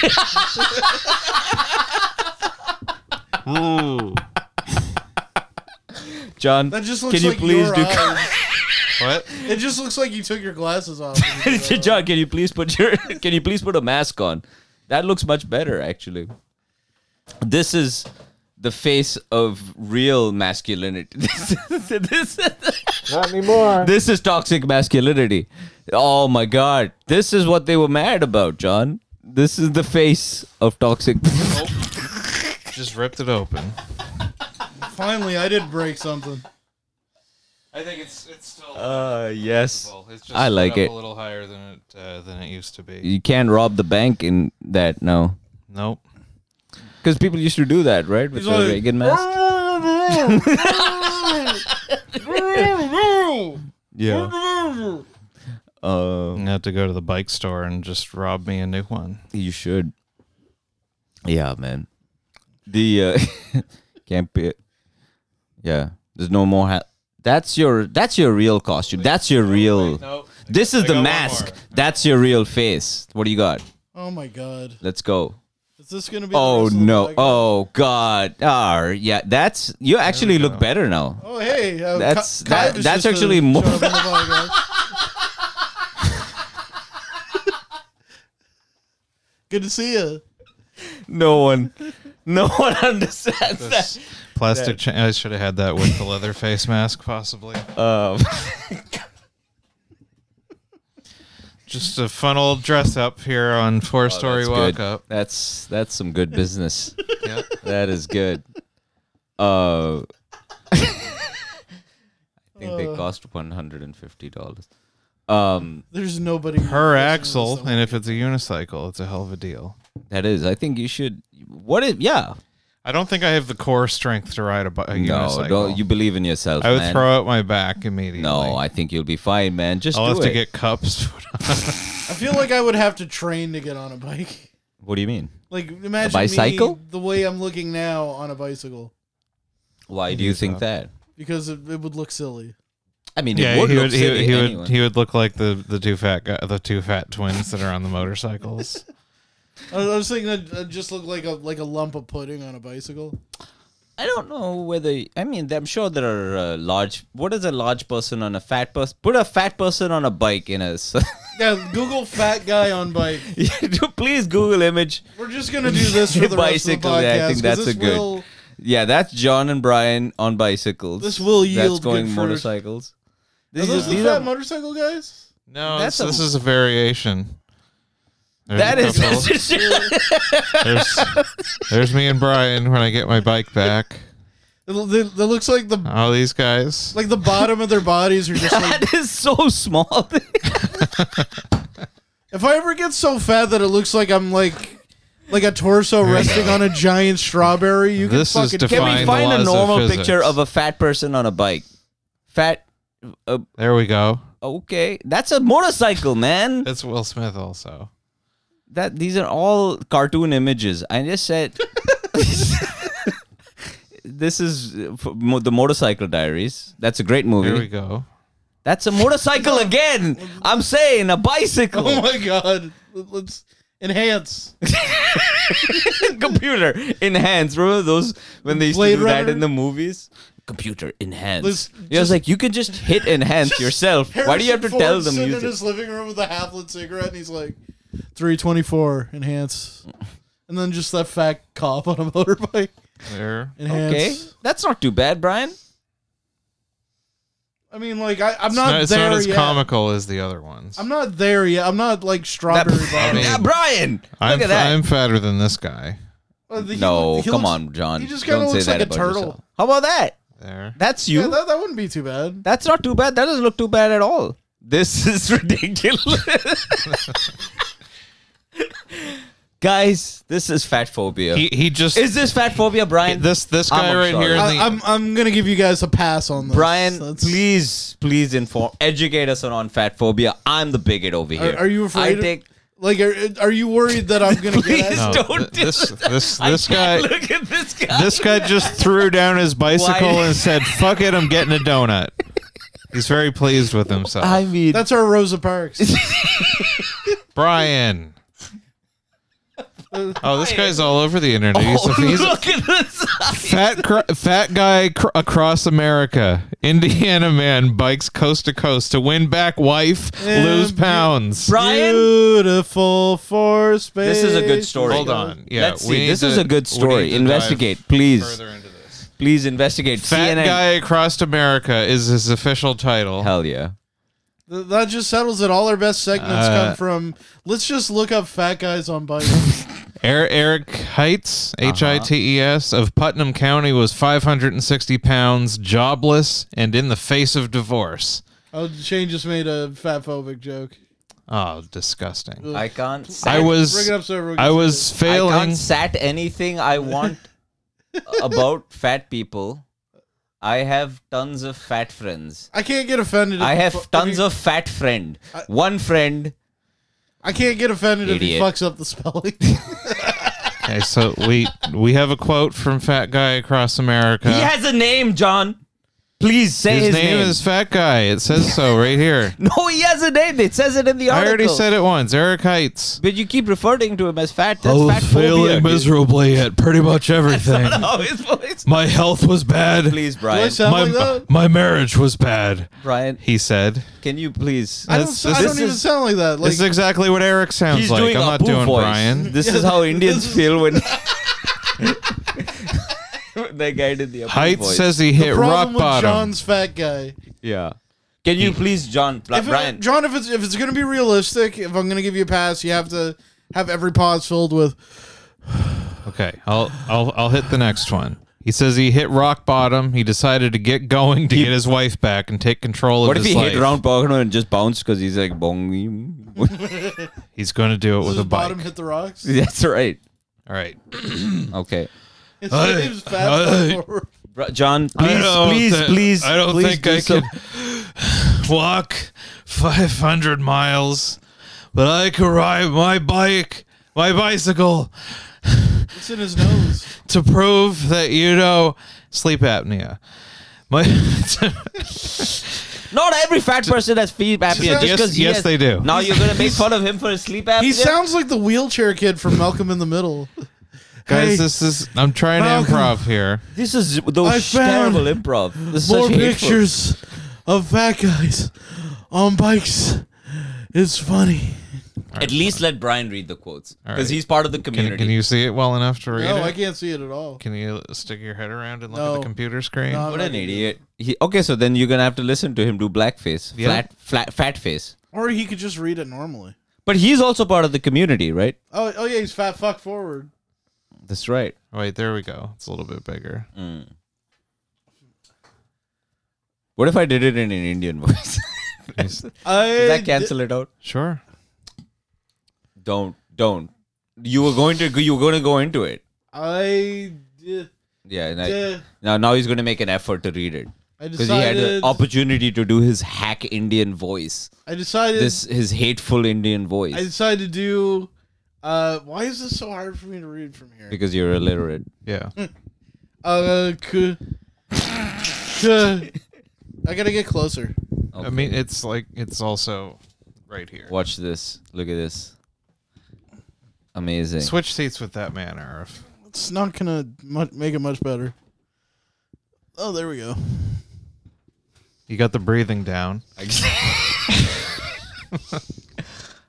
Speaker 7: Oh,
Speaker 1: John,
Speaker 2: That just looks
Speaker 1: can you
Speaker 2: like
Speaker 1: please
Speaker 2: your
Speaker 1: do?
Speaker 2: eyes.
Speaker 3: what?
Speaker 2: It just looks like you took your glasses off. when you did that.
Speaker 1: John, can you please put your? Can you please put a mask on? That looks much better, actually. This is the face of real masculinity. this, is-
Speaker 7: not anymore.
Speaker 1: this is toxic masculinity. Oh my god. This is what they were mad about, John. This is the face of toxic.
Speaker 3: Just ripped it open.
Speaker 2: Finally, I did break something.
Speaker 3: I think it's it's still
Speaker 1: Uh yes.
Speaker 3: It's just
Speaker 1: I like
Speaker 3: put up
Speaker 1: it.
Speaker 3: A little higher than it uh, than it used to be.
Speaker 1: You can't rob the bank in that no.
Speaker 3: Nope.
Speaker 1: Because people used to do that, right?
Speaker 2: He's
Speaker 1: With the
Speaker 2: like,
Speaker 1: Reagan mask. Yeah. Uh,
Speaker 3: You have to go to the bike store and just rob me a new one.
Speaker 1: you should. Yeah, man. The uh, can't be. Yeah, there's no more. Ha- that's your. That's your real costume. That's your real. This is
Speaker 3: I
Speaker 1: the
Speaker 3: got one
Speaker 1: mask.
Speaker 3: more.
Speaker 1: That's your real face. What do you got?
Speaker 2: Oh my god.
Speaker 1: Let's go.
Speaker 2: Is this gonna be? the
Speaker 1: Oh
Speaker 2: rest of the
Speaker 1: no.
Speaker 2: podcast?
Speaker 1: Oh god. Ah, yeah. That's you actually look better now.
Speaker 2: Oh hey. uh, Ka-
Speaker 1: That's-
Speaker 2: Kai
Speaker 1: that-
Speaker 2: was
Speaker 1: that's
Speaker 2: just a
Speaker 1: actually more-
Speaker 2: show up in the podcast. Good to see you.
Speaker 1: No one, no one understands that.
Speaker 3: Plastic. Cha- I should have had that with the leather face mask, possibly.
Speaker 1: Um,
Speaker 3: Just a fun old dress up here on four story
Speaker 1: Oh, that's
Speaker 3: walk
Speaker 1: good.
Speaker 3: up.
Speaker 1: That's that's some good business.
Speaker 3: Yeah.
Speaker 1: that is good. Uh, I think they cost one hundred and fifty dollars. Um,
Speaker 2: There's nobody
Speaker 3: Per axle, and if it's a unicycle, it's a hell of a deal.
Speaker 1: that is. I think you should. What if? Yeah.
Speaker 3: I don't think I have the core strength to ride a, bi- a
Speaker 1: No,
Speaker 3: unicycle.
Speaker 1: don't. You believe in yourself.
Speaker 3: I would
Speaker 1: man.
Speaker 3: throw out my back immediately.
Speaker 1: No, I think you'll be fine, man. Just
Speaker 3: I'll
Speaker 1: do
Speaker 3: have
Speaker 1: it.
Speaker 3: to get cups. put on.
Speaker 2: I feel like I would have to train to get on a bike.
Speaker 1: what do you mean?
Speaker 2: Like imagine
Speaker 1: bicycle?
Speaker 2: me the way I'm looking now on a bicycle
Speaker 1: Why do you think that?
Speaker 2: because it, it would look silly.
Speaker 1: I mean,
Speaker 3: yeah,
Speaker 1: it would
Speaker 3: he
Speaker 1: look
Speaker 3: would. He, would-
Speaker 1: silly
Speaker 3: he
Speaker 1: anyway.
Speaker 3: would. He would look like the the two fat guy, the two fat twins that are on the motorcycles.
Speaker 2: I was, I was thinking I'd, I'd just look like a like a lump of pudding on a bicycle.
Speaker 1: I don't know whether I mean I'm sure there are uh, large. What is a large person on a fat person? Put a fat person on a bike in a. s-
Speaker 2: Yeah, Google fat guy on bike.
Speaker 1: Please Google image.
Speaker 2: We're just gonna do this for the rest of the
Speaker 1: Bicycle, yeah, I
Speaker 2: podcast.
Speaker 1: think
Speaker 2: 'cause
Speaker 1: that's
Speaker 2: this
Speaker 1: a good-
Speaker 2: Will,
Speaker 1: Yeah, that's John and Brian on bicycles.
Speaker 2: This will
Speaker 1: That's
Speaker 2: yield
Speaker 1: going
Speaker 2: good fruit.
Speaker 1: motorcycles.
Speaker 2: are
Speaker 1: These
Speaker 2: those
Speaker 1: are-
Speaker 2: the
Speaker 1: these
Speaker 2: fat
Speaker 1: are-
Speaker 2: motorcycle guys?
Speaker 3: No,
Speaker 1: That's
Speaker 3: that's this
Speaker 1: a-
Speaker 3: is a variation. There's
Speaker 1: that
Speaker 3: a
Speaker 1: is
Speaker 3: couple. there's, there's me and Brian when I get my bike back.
Speaker 2: It, l- they- that looks like the
Speaker 3: All these guys.
Speaker 2: like the bottom of their bodies are just like.
Speaker 1: that is so small.
Speaker 2: If I ever get so fat that it looks like I'm like like a torso resting on a giant strawberry, you can
Speaker 3: This is
Speaker 2: fucking
Speaker 3: defi-
Speaker 1: Can we
Speaker 3: Find the
Speaker 1: find a
Speaker 3: laws of
Speaker 1: normal picture
Speaker 3: physics.
Speaker 1: of a fat person on a bike? Fat. Uh,
Speaker 3: There we go.
Speaker 1: okay, that's a motorcycle, man.
Speaker 3: That's Will Smith also.
Speaker 1: that these are all cartoon images. I just said this is uh, for mo- the Motorcycle Diaries. That's a great
Speaker 3: There we
Speaker 1: movie.
Speaker 3: go.
Speaker 1: That's a motorcycle again. I'm saying a bicycle.
Speaker 2: Oh my god. Let's enhance.
Speaker 1: computer enhance. Remember those when they used
Speaker 2: Blade
Speaker 1: to do
Speaker 2: Runner?
Speaker 1: that in the movies? Computer enhance.
Speaker 2: Let's
Speaker 1: it was like you could just hit enhance yourself. Why do you have to tell them?
Speaker 2: He's
Speaker 1: You
Speaker 2: in
Speaker 1: did-
Speaker 2: his living room with a half-lit cigarette, and he's like, "324 enhance," and then just that fat cop on a motorbike
Speaker 3: There.
Speaker 2: enhance.
Speaker 1: Okay, that's not too bad, Brian.
Speaker 2: I mean, like I, I'm
Speaker 3: It's
Speaker 2: not
Speaker 3: not, it's
Speaker 2: there
Speaker 3: not as
Speaker 2: yet.
Speaker 3: comical as the other ones.
Speaker 2: I'm not there yet. I'm not like strawberry
Speaker 3: I mean,
Speaker 2: Bobby.
Speaker 1: Yeah, Brian,
Speaker 3: I'm,
Speaker 1: look at that.
Speaker 3: I'm fatter than this guy.
Speaker 2: Uh, he-
Speaker 1: no,
Speaker 2: he
Speaker 1: come
Speaker 2: looks-
Speaker 1: on, John.
Speaker 2: he just kinda
Speaker 1: Don't say
Speaker 2: looks
Speaker 1: that
Speaker 2: like a
Speaker 1: about
Speaker 2: turtle.
Speaker 1: yourself. How about that?
Speaker 3: There.
Speaker 1: That's you.
Speaker 2: Yeah, that, that wouldn't be too bad.
Speaker 1: that's not too bad. That doesn't look too bad at all. This is ridiculous. Guys, this is fat phobia.
Speaker 3: He he just
Speaker 1: is this fat phobia, Brian?
Speaker 3: this this
Speaker 1: I'm-
Speaker 3: guy
Speaker 1: I'm
Speaker 3: right
Speaker 1: sorry.
Speaker 3: here. In
Speaker 2: I,
Speaker 3: the,
Speaker 2: I'm I'm gonna give you guys a pass on this.
Speaker 1: Brian,
Speaker 2: That's-
Speaker 1: please, please inform, educate us on, on fat phobia. I'm the bigot over here.
Speaker 2: Are, are you afraid?
Speaker 1: I take.
Speaker 2: like, are, are you worried that I'm gonna get
Speaker 1: Please.
Speaker 2: at-
Speaker 3: no,
Speaker 1: don't do
Speaker 3: Oh, this
Speaker 1: it.
Speaker 3: this
Speaker 1: I
Speaker 3: this guy
Speaker 1: can't Look at this guy.
Speaker 3: this guy just threw down his bicycle
Speaker 1: Why-
Speaker 3: and said, "Fuck it, I'm getting a donut." He's very pleased with himself.
Speaker 1: I mean,
Speaker 2: That's our Rosa Parks.
Speaker 3: Brian. Oh, this guy's all over the internet. He's a, he's a
Speaker 1: Oh, look at this.
Speaker 3: fat, cr- fat guy cr- across America. Indiana man bikes coast to coast to win back wife, lose
Speaker 2: And-
Speaker 3: pounds.
Speaker 1: Brian,
Speaker 2: Beautiful for space.
Speaker 1: this is a good story.
Speaker 3: Hold on. Yeah,
Speaker 1: Let's see.
Speaker 3: need
Speaker 1: This is
Speaker 3: to-
Speaker 1: a good
Speaker 3: we need
Speaker 1: story.
Speaker 3: to
Speaker 1: Investigate,
Speaker 3: dive
Speaker 1: please.
Speaker 3: Further into this.
Speaker 1: Please investigate.
Speaker 3: Fat
Speaker 1: CNN.
Speaker 3: guy across America is his official title.
Speaker 1: Hell yeah.
Speaker 2: Th- That just settles it. All our best segments
Speaker 3: Uh,
Speaker 2: come from. Let's just look up fat guys on bikes.
Speaker 3: Er- Eric Heights,
Speaker 2: Uh-huh.
Speaker 3: H I T E S, of Putnam County was 560 pounds, jobless, and in the face of divorce.
Speaker 2: oh, Shane just made a fat phobic joke.
Speaker 3: Oh, disgusting.
Speaker 1: I can't. Sat,
Speaker 3: I
Speaker 2: Bring
Speaker 3: was
Speaker 2: it up so everyone
Speaker 3: I
Speaker 2: can
Speaker 3: was
Speaker 2: see
Speaker 1: I
Speaker 3: failing.
Speaker 1: can't sat anything I want about fat people. I have tons of fat friends.
Speaker 2: it. I can't get offended. if
Speaker 1: I
Speaker 2: you
Speaker 1: have
Speaker 2: fu- if
Speaker 1: tons
Speaker 2: you-
Speaker 1: of fat friend.
Speaker 3: Uh,
Speaker 1: One friend.
Speaker 2: I can't get offended if he
Speaker 1: Idiot.
Speaker 2: fucks up the spelling.
Speaker 3: Okay, so we we have a quote from Fat Guy Across America.
Speaker 1: He has a name, John. Please say
Speaker 3: his,
Speaker 1: his,
Speaker 3: name, is Fat Guy. It says so right here.
Speaker 1: No, he has a name. It says it in the
Speaker 3: I
Speaker 1: article.
Speaker 3: already said it once. Eric Heights.
Speaker 1: But you keep referring to him as fat. That's fat phobia. dude.
Speaker 3: miserably at pretty much everything.
Speaker 1: Oh, his voice.
Speaker 3: My health was bad.
Speaker 1: Please,
Speaker 2: Do I
Speaker 1: Brian.
Speaker 2: sound like that?
Speaker 3: my marriage was bad.
Speaker 1: Brian,
Speaker 3: He said.
Speaker 1: can you please?
Speaker 2: I don't, s-
Speaker 3: This-
Speaker 2: I
Speaker 3: this
Speaker 2: don't even
Speaker 3: is-
Speaker 2: sound like that. Like,
Speaker 3: this is exactly what Eric sounds
Speaker 1: He's
Speaker 3: like.
Speaker 1: doing
Speaker 3: I'm
Speaker 1: a
Speaker 3: not
Speaker 1: boo
Speaker 3: doing
Speaker 1: voice.
Speaker 3: Brian.
Speaker 1: This is how Indians feel when they guided the Apu
Speaker 3: Height
Speaker 1: voice.
Speaker 3: says he
Speaker 2: the
Speaker 3: hit
Speaker 2: problem
Speaker 3: rock
Speaker 2: with
Speaker 3: bottom.
Speaker 2: John's fat guy.
Speaker 1: yeah. Can
Speaker 3: Hmm.
Speaker 1: you please, John,
Speaker 2: If it-
Speaker 1: Brian?
Speaker 2: John, if it's if it's gonna be realistic, if I'm gonna give you a pass, you have to have every pause filled with.
Speaker 3: Okay, I'll I'll I'll hit the next one. He says he hit rock bottom. He decided to get going to get his wife back and take control of
Speaker 1: what if
Speaker 3: his
Speaker 1: he
Speaker 3: life.
Speaker 1: hit round Pogano and just bounced because he's like bong?
Speaker 3: He's going to do it
Speaker 2: Does
Speaker 3: with a
Speaker 2: his
Speaker 3: bike.
Speaker 2: bottom hit the rocks?
Speaker 1: That's right.
Speaker 3: All right.
Speaker 1: Okay.
Speaker 2: His
Speaker 3: Hey,
Speaker 2: name's fat.
Speaker 3: hey.
Speaker 2: forward.
Speaker 1: Br- John,
Speaker 3: I
Speaker 1: please,
Speaker 3: don't
Speaker 1: please,
Speaker 3: thi-
Speaker 1: please.
Speaker 3: I don't
Speaker 1: please
Speaker 3: think
Speaker 1: do
Speaker 3: I
Speaker 1: some-
Speaker 3: could walk 500 miles, but I could ride my bike, my bicycle,
Speaker 2: It's in his nose.
Speaker 3: to prove that you know sleep apnea. My
Speaker 1: Not every fat person has sleep apnea.
Speaker 2: Yes,
Speaker 1: just 'cause he
Speaker 3: yes,
Speaker 1: has-
Speaker 3: they do.
Speaker 1: Now you're gonna make fun of him for his sleep apnea.
Speaker 2: He sounds like the wheelchair kid from Malcolm in the Middle.
Speaker 3: guys,
Speaker 2: Hey, Oh,
Speaker 3: this is I'm trying to
Speaker 2: Malcolm.
Speaker 3: improv here.
Speaker 1: This is
Speaker 2: I
Speaker 1: those
Speaker 2: found
Speaker 1: terrible improv. This is
Speaker 2: more
Speaker 1: such hateful.
Speaker 2: pictures of fat guys on bikes. It's funny.
Speaker 1: At least let Brian read the quotes
Speaker 3: All
Speaker 1: because
Speaker 3: right.
Speaker 1: he's part of the
Speaker 3: Can,
Speaker 1: community.
Speaker 3: can you see it well enough to read
Speaker 2: No,
Speaker 3: it?
Speaker 2: Oh, I can't see it at all.
Speaker 3: Can you stick your head around and look at
Speaker 2: No.
Speaker 3: the computer screen?
Speaker 2: No, I'm
Speaker 1: What
Speaker 2: not
Speaker 1: an
Speaker 2: gonna do
Speaker 1: idiot! He, okay, so then you're gonna have to listen to him do blackface,
Speaker 3: Yeah.
Speaker 1: flat, flat, fat face.
Speaker 2: it. Or he could just read it normally.
Speaker 1: But he's also part of the community, right?
Speaker 2: Oh, oh yeah, he's fat fuck forward.
Speaker 1: That's right.
Speaker 3: Wait, there we go. It's a little bit bigger.
Speaker 1: Mm. What if I did it in an Indian voice?
Speaker 3: Nice.
Speaker 2: I
Speaker 1: Does that cancel it out?
Speaker 3: Sure.
Speaker 1: Don't, don't. You were going to, you were going to go into it.
Speaker 2: I did.
Speaker 1: Yeah. And I,
Speaker 2: Yeah.
Speaker 1: now, now he's going to make an effort to read it
Speaker 2: I
Speaker 1: because he had
Speaker 2: decided.
Speaker 1: an opportunity to do his hack Indian voice,
Speaker 2: I decided.
Speaker 1: this his hateful Indian voice.
Speaker 2: I decided to do Uh, why is this so hard for me to read from here?
Speaker 1: because you're illiterate.
Speaker 3: Yeah.
Speaker 2: Mm. Uh, c- c- I gotta get closer.
Speaker 1: Okay.
Speaker 3: I mean, it's like it's also right here.
Speaker 1: watch this. Look at this. Amazing.
Speaker 3: Switch seats with that man, Arif.
Speaker 2: It's not gonna mu- make it much better. Oh, there we go.
Speaker 3: You got the breathing down.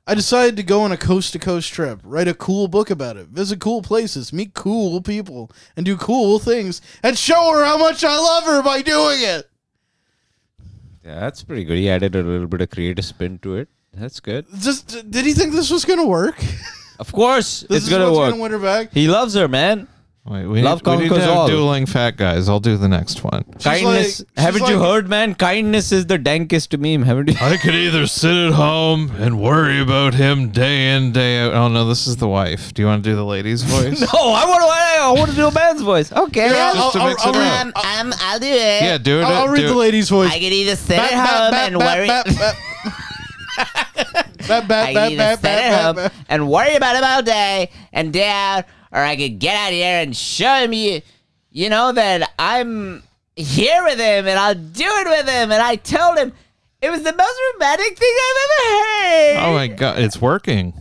Speaker 2: I decided to go on a coast to coast trip, write a cool book about it, visit cool places, meet cool people, and do cool things, and show her how much I love her by doing it.
Speaker 1: Yeah, that's pretty good. He added a little bit of creative spin to it. That's good.
Speaker 2: Just did he think this was gonna work?
Speaker 1: Of course,
Speaker 2: This
Speaker 1: it's
Speaker 2: is
Speaker 1: gonna
Speaker 2: what's
Speaker 1: work.
Speaker 2: gonna win her back.
Speaker 1: he loves her, man.
Speaker 3: Wait, we
Speaker 1: Love
Speaker 3: need, we need to
Speaker 1: conquers
Speaker 3: have
Speaker 1: all.
Speaker 3: dueling fat guys. I'll do the next one.
Speaker 1: kindness.
Speaker 2: like- she's
Speaker 1: haven't you
Speaker 2: like-
Speaker 1: heard, man? Kindness is the dankest meme. Haven't you?
Speaker 3: I could either sit at home and worry about him day in day out. Oh no, this is the wife. Do you want to do the lady's voice?
Speaker 1: no, Oh, I want to. I want to do a man's voice. Okay.
Speaker 3: Just to
Speaker 2: I'll-
Speaker 3: mix
Speaker 2: I'll-
Speaker 3: it up.
Speaker 2: I'll-
Speaker 5: I'm, I'm, Um, I'll do it.
Speaker 3: Yeah, do it.
Speaker 2: I'll, I'll
Speaker 3: do
Speaker 2: read
Speaker 3: it.
Speaker 2: the lady's voice.
Speaker 5: I could either sit
Speaker 2: Bat,
Speaker 5: at
Speaker 2: bat,
Speaker 5: home
Speaker 2: bat,
Speaker 5: and
Speaker 2: bat,
Speaker 5: worry.
Speaker 2: bat, bat. Bat, bat, bat,
Speaker 5: I could either
Speaker 2: bat,
Speaker 5: sit at
Speaker 2: bat,
Speaker 5: home
Speaker 2: bat, bat.
Speaker 5: and worry about him all day and day out, or I could get out here and show him you, you know, that I'm here with him and I'll do it with him. And I told him it was the most romantic thing I've ever heard.
Speaker 3: Oh my god, it's working.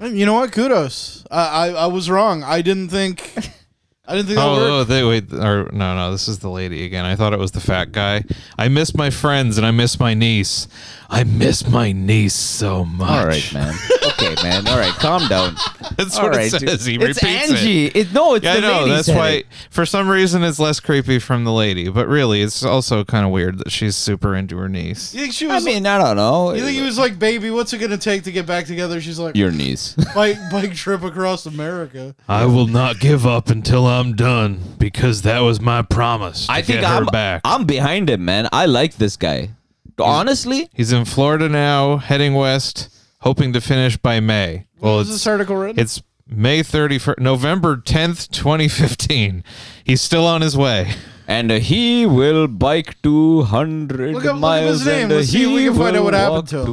Speaker 2: You know what? Kudos. I, I I was wrong. I didn't think. I didn't think that
Speaker 3: Oh,
Speaker 2: worked.
Speaker 3: oh they, wait, or, no, no, this is the lady again. I thought it was the fat guy. I miss my friends and I miss my niece. I miss my niece so much.
Speaker 1: All right, man. Okay, man. All right, calm down.
Speaker 3: That's
Speaker 1: All
Speaker 3: what
Speaker 1: right,
Speaker 3: it
Speaker 1: dude.
Speaker 3: says. He repeats
Speaker 1: it's
Speaker 3: it.
Speaker 1: Angie. It. no, it's
Speaker 3: Yeah, I
Speaker 1: the
Speaker 3: know.
Speaker 1: lady
Speaker 3: That's
Speaker 1: said
Speaker 3: why,
Speaker 1: it.
Speaker 3: for some reason, it's less creepy from the lady. But really, it's also kind of weird that she's super into her niece.
Speaker 2: You think she
Speaker 1: I
Speaker 2: was?
Speaker 1: mean, I don't know.
Speaker 2: you think he was like, baby? What's it gonna take to get back together? She's like,
Speaker 1: Your niece.
Speaker 2: bike bike trip across America.
Speaker 3: I will not give up until I'm done because that was my promise. To
Speaker 1: I think I'm I'm behind him, man. I like this guy. Honestly,
Speaker 3: He's in Florida now, heading west, hoping to finish by May. Well,
Speaker 2: was
Speaker 3: it's
Speaker 2: this article written?
Speaker 3: It's May 31st, November 10th, 2015. He's still on his way.
Speaker 1: and he will bike 200
Speaker 2: Look up- look up
Speaker 1: miles
Speaker 2: his name.
Speaker 1: and
Speaker 2: Let's see
Speaker 1: he
Speaker 2: if we can
Speaker 1: will
Speaker 2: find out what happened
Speaker 1: walk
Speaker 2: to him.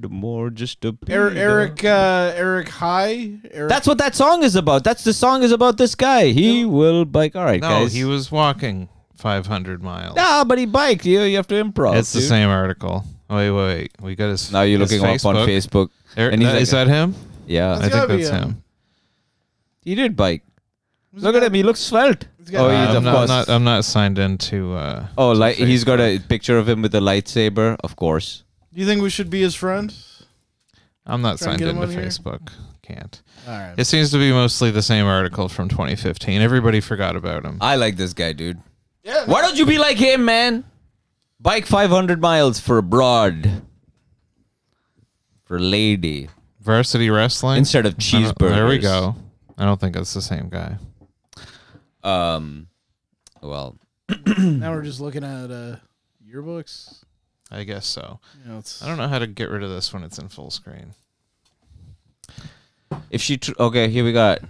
Speaker 1: 200 more just to be
Speaker 2: Er-
Speaker 1: there.
Speaker 2: Eric uh, Eric High. Eric,
Speaker 1: That's what that song is about. That's the song is about this guy. He will bike. All right,
Speaker 3: No,
Speaker 1: guys.
Speaker 3: he was walking 500 miles.
Speaker 1: Nah, but he biked. You, you have to improv.
Speaker 3: It's the
Speaker 1: dude.
Speaker 3: same article. Wait, wait, wait. We got his.
Speaker 1: Now you're
Speaker 3: his
Speaker 1: looking up on Facebook.
Speaker 3: There-
Speaker 1: and he's
Speaker 3: that-
Speaker 1: like-
Speaker 3: Er, uh, is that him?
Speaker 1: Yeah,
Speaker 2: That's
Speaker 3: I
Speaker 2: gotta
Speaker 3: think
Speaker 2: be
Speaker 3: that's
Speaker 2: him.
Speaker 3: him.
Speaker 1: he did bike. Look at him. He looks svelte.
Speaker 2: got-
Speaker 1: Oh,
Speaker 3: Uh,
Speaker 1: he's
Speaker 3: I'm,
Speaker 1: of
Speaker 3: not,
Speaker 1: course.
Speaker 3: not- I'm not signed into. Uh,
Speaker 1: oh,
Speaker 3: to
Speaker 1: like he's got a
Speaker 3: Facebook.
Speaker 1: picture of him with a lightsaber. Of course.
Speaker 2: Do you think we should be his friend?
Speaker 3: I'm not
Speaker 2: Try and
Speaker 3: signed
Speaker 2: get him
Speaker 3: into
Speaker 2: on here.
Speaker 3: Facebook. Can't.
Speaker 2: All right.
Speaker 3: It seems to be mostly the same article from 2015. Everybody forgot about him.
Speaker 1: I like this guy, dude.
Speaker 2: Yeah.
Speaker 1: Why don't you be like him, man? Bike 500 miles for a broad, for a lady,
Speaker 3: Varsity wrestling.
Speaker 1: instead of
Speaker 3: I don't-
Speaker 1: cheeseburgers.
Speaker 3: There we go. I don't think it's the same guy.
Speaker 1: Um, well,
Speaker 2: Now we're just looking at uh, yearbooks.
Speaker 3: I guess so.
Speaker 2: You know, it's,
Speaker 3: I don't know how to get rid of this when it's in full screen.
Speaker 1: if she tr- okay, here we got.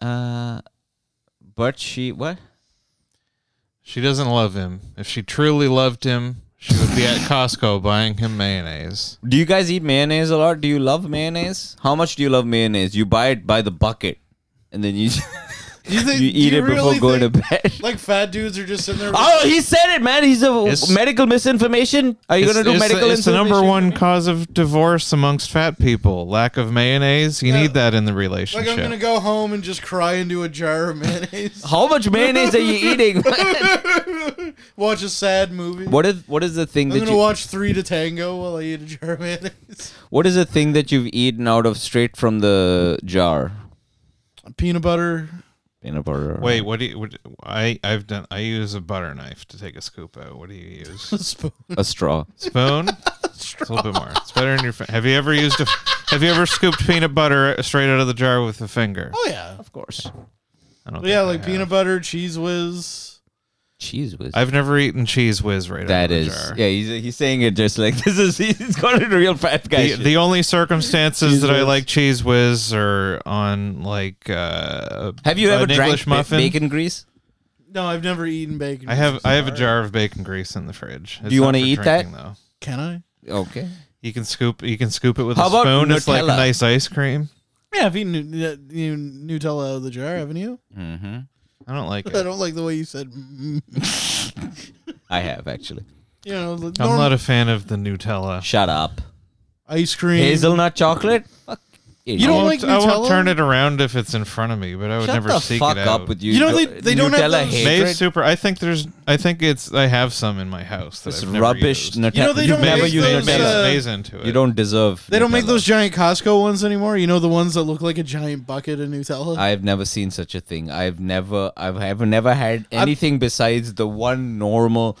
Speaker 1: Uh, but she what?
Speaker 3: She doesn't love him. If she truly loved him, she would be at Costco buying him mayonnaise.
Speaker 1: Do you guys eat mayonnaise a lot? Do you love mayonnaise? How much do you love mayonnaise? You buy it by the bucket, and then you
Speaker 2: Do you think?
Speaker 1: you
Speaker 2: do
Speaker 1: eat
Speaker 2: you
Speaker 1: it before
Speaker 2: really
Speaker 1: going
Speaker 2: think,
Speaker 1: to bed.
Speaker 2: Like fat dudes are just sitting there.
Speaker 1: Oh, he said it, man. He's a
Speaker 3: It's-
Speaker 1: medical misinformation. Are you
Speaker 3: It's,
Speaker 1: gonna do
Speaker 3: it's the-
Speaker 1: medical?
Speaker 3: it's the number
Speaker 1: information?
Speaker 3: one cause of divorce amongst fat people. Lack of mayonnaise. You
Speaker 2: Yeah.
Speaker 3: need that in the
Speaker 2: like
Speaker 3: relationship.
Speaker 2: I'm gonna go home and just cry into a jar of mayonnaise.
Speaker 1: How much mayonnaise are you eating? man?
Speaker 2: watch a sad movie.
Speaker 1: what is what is the thing
Speaker 2: I'm
Speaker 1: that
Speaker 2: gonna
Speaker 1: you
Speaker 2: watch Three to Tango while I eat a jar of mayonnaise.
Speaker 1: what is the thing that you've eaten out of straight from the jar?
Speaker 2: Peanut butter.
Speaker 1: Peanut butter.
Speaker 3: Wait, what do you? What, I I've done. I use a butter knife to take a scoop out. What do you use?
Speaker 2: Spoon.
Speaker 1: a straw.
Speaker 3: Spoon. it's a little bit more. It's better in your. fi- Have you ever used a? Have you ever scooped peanut butter straight out of the jar with a finger?
Speaker 2: Oh yeah,
Speaker 1: Of course.
Speaker 3: I don't
Speaker 2: yeah,
Speaker 3: think I
Speaker 2: like
Speaker 3: have.
Speaker 2: peanut butter, cheese whiz.
Speaker 1: Cheese whiz.
Speaker 3: I've never eaten cheese whiz right
Speaker 1: that
Speaker 3: out of
Speaker 1: is.
Speaker 3: the jar.
Speaker 1: Yeah, he's, he's saying it just like this is he's got it real fat guy.
Speaker 3: The,
Speaker 1: shit.
Speaker 3: the only circumstances
Speaker 1: Cheese
Speaker 3: that I
Speaker 1: Whiz.
Speaker 3: like cheese whiz are on like uh,
Speaker 1: Have you
Speaker 3: an
Speaker 1: ever drank
Speaker 3: English
Speaker 1: ba-
Speaker 3: muffin.
Speaker 1: bacon grease?
Speaker 2: No, I've never eaten bacon.
Speaker 3: I have I have a jar of bacon grease in the fridge. It's
Speaker 1: you
Speaker 3: not
Speaker 1: wanna
Speaker 3: for
Speaker 1: eat that?
Speaker 3: drinking, Though.
Speaker 2: Can I?
Speaker 1: Okay.
Speaker 3: You can scoop. You can scoop it with
Speaker 1: How
Speaker 3: a
Speaker 1: about
Speaker 3: spoon. It's like
Speaker 1: Nutella?
Speaker 3: nice ice cream.
Speaker 2: Yeah, I've eaten uh, you know, Nutella out of the jar, haven't you?
Speaker 1: Mm-hmm.
Speaker 3: I don't like
Speaker 2: I
Speaker 3: it.
Speaker 2: don't like the way you said. Mm.
Speaker 1: I have actually.
Speaker 2: You know, the
Speaker 3: I'm
Speaker 2: norm-
Speaker 3: not a fan of the Nutella.
Speaker 1: Shut up.
Speaker 2: ice cream.
Speaker 1: Hazelnut chocolate. Fuck.
Speaker 2: You don't
Speaker 3: I
Speaker 2: like
Speaker 3: won't- I won't
Speaker 2: Nutella?
Speaker 3: turn it around if it's in front of me, but I would
Speaker 1: Shut
Speaker 3: never
Speaker 1: the
Speaker 3: seek
Speaker 1: fuck
Speaker 3: it out.
Speaker 1: up with you.
Speaker 2: You know, they- they don't have
Speaker 1: Nutella
Speaker 2: those-
Speaker 1: hatred.
Speaker 3: May's super. I think there's. I think it's. I have some in my house. That
Speaker 1: It's
Speaker 3: I've never
Speaker 1: rubbish
Speaker 3: used.
Speaker 1: Nutella.
Speaker 2: You know, they don't
Speaker 1: never
Speaker 2: make
Speaker 1: use
Speaker 2: those,
Speaker 3: maize,
Speaker 1: Nutella.
Speaker 2: uh,
Speaker 3: maize into it.
Speaker 1: you don't deserve.
Speaker 2: They don't make
Speaker 1: Nutella.
Speaker 2: those giant Costco ones anymore. You know the ones that look like a giant bucket of Nutella.
Speaker 1: I've never seen such a thing. I've never, I've, I've never had anything besides the one normal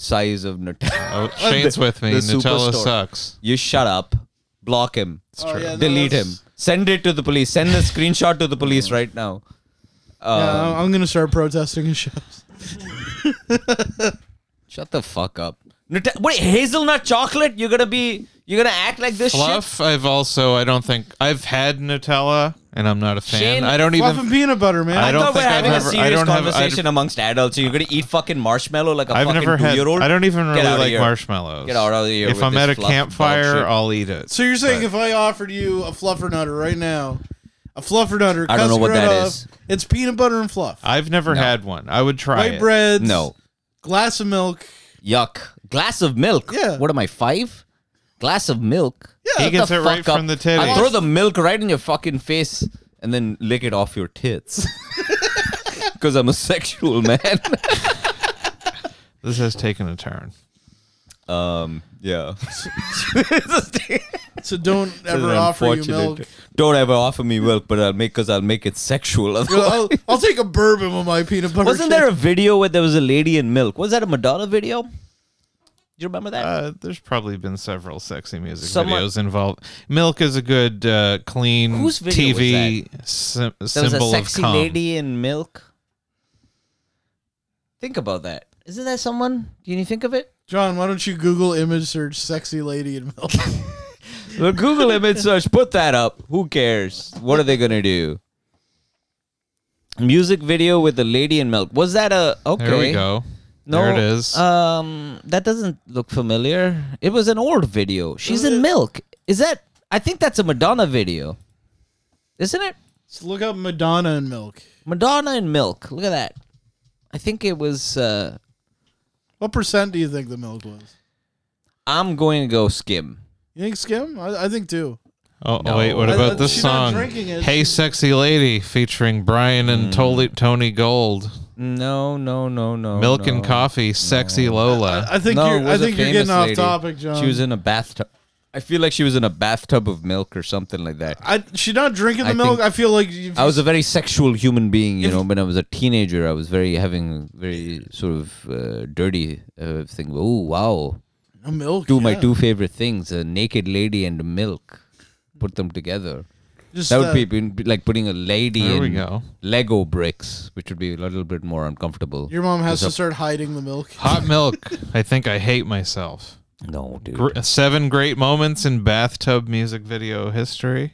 Speaker 1: size of Nutella.
Speaker 3: Oh, Shane's with me.
Speaker 1: the
Speaker 3: Nutella
Speaker 1: superstore.
Speaker 3: sucks.
Speaker 1: You shut up. Block him.
Speaker 2: Oh, yeah, no,
Speaker 1: Delete him.
Speaker 2: that's-
Speaker 1: Send it to the police. Send the screenshot to the police right now. Um,
Speaker 2: Yeah, I'm- I'm gonna start protesting his shows.
Speaker 1: Shut the fuck up. Nut- Wait, hazelnut chocolate? You're gonna be, you're gonna act like this shit?
Speaker 3: Fluff. I've also. I don't think I've had Nutella, and I'm not a fan.
Speaker 1: Shane,
Speaker 3: I don't
Speaker 2: Fluff and
Speaker 3: even.
Speaker 2: peanut butter, man.
Speaker 3: I
Speaker 1: I
Speaker 3: don't
Speaker 1: thought we're
Speaker 3: think I've
Speaker 1: having
Speaker 3: ever-
Speaker 1: a
Speaker 3: I
Speaker 1: serious
Speaker 3: don't have- I'd-
Speaker 1: conversation amongst adults. So you're gonna eat fucking marshmallow like a
Speaker 3: I've
Speaker 1: fucking
Speaker 3: never had.
Speaker 1: two-year-old?
Speaker 3: I don't even
Speaker 1: Get
Speaker 3: really
Speaker 1: outta
Speaker 3: like
Speaker 1: here.
Speaker 3: marshmallows.
Speaker 1: Get out of here.
Speaker 3: If
Speaker 1: with
Speaker 3: I'm
Speaker 1: this
Speaker 3: at a
Speaker 1: fluff dog shit.
Speaker 3: campfire, I'll eat it.
Speaker 2: so you're saying if I offered you a fluffer nutter right now, a fluffer nutter,
Speaker 1: I don't know what
Speaker 2: that
Speaker 1: that
Speaker 2: is.
Speaker 1: is.
Speaker 2: It's peanut butter and fluff,
Speaker 3: I've never had one. I would try
Speaker 2: white
Speaker 3: it.
Speaker 2: bread,
Speaker 1: No.
Speaker 2: glass of milk.
Speaker 1: Yuck. Glass of milk.
Speaker 2: Yeah.
Speaker 1: What am I, five? Glass of milk.
Speaker 2: Yeah. He
Speaker 1: Shut
Speaker 3: gets
Speaker 1: the
Speaker 3: it right
Speaker 1: fuck up.
Speaker 3: from the titty.
Speaker 1: I throw the milk right in your fucking face and then lick it off your tits. Because I'm a sexual man.
Speaker 3: This has taken a turn.
Speaker 1: um, yeah.
Speaker 2: So don't ever offer you milk.
Speaker 1: Don't ever offer me milk, but I'll make because I'll make it sexual.
Speaker 2: I'll, I'll take a bourbon with my peanut butter.
Speaker 1: Wasn't
Speaker 2: shake.
Speaker 1: there a video where there was a lady in milk? Was that a Madonna video? Do you remember that?
Speaker 3: Uh, there's probably been several sexy music
Speaker 1: Someone-
Speaker 3: videos involved. Milk is a good, uh, clean
Speaker 1: Whose video was
Speaker 3: TV sy-
Speaker 1: There was a
Speaker 3: symbol
Speaker 1: sexy
Speaker 3: of calm.
Speaker 1: lady in milk. Think about that. Isn't that someone? Can you think of it?
Speaker 2: John? Why don't you Google image search "sexy lady in milk"?
Speaker 1: The Google image search, put that up. Who cares? What are they gonna do? Music video with the lady in milk. Was that a oh, okay?
Speaker 3: There we go.
Speaker 1: No,
Speaker 3: there it is.
Speaker 1: Um, that doesn't look familiar. It was an old video. She's in milk. Is that? I think that's a Madonna video, isn't it?
Speaker 2: so look up Madonna and milk.
Speaker 1: Madonna in milk. Look at that. I think it was. Uh,
Speaker 2: What percent do you think the milk was?
Speaker 1: I'm going to go skim.
Speaker 2: You think skim? I, I think two.
Speaker 3: oh, oh, wait, what
Speaker 2: I-
Speaker 3: about
Speaker 2: I-
Speaker 3: this
Speaker 2: she's not
Speaker 3: song?
Speaker 2: drinking it.
Speaker 3: Hey, sexy lady, featuring Brian
Speaker 1: Hmm.
Speaker 3: and Tony, Tony Gold.
Speaker 1: No, no, no, no.
Speaker 3: Milk
Speaker 1: Oh, no.
Speaker 3: and coffee, sexy Lola.
Speaker 2: I think
Speaker 1: No, it
Speaker 2: you're, I
Speaker 1: was a
Speaker 2: think you're
Speaker 1: famous
Speaker 2: getting off
Speaker 1: lady.
Speaker 2: topic, John.
Speaker 1: She was in a bathtub. I feel like she was in a bathtub of milk or something like that.
Speaker 2: I, she not drinking the
Speaker 1: I
Speaker 2: milk.
Speaker 1: think-
Speaker 2: I feel like if
Speaker 1: I was a very sexual human being, you
Speaker 2: If-
Speaker 1: know. When I was a teenager, I was very having very sort of uh, dirty uh, thing. Oh wow,
Speaker 2: a milk.
Speaker 1: two my
Speaker 2: yeah.
Speaker 1: two favorite things: a naked lady and milk. Put them together.
Speaker 2: Just,
Speaker 1: That would
Speaker 2: uh,
Speaker 1: be, be like putting a lady
Speaker 3: There
Speaker 1: in
Speaker 3: we go.
Speaker 1: Lego bricks, which would be a little bit more uncomfortable.
Speaker 2: Your mom has to
Speaker 1: There's
Speaker 2: start hiding the milk.
Speaker 3: Hot milk. I think I hate myself.
Speaker 1: a- no, dude.
Speaker 3: Gr- seven great moments in bathtub music video history.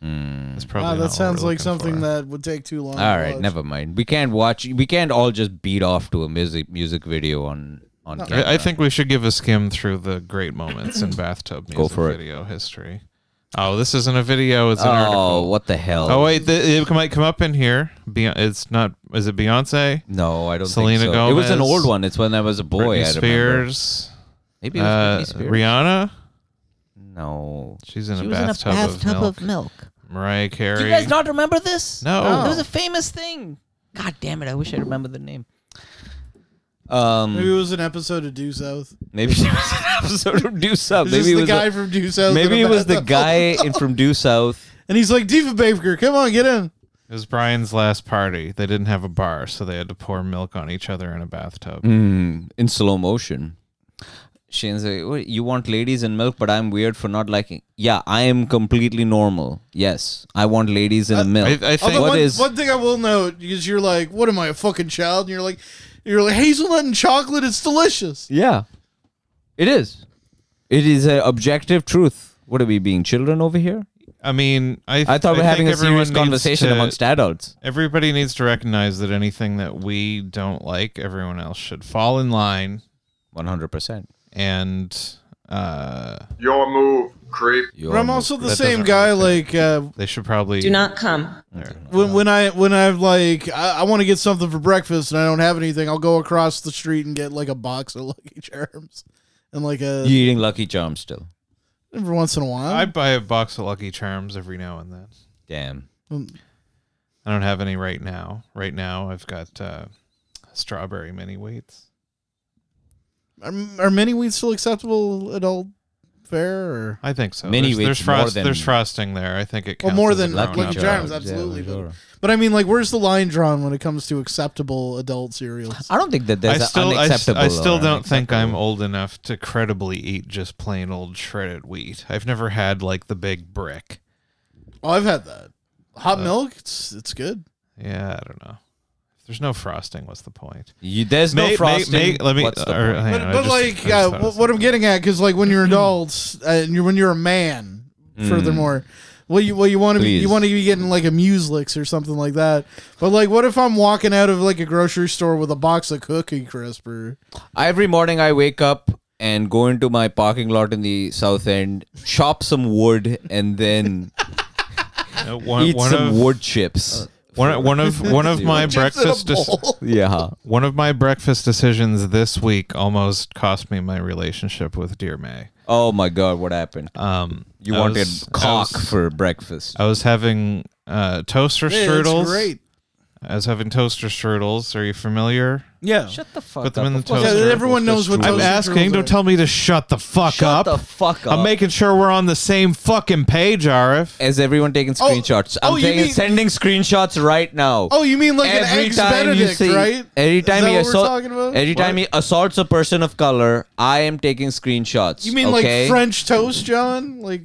Speaker 1: Hmm.
Speaker 3: That's probably
Speaker 2: Wow,
Speaker 3: not
Speaker 2: that
Speaker 3: what
Speaker 2: sounds
Speaker 3: we're
Speaker 2: like
Speaker 3: looking
Speaker 2: something
Speaker 3: for.
Speaker 2: that would take too long.
Speaker 1: all
Speaker 2: to
Speaker 1: right,
Speaker 2: watch.
Speaker 1: never mind. We can't watch. We can't all just beat off to a music music video on on camera.
Speaker 3: I, I think we should give a skim through the great moments in bathtub music
Speaker 1: Go for it.
Speaker 3: video history. Oh, this isn't a video; it's an
Speaker 1: Oh,
Speaker 3: article.
Speaker 1: what the hell?
Speaker 3: Oh wait, th- it might come up in here. Be- it's not. Is it Beyonce?
Speaker 1: No, I don't
Speaker 3: Selena
Speaker 1: think so. It was an
Speaker 3: Gomez,
Speaker 1: old one. It's when I was a boy.
Speaker 3: Britney
Speaker 1: I remember.
Speaker 3: Spears.
Speaker 1: Maybe it
Speaker 3: Uh,
Speaker 1: was Britney Spears.
Speaker 3: Rihanna.
Speaker 1: No.
Speaker 3: She's in,
Speaker 1: She
Speaker 3: a,
Speaker 1: was
Speaker 3: bathtub
Speaker 1: in a bathtub
Speaker 3: of milk.
Speaker 1: of milk.
Speaker 3: Mariah Carey.
Speaker 1: Do you guys not remember this?
Speaker 3: No.
Speaker 1: It was a famous thing. God damn it. I wish I remembered the name.
Speaker 2: Maybe
Speaker 1: Um,
Speaker 2: it was an episode of Due South.
Speaker 1: maybe it was an episode of Due South.
Speaker 2: Maybe
Speaker 1: Maybe
Speaker 2: the
Speaker 1: it was
Speaker 2: guy
Speaker 1: a-
Speaker 2: from Due South.
Speaker 1: maybe
Speaker 2: in a
Speaker 1: it was the
Speaker 2: bathtub.
Speaker 1: guy in from Due South.
Speaker 2: and he's like, "Diva Baker, come on, get in."
Speaker 3: It was Brian's last party. They didn't have a bar, so they had to pour milk on each other in a bathtub.
Speaker 1: Mm, in slow motion. Shane's like, "What, you want ladies in milk, but I'm weird for not liking. Yeah, I am completely normal. Yes, I want ladies in milk.
Speaker 3: I, I think
Speaker 2: Although
Speaker 1: What
Speaker 2: Oh, one,
Speaker 1: is-
Speaker 2: one thing I will note is you're like, "What am I, a fucking child?" And you're like, "You're like hazelnut and chocolate. It's delicious."
Speaker 1: Yeah, it is. It is an objective truth. What are we being children over here?
Speaker 3: I mean, I, th-
Speaker 1: I thought we
Speaker 3: think
Speaker 1: are having a
Speaker 3: everyone
Speaker 1: serious
Speaker 3: needs
Speaker 1: conversation
Speaker 3: to-
Speaker 1: amongst adults.
Speaker 3: Everybody needs to recognize that anything that we don't like, everyone else should fall in line
Speaker 1: One hundred percent.
Speaker 3: and Uh,
Speaker 8: Your move, creep.
Speaker 2: But I'm also the
Speaker 3: That
Speaker 2: same
Speaker 3: doesn't
Speaker 2: guy.
Speaker 3: really
Speaker 2: Like uh,
Speaker 3: they should probably
Speaker 6: Do not come.
Speaker 2: when when I when I've like I, I want to get something for breakfast and I don't have anything, I'll go across the street and get like a box of Lucky Charms and like a
Speaker 1: You eating Lucky Charms still?
Speaker 2: every once in a while.
Speaker 3: I buy a box of Lucky Charms every now and then.
Speaker 1: Damn.
Speaker 3: I don't have any right now. Right now, I've got uh, strawberry mini wheats.
Speaker 2: are, are mini wheats still acceptable adult fare? Or?
Speaker 3: I think so.
Speaker 1: Mini
Speaker 3: there's, there's
Speaker 1: wheats more
Speaker 3: frost-
Speaker 1: than-
Speaker 3: There's frosting there. I think it.
Speaker 2: Well,
Speaker 3: Counts
Speaker 2: more
Speaker 3: as a
Speaker 2: than
Speaker 3: grown-up.
Speaker 2: Lucky Charms, absolutely, But I mean, like, where's the line drawn when it comes to acceptable adult cereals?
Speaker 1: I don't think that there's
Speaker 3: I
Speaker 1: an
Speaker 3: still, I, s-
Speaker 1: unacceptable.
Speaker 3: I still
Speaker 1: or
Speaker 3: don't think I'm
Speaker 1: unacceptable.
Speaker 3: old enough to credibly eat just plain old shredded wheat. I've never had like the big brick.
Speaker 2: Oh, I've had that. Hot milk, it's it's good.
Speaker 3: Yeah, I don't know. If there's no frosting, what's the point?
Speaker 1: You, there's no
Speaker 3: May- may-
Speaker 1: frosting.
Speaker 3: may- let me. uh,
Speaker 1: What's the
Speaker 3: or,
Speaker 1: point?
Speaker 3: hang on,
Speaker 2: But,
Speaker 3: I
Speaker 2: but
Speaker 3: just- I
Speaker 2: like,
Speaker 3: just
Speaker 2: uh,
Speaker 3: thought of
Speaker 2: what, what I'm
Speaker 3: something.
Speaker 2: getting at, because like when you're adults uh, and you're when you're a man,
Speaker 3: Mm.
Speaker 2: furthermore, well, you well you want to be you
Speaker 1: Please.
Speaker 2: want to be getting like a muselix or something like that. But like, what if I'm walking out of like a grocery store with a box of cookie crisp or
Speaker 3: uh,
Speaker 1: Every morning I wake up and go into my parking lot in the south end, chop some wood, and then
Speaker 3: Uh, one,
Speaker 1: eat
Speaker 3: one of,
Speaker 1: some
Speaker 3: Uh,
Speaker 1: wood chips.
Speaker 3: One, one of one of my
Speaker 2: Chips in a
Speaker 3: breakfast dis-
Speaker 2: bowl?
Speaker 1: yeah.
Speaker 3: one of my breakfast decisions this week almost cost me my relationship with Dear May.
Speaker 1: Oh my god, what happened?
Speaker 3: Um,
Speaker 1: You
Speaker 3: I
Speaker 1: wanted
Speaker 3: was-
Speaker 1: cock
Speaker 3: I was,
Speaker 1: for breakfast.
Speaker 3: I was having uh, toaster
Speaker 2: Hey, that's
Speaker 3: strudels.
Speaker 2: great.
Speaker 3: I was having toaster strudels. Are you familiar?
Speaker 2: Yeah.
Speaker 1: Shut the fuck
Speaker 3: Put them in the
Speaker 2: Yeah,
Speaker 3: toaster.
Speaker 2: everyone knows what
Speaker 3: I'm
Speaker 2: toaster
Speaker 3: asking.
Speaker 2: strudels
Speaker 3: Don't
Speaker 2: are.
Speaker 3: tell me to shut the fuck
Speaker 1: Shut
Speaker 3: up.
Speaker 1: the fuck up.
Speaker 3: I'm making sure we're on the same fucking page, Arif.
Speaker 1: Is everyone taking screenshots? I'm
Speaker 2: oh, you
Speaker 1: taking,
Speaker 2: mean-
Speaker 1: sending screenshots right now.
Speaker 2: Oh, you mean like an
Speaker 1: every
Speaker 2: eggs
Speaker 1: time
Speaker 2: Benedict,
Speaker 1: you see,
Speaker 2: right?
Speaker 1: every
Speaker 2: Is that
Speaker 1: time he
Speaker 2: what we're
Speaker 1: assaults,
Speaker 2: talking about?
Speaker 1: every time he assaults a person of color, I am taking screenshots.
Speaker 2: You mean
Speaker 1: okay?
Speaker 2: like French toast, John? Like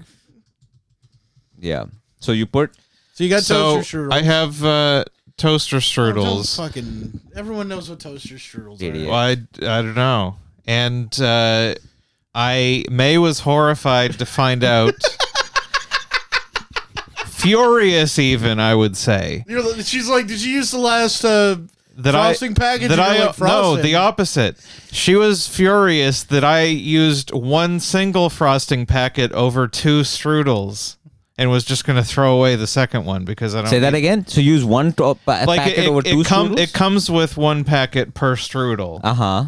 Speaker 1: Yeah. So you put
Speaker 3: Oh,
Speaker 2: so you got
Speaker 3: so
Speaker 2: toaster strudels.
Speaker 3: I have uh, toaster
Speaker 2: Don't
Speaker 3: strudels.
Speaker 2: Fucking everyone knows what toaster strudels
Speaker 1: Idiot.
Speaker 2: are.
Speaker 3: Well, I, I don't know. And uh, I May was horrified to find out. Furious, even I would say
Speaker 2: You're, li- she's like, did you use the last uh,
Speaker 3: that
Speaker 2: frosting
Speaker 3: I
Speaker 2: package?
Speaker 3: that
Speaker 2: And
Speaker 3: I
Speaker 2: you're like,
Speaker 3: no
Speaker 2: frosting.
Speaker 3: the opposite. She was furious that I used one single frosting packet over two strudels, and was just going to throw away the second one because I don't
Speaker 1: say that
Speaker 3: need-
Speaker 1: again. So use one to, pa-
Speaker 3: Like
Speaker 1: packet
Speaker 3: it,
Speaker 1: over
Speaker 3: it,
Speaker 1: two
Speaker 3: come-
Speaker 1: strudels.
Speaker 3: it comes with one packet per strudel.
Speaker 1: uh huh.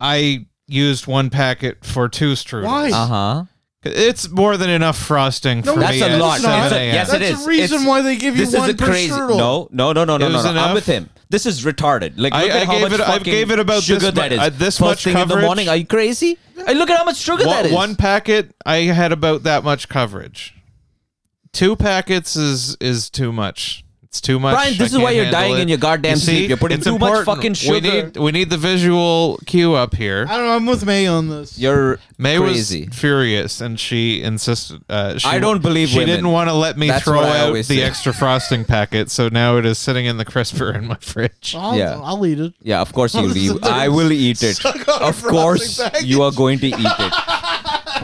Speaker 3: I used one packet for two strudels.
Speaker 2: Why?
Speaker 1: Uh huh.
Speaker 3: It's more than enough frosting for
Speaker 1: That's
Speaker 3: me.
Speaker 1: a
Speaker 3: at
Speaker 1: lot.
Speaker 3: seven
Speaker 1: That's a-
Speaker 3: a.m.
Speaker 1: yes,
Speaker 2: That's
Speaker 1: it is.
Speaker 2: the reason
Speaker 1: It's-
Speaker 2: why they give you
Speaker 1: This
Speaker 2: one
Speaker 1: is a
Speaker 2: per
Speaker 1: crazy.
Speaker 2: strudel.
Speaker 1: No, no, no, no,
Speaker 3: It
Speaker 1: no, no.
Speaker 3: was
Speaker 1: I'm
Speaker 3: enough.
Speaker 1: with him. This is retarded. Like
Speaker 3: I-
Speaker 1: look
Speaker 3: I
Speaker 1: at how
Speaker 3: gave
Speaker 1: much
Speaker 3: it- I
Speaker 1: fucking
Speaker 3: gave it about this
Speaker 1: sugar
Speaker 3: mu-
Speaker 1: that is.
Speaker 3: uh, this
Speaker 1: First
Speaker 3: much
Speaker 1: thing in
Speaker 3: coverage.
Speaker 1: the morning. Are you crazy? Hey, look at how much sugar
Speaker 3: one,
Speaker 1: that is.
Speaker 3: one packet, I had about that much coverage. Two packets is is too much. It's too much.
Speaker 1: Brian, this
Speaker 3: I
Speaker 1: is why
Speaker 3: can't
Speaker 1: you're
Speaker 3: handle
Speaker 1: dying
Speaker 3: it.
Speaker 1: in your goddamn
Speaker 3: You see,
Speaker 1: sleep. You're putting
Speaker 3: it's
Speaker 1: too much
Speaker 3: important.
Speaker 1: fucking
Speaker 3: We
Speaker 1: sugar.
Speaker 3: need, we need the visual cue up here.
Speaker 2: I don't know. I'm with May on this.
Speaker 1: You're
Speaker 3: May
Speaker 1: crazy.
Speaker 3: was furious, and she insisted. Uh, she,
Speaker 1: I don't believe
Speaker 3: she
Speaker 1: women.
Speaker 3: didn't want to let me
Speaker 1: That's
Speaker 3: throw
Speaker 1: what I
Speaker 3: out the
Speaker 1: always say.
Speaker 3: extra frosting packet, so now it is sitting in the crisper in my fridge.
Speaker 2: I'll,
Speaker 1: Yeah.
Speaker 2: I'll eat it.
Speaker 1: yeah, of course you
Speaker 2: Listen
Speaker 1: leave.
Speaker 2: to
Speaker 1: I
Speaker 2: this.
Speaker 1: will eat it.
Speaker 2: Suck on a
Speaker 1: Of
Speaker 2: frosting
Speaker 1: course
Speaker 2: package.
Speaker 1: you are going to eat it,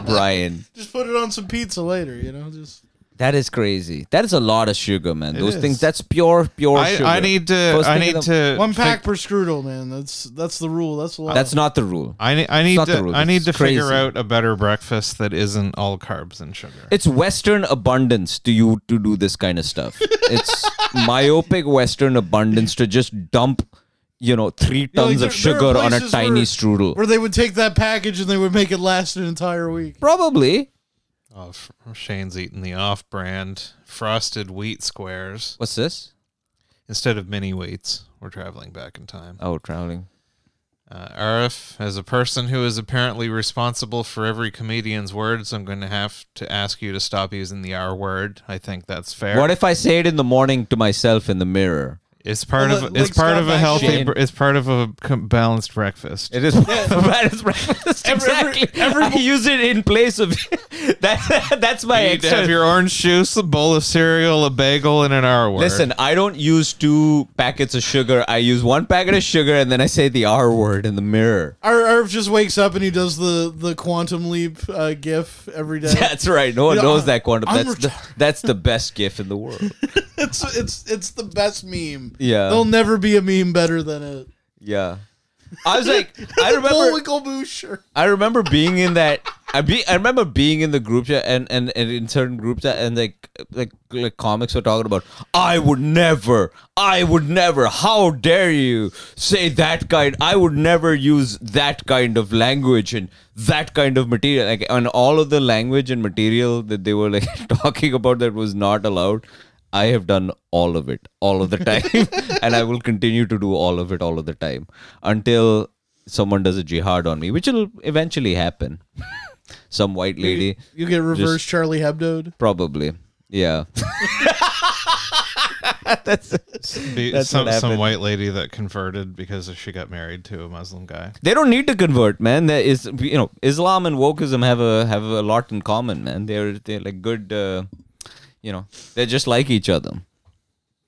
Speaker 1: Brian.
Speaker 2: Just put it on some pizza later. You know, just
Speaker 1: That is crazy. That is a lot of sugar, man. Those
Speaker 3: is.
Speaker 1: things. That's pure, pure
Speaker 3: I,
Speaker 1: sugar.
Speaker 3: I need to.
Speaker 1: First
Speaker 3: I
Speaker 1: thing in
Speaker 3: need
Speaker 1: the-
Speaker 3: to.
Speaker 2: one
Speaker 3: fig-
Speaker 2: pack per strudel, man. That's that's the rule. That's the law.
Speaker 1: That's not the rule.
Speaker 3: I need, I need
Speaker 1: not the
Speaker 3: to,
Speaker 1: rule,
Speaker 3: I need
Speaker 1: it's
Speaker 3: to figure
Speaker 1: crazy.
Speaker 3: out a better breakfast that isn't all carbs and sugar.
Speaker 1: It's Western abundance to you to do this kind of stuff. It's myopic Western abundance to just dump, you know, three
Speaker 2: You know, like,
Speaker 1: tons
Speaker 2: there-
Speaker 1: of
Speaker 2: there are
Speaker 1: sugar on a
Speaker 2: places
Speaker 1: tiny
Speaker 2: where-
Speaker 1: strudel.
Speaker 2: where they would take that package and they would make it last an entire week.
Speaker 1: Probably.
Speaker 3: oh, F- Shane's eating the off-brand frosted wheat squares
Speaker 1: What's this?
Speaker 3: instead of mini wheats. We're traveling back in time.
Speaker 1: Oh, traveling.
Speaker 3: Uh, Arif, as a person who is apparently responsible for every comedian's words, I'm going to have to ask you to stop using the R word. I think that's fair.
Speaker 1: What if I say it in the morning to myself in the mirror?
Speaker 3: it's part
Speaker 2: Well,
Speaker 3: of
Speaker 2: like-
Speaker 3: it's part
Speaker 2: like
Speaker 3: of a
Speaker 2: Scott
Speaker 3: healthy
Speaker 1: Bakula.
Speaker 3: br- it's part of a com- balanced breakfast.
Speaker 1: It is the baddest breakfast. exactly. I use it in place of that. That's my
Speaker 3: you need to
Speaker 1: extra.
Speaker 3: have your orange juice, a bowl of cereal, a bagel, and an R word.
Speaker 1: Listen, I don't use two packets of sugar. I use one packet of sugar and then I say the R word in the mirror.
Speaker 2: Ar- Arv just wakes up and he does the the quantum leap uh, gif every day.
Speaker 1: That's right. No one
Speaker 2: You know,
Speaker 1: knows
Speaker 2: I-
Speaker 1: that quantum.
Speaker 2: I'm
Speaker 1: That's the, that's the best gif in the world.
Speaker 2: It's it's it's the best meme.
Speaker 1: Yeah.
Speaker 2: there'll never be a meme better than it.
Speaker 1: Yeah. I was like, I
Speaker 2: The
Speaker 1: remember,
Speaker 2: Bullwinkle Boo shirt.
Speaker 1: I remember being in that I be I remember being in the group chat and, and, and in certain group chat and like like like comics were talking about I would never I would never how dare you say that kind I would never use that kind of language and that kind of material like and all of the language and material that they were like talking about that was not allowed I have done all of it all of the time and I will continue to do all of it all of the time until someone does a jihad on me which will eventually happen some white lady
Speaker 2: You get reverse
Speaker 1: Just-
Speaker 2: Charlie Hebdo.
Speaker 1: probably yeah
Speaker 3: Be-
Speaker 1: That's
Speaker 3: some
Speaker 1: what
Speaker 3: some
Speaker 1: happened.
Speaker 3: white lady that converted because she got married to a Muslim guy.
Speaker 1: they don't need to convert man there is you know islam and wokeism have a have a lot in common man they're they're like good uh, you know they're just like each other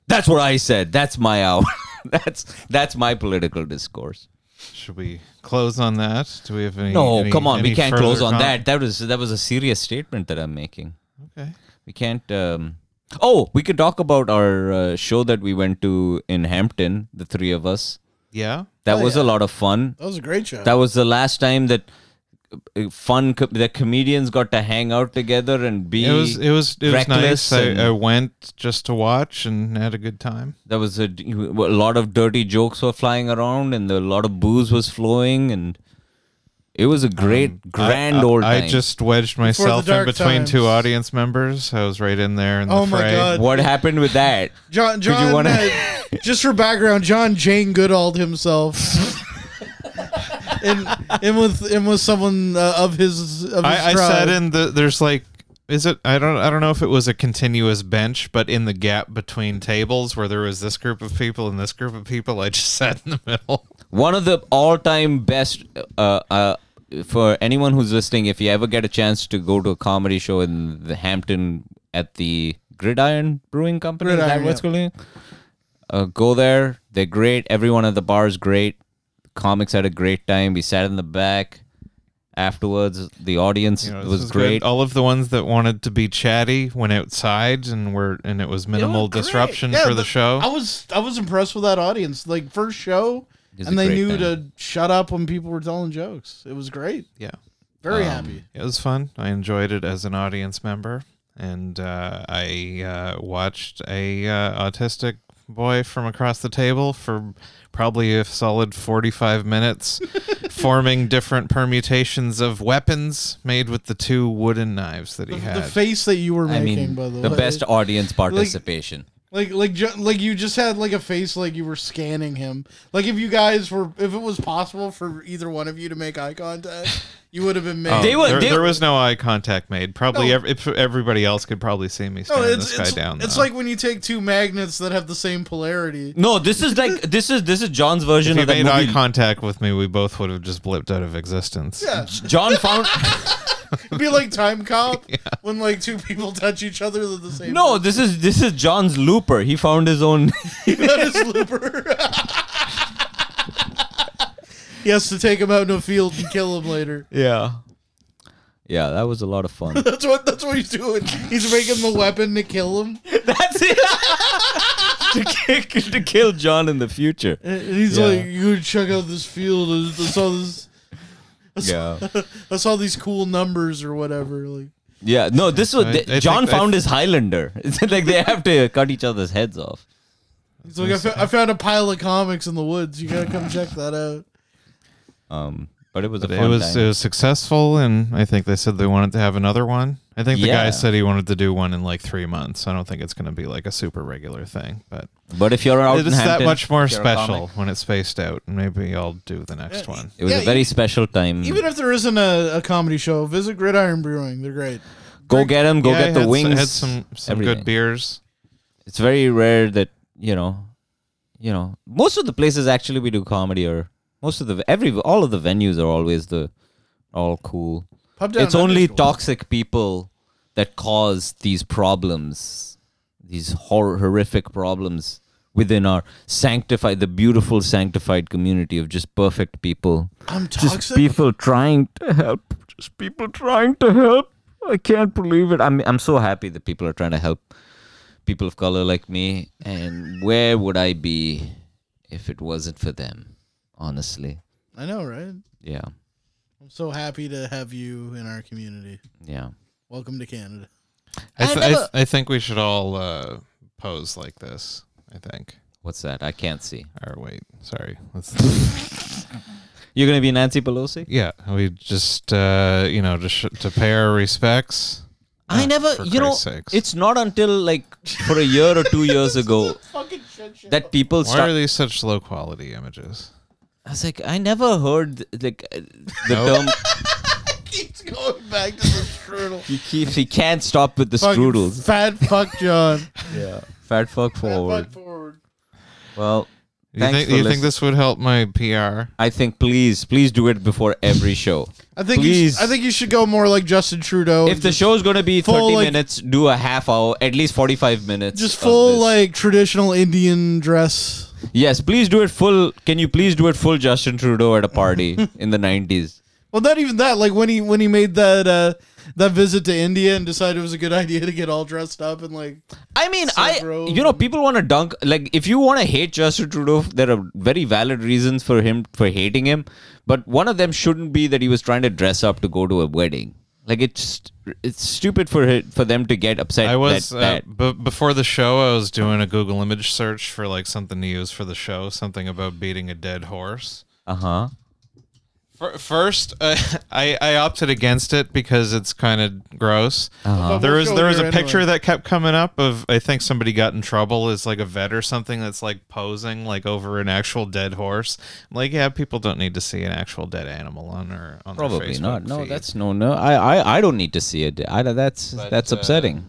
Speaker 1: that's what i said that's my hour that's that's my political discourse
Speaker 3: Should we close on that? Do we have any?
Speaker 1: no
Speaker 3: any-
Speaker 1: come on we
Speaker 3: any
Speaker 1: can't
Speaker 3: further
Speaker 1: close on
Speaker 3: com-
Speaker 1: that that was that was a serious statement that i'm making
Speaker 3: Okay.
Speaker 1: we can't um oh we could talk about our uh, show that we went to in hampton the three of us
Speaker 3: Yeah.
Speaker 1: that
Speaker 2: Oh,
Speaker 1: was
Speaker 2: yeah.
Speaker 1: a lot of fun
Speaker 2: That was a great show.
Speaker 1: That was the last time that uh, fun co- the comedians got to hang out together and be.
Speaker 3: It was it was it was
Speaker 1: reckless
Speaker 3: nice. I, I
Speaker 1: and-
Speaker 3: went just to watch and had a good time.
Speaker 1: there was a, d- a lot of dirty jokes were flying around, and a lot of booze was flowing, and it was a great, grand
Speaker 3: Um, I, I-
Speaker 1: old
Speaker 3: I
Speaker 1: time.
Speaker 3: just wedged myself in
Speaker 2: dark
Speaker 3: between two
Speaker 2: times.
Speaker 3: audience members. I was right in there in
Speaker 2: Oh
Speaker 3: the
Speaker 2: my
Speaker 3: fray.
Speaker 2: God.
Speaker 1: what happened with that?
Speaker 2: John,
Speaker 1: you
Speaker 2: John,
Speaker 1: wanna-
Speaker 2: uh, just for background, John Jane Goodall himself, and and with and with someone uh, of his of his
Speaker 3: I, I
Speaker 2: tribe.
Speaker 3: sat in the there's like is it I don't I don't know if it was a continuous bench, but in the gap between tables where there was this group of people and this group of people, I just sat in the middle.
Speaker 1: One of the all-time best uh, uh, for anyone who's listening. If you ever get a chance to go to a comedy show in the Hampton at the Gridiron Brewing Company, is
Speaker 2: Gridiron,
Speaker 1: that what's
Speaker 2: yeah.
Speaker 1: called? Uh, go there. They're great. Everyone at the bar is great. comics had a great time. We sat in the back. Afterwards, the audience
Speaker 3: You know, this
Speaker 1: was
Speaker 3: is good.
Speaker 1: great.
Speaker 3: All of the ones that wanted to be chatty went outside and were and it was minimal
Speaker 2: They were great.
Speaker 3: disruption
Speaker 2: Yeah,
Speaker 3: for the
Speaker 2: but
Speaker 3: show.
Speaker 2: I was I was impressed with that audience. Like first show,
Speaker 1: was
Speaker 2: and
Speaker 1: a
Speaker 2: they
Speaker 1: great
Speaker 2: knew
Speaker 1: time.
Speaker 2: to shut up when people were telling jokes. It was great.
Speaker 3: yeah.
Speaker 2: Very
Speaker 1: Um,
Speaker 2: happy.
Speaker 3: It was fun. I enjoyed it as an audience member, and uh, I uh, watched a uh, autistic boy from across the table for probably a solid forty-five minutes, forming different permutations of weapons made with the two wooden knives that he
Speaker 2: The,
Speaker 3: had.
Speaker 2: the face that you were
Speaker 1: I
Speaker 2: making,
Speaker 1: mean,
Speaker 2: by the,
Speaker 1: the
Speaker 2: way,
Speaker 1: best audience participation.
Speaker 2: like like ju- like you just had like a face like you were scanning him. Like if you guys were, if it was possible for either one of you to make eye contact, you would have been made.
Speaker 3: Oh,
Speaker 1: They were-
Speaker 3: there,
Speaker 1: they-
Speaker 3: there was no eye contact made. Probably
Speaker 2: No.
Speaker 3: ev- if everybody else could probably see me
Speaker 2: No,
Speaker 3: staring
Speaker 2: it's
Speaker 3: this guy
Speaker 2: it's,
Speaker 3: down.
Speaker 2: it's
Speaker 3: though.
Speaker 2: like when you take two magnets that have the same polarity.
Speaker 1: No, this is like this is this is John's
Speaker 3: if
Speaker 1: version
Speaker 3: he
Speaker 1: of that
Speaker 3: made eye
Speaker 1: movie.
Speaker 3: contact with me, we both would have just blipped out of existence.
Speaker 2: Yeah,
Speaker 1: John found.
Speaker 2: it'd be like time cop when like two people touch each other at the same.
Speaker 1: No, this is this is John's looper. He found his own.
Speaker 2: that is Looper. he has to take him out in a field and kill him later.
Speaker 1: Yeah. Yeah, that was a lot of fun.
Speaker 2: That's what that's what he's doing. He's making the weapon to kill him.
Speaker 1: That's it. to, kick, to kill John in the future.
Speaker 2: And he's
Speaker 1: Yeah.
Speaker 2: like, "You gotta check out this field. I I saw this.
Speaker 1: Yeah.
Speaker 2: I saw these cool numbers or whatever." Like,
Speaker 1: Yeah. No, this was
Speaker 3: I- I
Speaker 1: John
Speaker 3: think- I-
Speaker 1: found his Highlander. It's like they have to cut each other's heads off.
Speaker 2: he's like, I, fo- I found a pile of comics in the woods. You gotta come check that out."
Speaker 1: Um, but it was a
Speaker 3: But
Speaker 1: fun
Speaker 3: it was uh,
Speaker 1: time.
Speaker 3: it was successful, and I think they said they wanted to have another one. I think the
Speaker 1: Yeah.
Speaker 3: guy said he wanted to do one in like three months. I don't think it's going to be like a super regular thing, but
Speaker 1: but if you're out in
Speaker 3: it's that
Speaker 1: Hampton,
Speaker 3: much more
Speaker 1: if you're a comic,
Speaker 3: special when it's spaced out. And maybe I'll do the next one.
Speaker 1: It was
Speaker 2: Yeah,
Speaker 1: a very special time.
Speaker 2: Even if there isn't a, a comedy show, visit Gridiron Brewing. They're great.
Speaker 1: go get him. Go
Speaker 3: Yeah, I
Speaker 1: get the
Speaker 3: had s-
Speaker 1: wings.
Speaker 3: had some some
Speaker 1: everything.
Speaker 3: good beers.
Speaker 1: It's very rare that you know, you know, most of the places actually we do comedy are most of the every all of the venues are always the all cool.
Speaker 2: Pub Down
Speaker 1: it's only
Speaker 2: Underscore.
Speaker 1: toxic people that cause these problems, these hor- horrific problems within our sanctified, the beautiful sanctified community of just perfect people.
Speaker 2: I'm
Speaker 1: Just
Speaker 2: toxic.
Speaker 1: people trying to help. Just people trying to help. I can't believe it. I'm I'm so happy that people are trying to help people of color like me. And where would I be if it wasn't for them? Honestly,
Speaker 2: I know, right?
Speaker 1: yeah.
Speaker 2: I'm so happy to have you in our community.
Speaker 1: Yeah.
Speaker 2: Welcome to Canada.
Speaker 3: I,
Speaker 5: I
Speaker 3: th- I, th-
Speaker 5: never-
Speaker 3: I think we should all uh, pose like this. I think.
Speaker 1: What's that? I can't see.
Speaker 3: Or wait, sorry. Let's,
Speaker 1: You're gonna be Nancy Pelosi?
Speaker 3: yeah, we just uh, you know to sh- to pay our respects. Oh,
Speaker 1: I never,
Speaker 3: for
Speaker 1: you know,
Speaker 3: Christ's sakes.
Speaker 1: it's not until like for a year or two years ago that people
Speaker 3: Why are
Speaker 1: start.
Speaker 3: these such low quality images?
Speaker 1: I was like, I never heard th- like uh, the
Speaker 3: Nope.
Speaker 1: term.
Speaker 2: Keeps going back to the strudel.
Speaker 1: He, keeps, he can't stop with the strudels.
Speaker 2: Fat fuck John.
Speaker 1: Yeah, fat fuck forward. Well,
Speaker 3: Do you
Speaker 1: Thanks
Speaker 3: think
Speaker 1: for
Speaker 3: do you think
Speaker 1: listening.
Speaker 3: this would help my PR?
Speaker 1: I think please, please do it before every show.
Speaker 2: I think
Speaker 1: Please.
Speaker 2: You, sh- I think you should go more like Justin Trudeau.
Speaker 1: if the show's gonna be
Speaker 2: full,
Speaker 1: thirty
Speaker 2: like-
Speaker 1: minutes, do a half hour, at least forty-five minutes.
Speaker 2: just
Speaker 1: of
Speaker 2: full
Speaker 1: this.
Speaker 2: like traditional Indian dress.
Speaker 1: yes, please do it full. Can you please do it full, Justin Trudeau at a party in the nineties?
Speaker 2: Well, not even that. Like when he when he made that uh, that visit to India and decided it was a good idea to get all dressed up and like
Speaker 1: I mean, I
Speaker 2: Several-
Speaker 1: you know people want to dunk like if you want to hate Justin Trudeau, there are very valid reasons for him for hating him, but one of them shouldn't be that he was trying to dress up to go to a wedding. Like it's it's stupid for hi- for them to get upset.
Speaker 3: I was
Speaker 1: that
Speaker 3: uh,
Speaker 1: bad.
Speaker 3: b- before the show. I was doing a Google image search for like something to use for the show, something about beating a dead horse.
Speaker 1: uh-huh.
Speaker 3: Fir- First, uh, I I opted against it because it's kind of gross.
Speaker 1: Uh-huh.
Speaker 2: But
Speaker 3: There
Speaker 2: we'll
Speaker 3: was
Speaker 2: go
Speaker 3: there was
Speaker 2: there
Speaker 3: a picture
Speaker 2: anyway.
Speaker 3: that kept coming up of I think somebody got in trouble as like a vet or something that's like posing like over an actual dead horse. I'm like yeah, people don't need to see an actual dead animal on their on their
Speaker 1: Probably not.
Speaker 3: Facebook
Speaker 1: No,
Speaker 3: feed.
Speaker 1: that's no no. I I, I don't need to see it. I, that's that's
Speaker 3: uh,
Speaker 1: upsetting.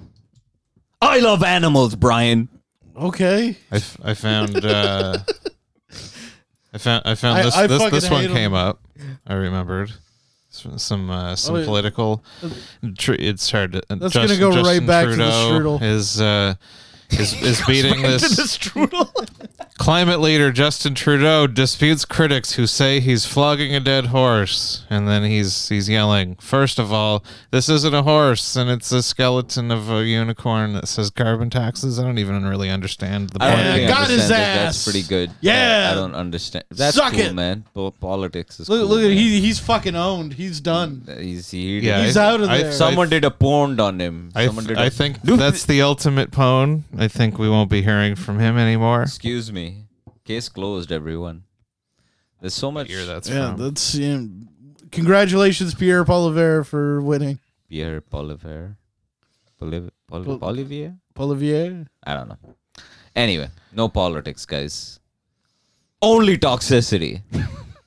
Speaker 1: I love animals, Brian.
Speaker 2: okay.
Speaker 3: I, f- I found uh, I found I found
Speaker 2: I-
Speaker 3: this
Speaker 2: I
Speaker 3: this,
Speaker 2: fucking
Speaker 3: this one
Speaker 2: hate 'em.
Speaker 3: came up. I remembered some some, uh, some
Speaker 2: Oh, yeah.
Speaker 3: political. Tr- it's hard. To, uh,
Speaker 2: That's gonna go right back to the strudel.
Speaker 3: Is uh, is is beating this climate leader Justin Trudeau disputes critics who say he's flogging a dead horse, and then he's he's yelling. First of all, this isn't a horse, and it's a skeleton of a unicorn that says carbon taxes. I don't even really understand the
Speaker 1: I
Speaker 3: point.
Speaker 1: don't
Speaker 2: Yeah,
Speaker 1: really
Speaker 2: got his
Speaker 1: understand that. That's
Speaker 2: ass.
Speaker 1: pretty good.
Speaker 2: Yeah.
Speaker 1: I, I don't understand. That's
Speaker 2: Suck
Speaker 1: cool,
Speaker 2: it.
Speaker 1: man. Po- Politics is
Speaker 2: Look
Speaker 1: cool,
Speaker 2: look at
Speaker 1: man.
Speaker 2: he he's fucking owned. He's done.
Speaker 1: He's he,
Speaker 3: Yeah,
Speaker 2: He's
Speaker 3: I-
Speaker 2: out of
Speaker 3: I-
Speaker 2: there.
Speaker 1: Someone did a porn on him.
Speaker 3: I,
Speaker 1: Someone
Speaker 3: th-
Speaker 1: did
Speaker 3: I
Speaker 1: a-
Speaker 3: think that's the ultimate pone. I think we won't be hearing from him anymore.
Speaker 1: Excuse me. Case closed, everyone. There's so much
Speaker 3: Year that's
Speaker 2: Yeah,
Speaker 3: from.
Speaker 2: that's yeah. congratulations, Pierre Polivier, for winning.
Speaker 1: Pierre Polivier. Poliv-
Speaker 2: Pol-
Speaker 1: Pol- Polivier?
Speaker 2: Polivier.
Speaker 1: I don't know. Anyway, no politics, guys. Only toxicity.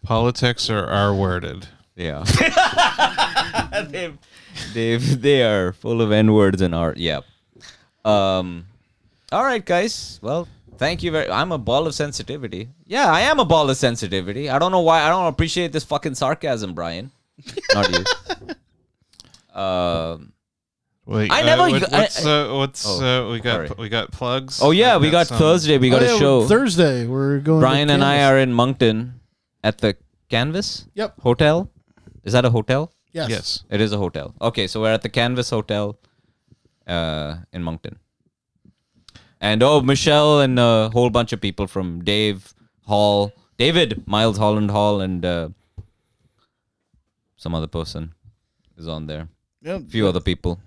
Speaker 3: Politics are R worded.
Speaker 1: Yeah. they, they, they are full of N words and art. Yeah. Um, all right, guys. Well, thank you very. I'm a ball of sensitivity. Yeah, I am a ball of sensitivity. I don't know why. I don't appreciate this fucking sarcasm, Brian. Not you. Um.
Speaker 3: Wait,
Speaker 1: I
Speaker 3: uh,
Speaker 1: never-
Speaker 3: what-
Speaker 1: I-
Speaker 3: what's uh, what's
Speaker 1: Oh,
Speaker 3: uh, we got?
Speaker 1: sorry.
Speaker 3: We got plugs.
Speaker 1: oh yeah, we got
Speaker 3: some-
Speaker 1: Thursday. We got
Speaker 2: Oh,
Speaker 1: a
Speaker 2: yeah,
Speaker 1: show.
Speaker 2: Thursday. We're going. to
Speaker 1: Brian and I
Speaker 2: Canvas.
Speaker 1: are in Moncton at the Canvas.
Speaker 2: Yep.
Speaker 1: Hotel. Is that a hotel?
Speaker 2: Yes.
Speaker 3: Yes.
Speaker 1: It is a hotel. Okay, so we're at the Canvas Hotel uh, in Moncton. And oh, Michelle and a whole bunch of people from Dave Hall, David Miles Holland Hall, and uh, some other person is on there.
Speaker 2: Yep.
Speaker 1: A few other people.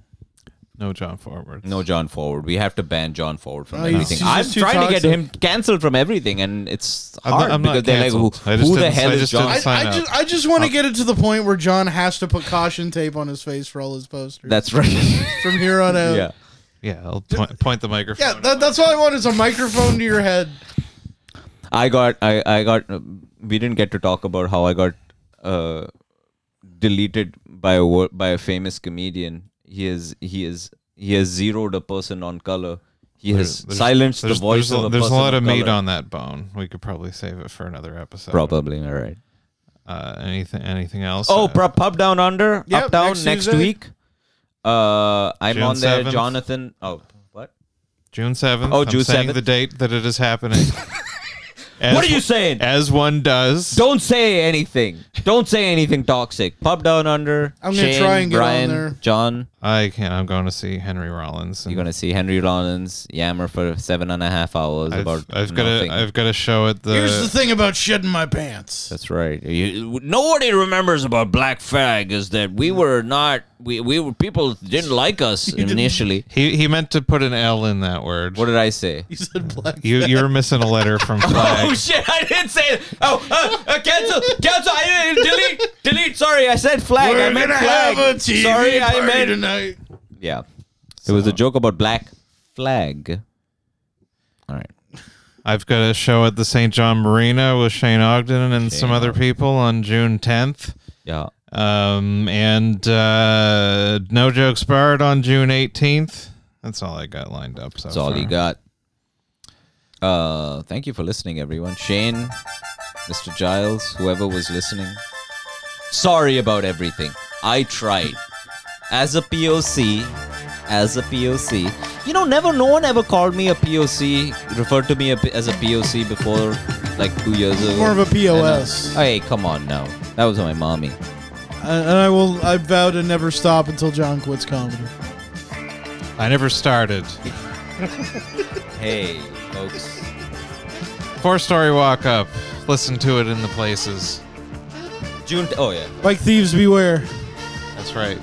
Speaker 3: No John Forward.
Speaker 1: No John Forward. We have to ban John Forward from
Speaker 2: Oh, he's-
Speaker 1: everything.
Speaker 2: he's
Speaker 1: I'm
Speaker 2: just too
Speaker 1: trying to get
Speaker 2: toxic.
Speaker 1: him cancelled from everything, and it's
Speaker 3: I'm not-
Speaker 1: hard
Speaker 3: I'm not
Speaker 1: because they're like, who,
Speaker 3: cancelled. I just
Speaker 1: who the
Speaker 3: didn't-
Speaker 1: hell
Speaker 3: I
Speaker 1: is
Speaker 3: just didn't
Speaker 1: John?
Speaker 2: I,
Speaker 3: Sign
Speaker 2: I
Speaker 3: up.
Speaker 2: just I just want to get it to the point where John has to put caution tape on his face for all his posters.
Speaker 1: That's right.
Speaker 2: from here on out.
Speaker 1: yeah.
Speaker 3: Yeah, I'll point, point the microphone.
Speaker 2: Yeah, that, that's all I want is a microphone to your head.
Speaker 1: I got I I got uh, we didn't get to talk about how I got uh deleted by a wo- by a famous comedian. He is he is he has zeroed a person on color. He has
Speaker 3: There's-
Speaker 1: silenced
Speaker 3: there's-
Speaker 1: the voice
Speaker 3: There's,
Speaker 1: of
Speaker 3: a,
Speaker 1: a
Speaker 3: there's a
Speaker 1: person
Speaker 3: lot of meat
Speaker 1: color.
Speaker 3: on that bone. We could probably save it for another episode.
Speaker 1: Probably all right.
Speaker 3: Uh, anything? Anything else?
Speaker 1: Oh,
Speaker 3: Uh,
Speaker 1: pro- pub down under,
Speaker 2: Yep,
Speaker 1: up down
Speaker 2: next
Speaker 1: next,
Speaker 2: Tuesday.
Speaker 1: week. Uh, I'm
Speaker 3: June
Speaker 1: on there,
Speaker 3: 7th.
Speaker 1: Jonathan. Oh, what?
Speaker 3: June seventh.
Speaker 1: Oh,
Speaker 3: I'm
Speaker 1: June
Speaker 3: saying
Speaker 1: 7th.
Speaker 3: The date that it is happening. As-
Speaker 1: what are you saying?
Speaker 3: As one does.
Speaker 1: Don't say anything. Don't say anything toxic. Pub down under.
Speaker 2: I'm gonna
Speaker 1: Shane,
Speaker 2: try and get on
Speaker 1: Brian,
Speaker 2: there.
Speaker 1: John,
Speaker 3: I can. I'm going to see Henry Rollins. and
Speaker 1: you're gonna see Henry Rollins yammer for seven and a half hours
Speaker 3: I've,
Speaker 1: about
Speaker 3: I've got
Speaker 1: nothing.
Speaker 3: a. I've got a show at the.
Speaker 2: Here's the thing about shedding my pants.
Speaker 1: That's right. You, nobody remembers about Black Flag is that we were not we, we were people Mm. didn't like us initially.
Speaker 3: he he meant to put an L in that word.
Speaker 1: What did I say?
Speaker 2: You said black.
Speaker 3: you you were missing a letter from flag.
Speaker 1: Oh shit! I didn't say it. Oh, uh, uh, cancel, cancel. I didn't delete, delete. Sorry, I said flag. I meant flag. Sorry, I meant.
Speaker 2: tonight.
Speaker 1: Yeah, it was a joke about Black Flag. All right.
Speaker 3: I've got a show at the St. John Marina with Shane Ogden and some other people on June 10th.
Speaker 1: Yeah.
Speaker 3: Um, and uh, No Jokes Barred on June 18th. That's all I got lined up. So
Speaker 1: That's all
Speaker 3: far.
Speaker 1: you got. Uh, thank you for listening, everyone. Shane, Mr. Giles, whoever was listening. Sorry about everything. I tried. As a POC, as a POC. You know, never, no one ever called me a POC, referred to me a p- as a POC before, like two years ago.
Speaker 2: More of a POS.
Speaker 1: And, uh, hey, come on now. That was my mommy.
Speaker 2: And and I will. I vow to never stop until John quits comedy.
Speaker 3: I never started.
Speaker 1: Hey, folks.
Speaker 3: Four story walk up. Listen to it in the places.
Speaker 1: June. oh, yeah.
Speaker 2: Like thieves beware.
Speaker 3: That's right.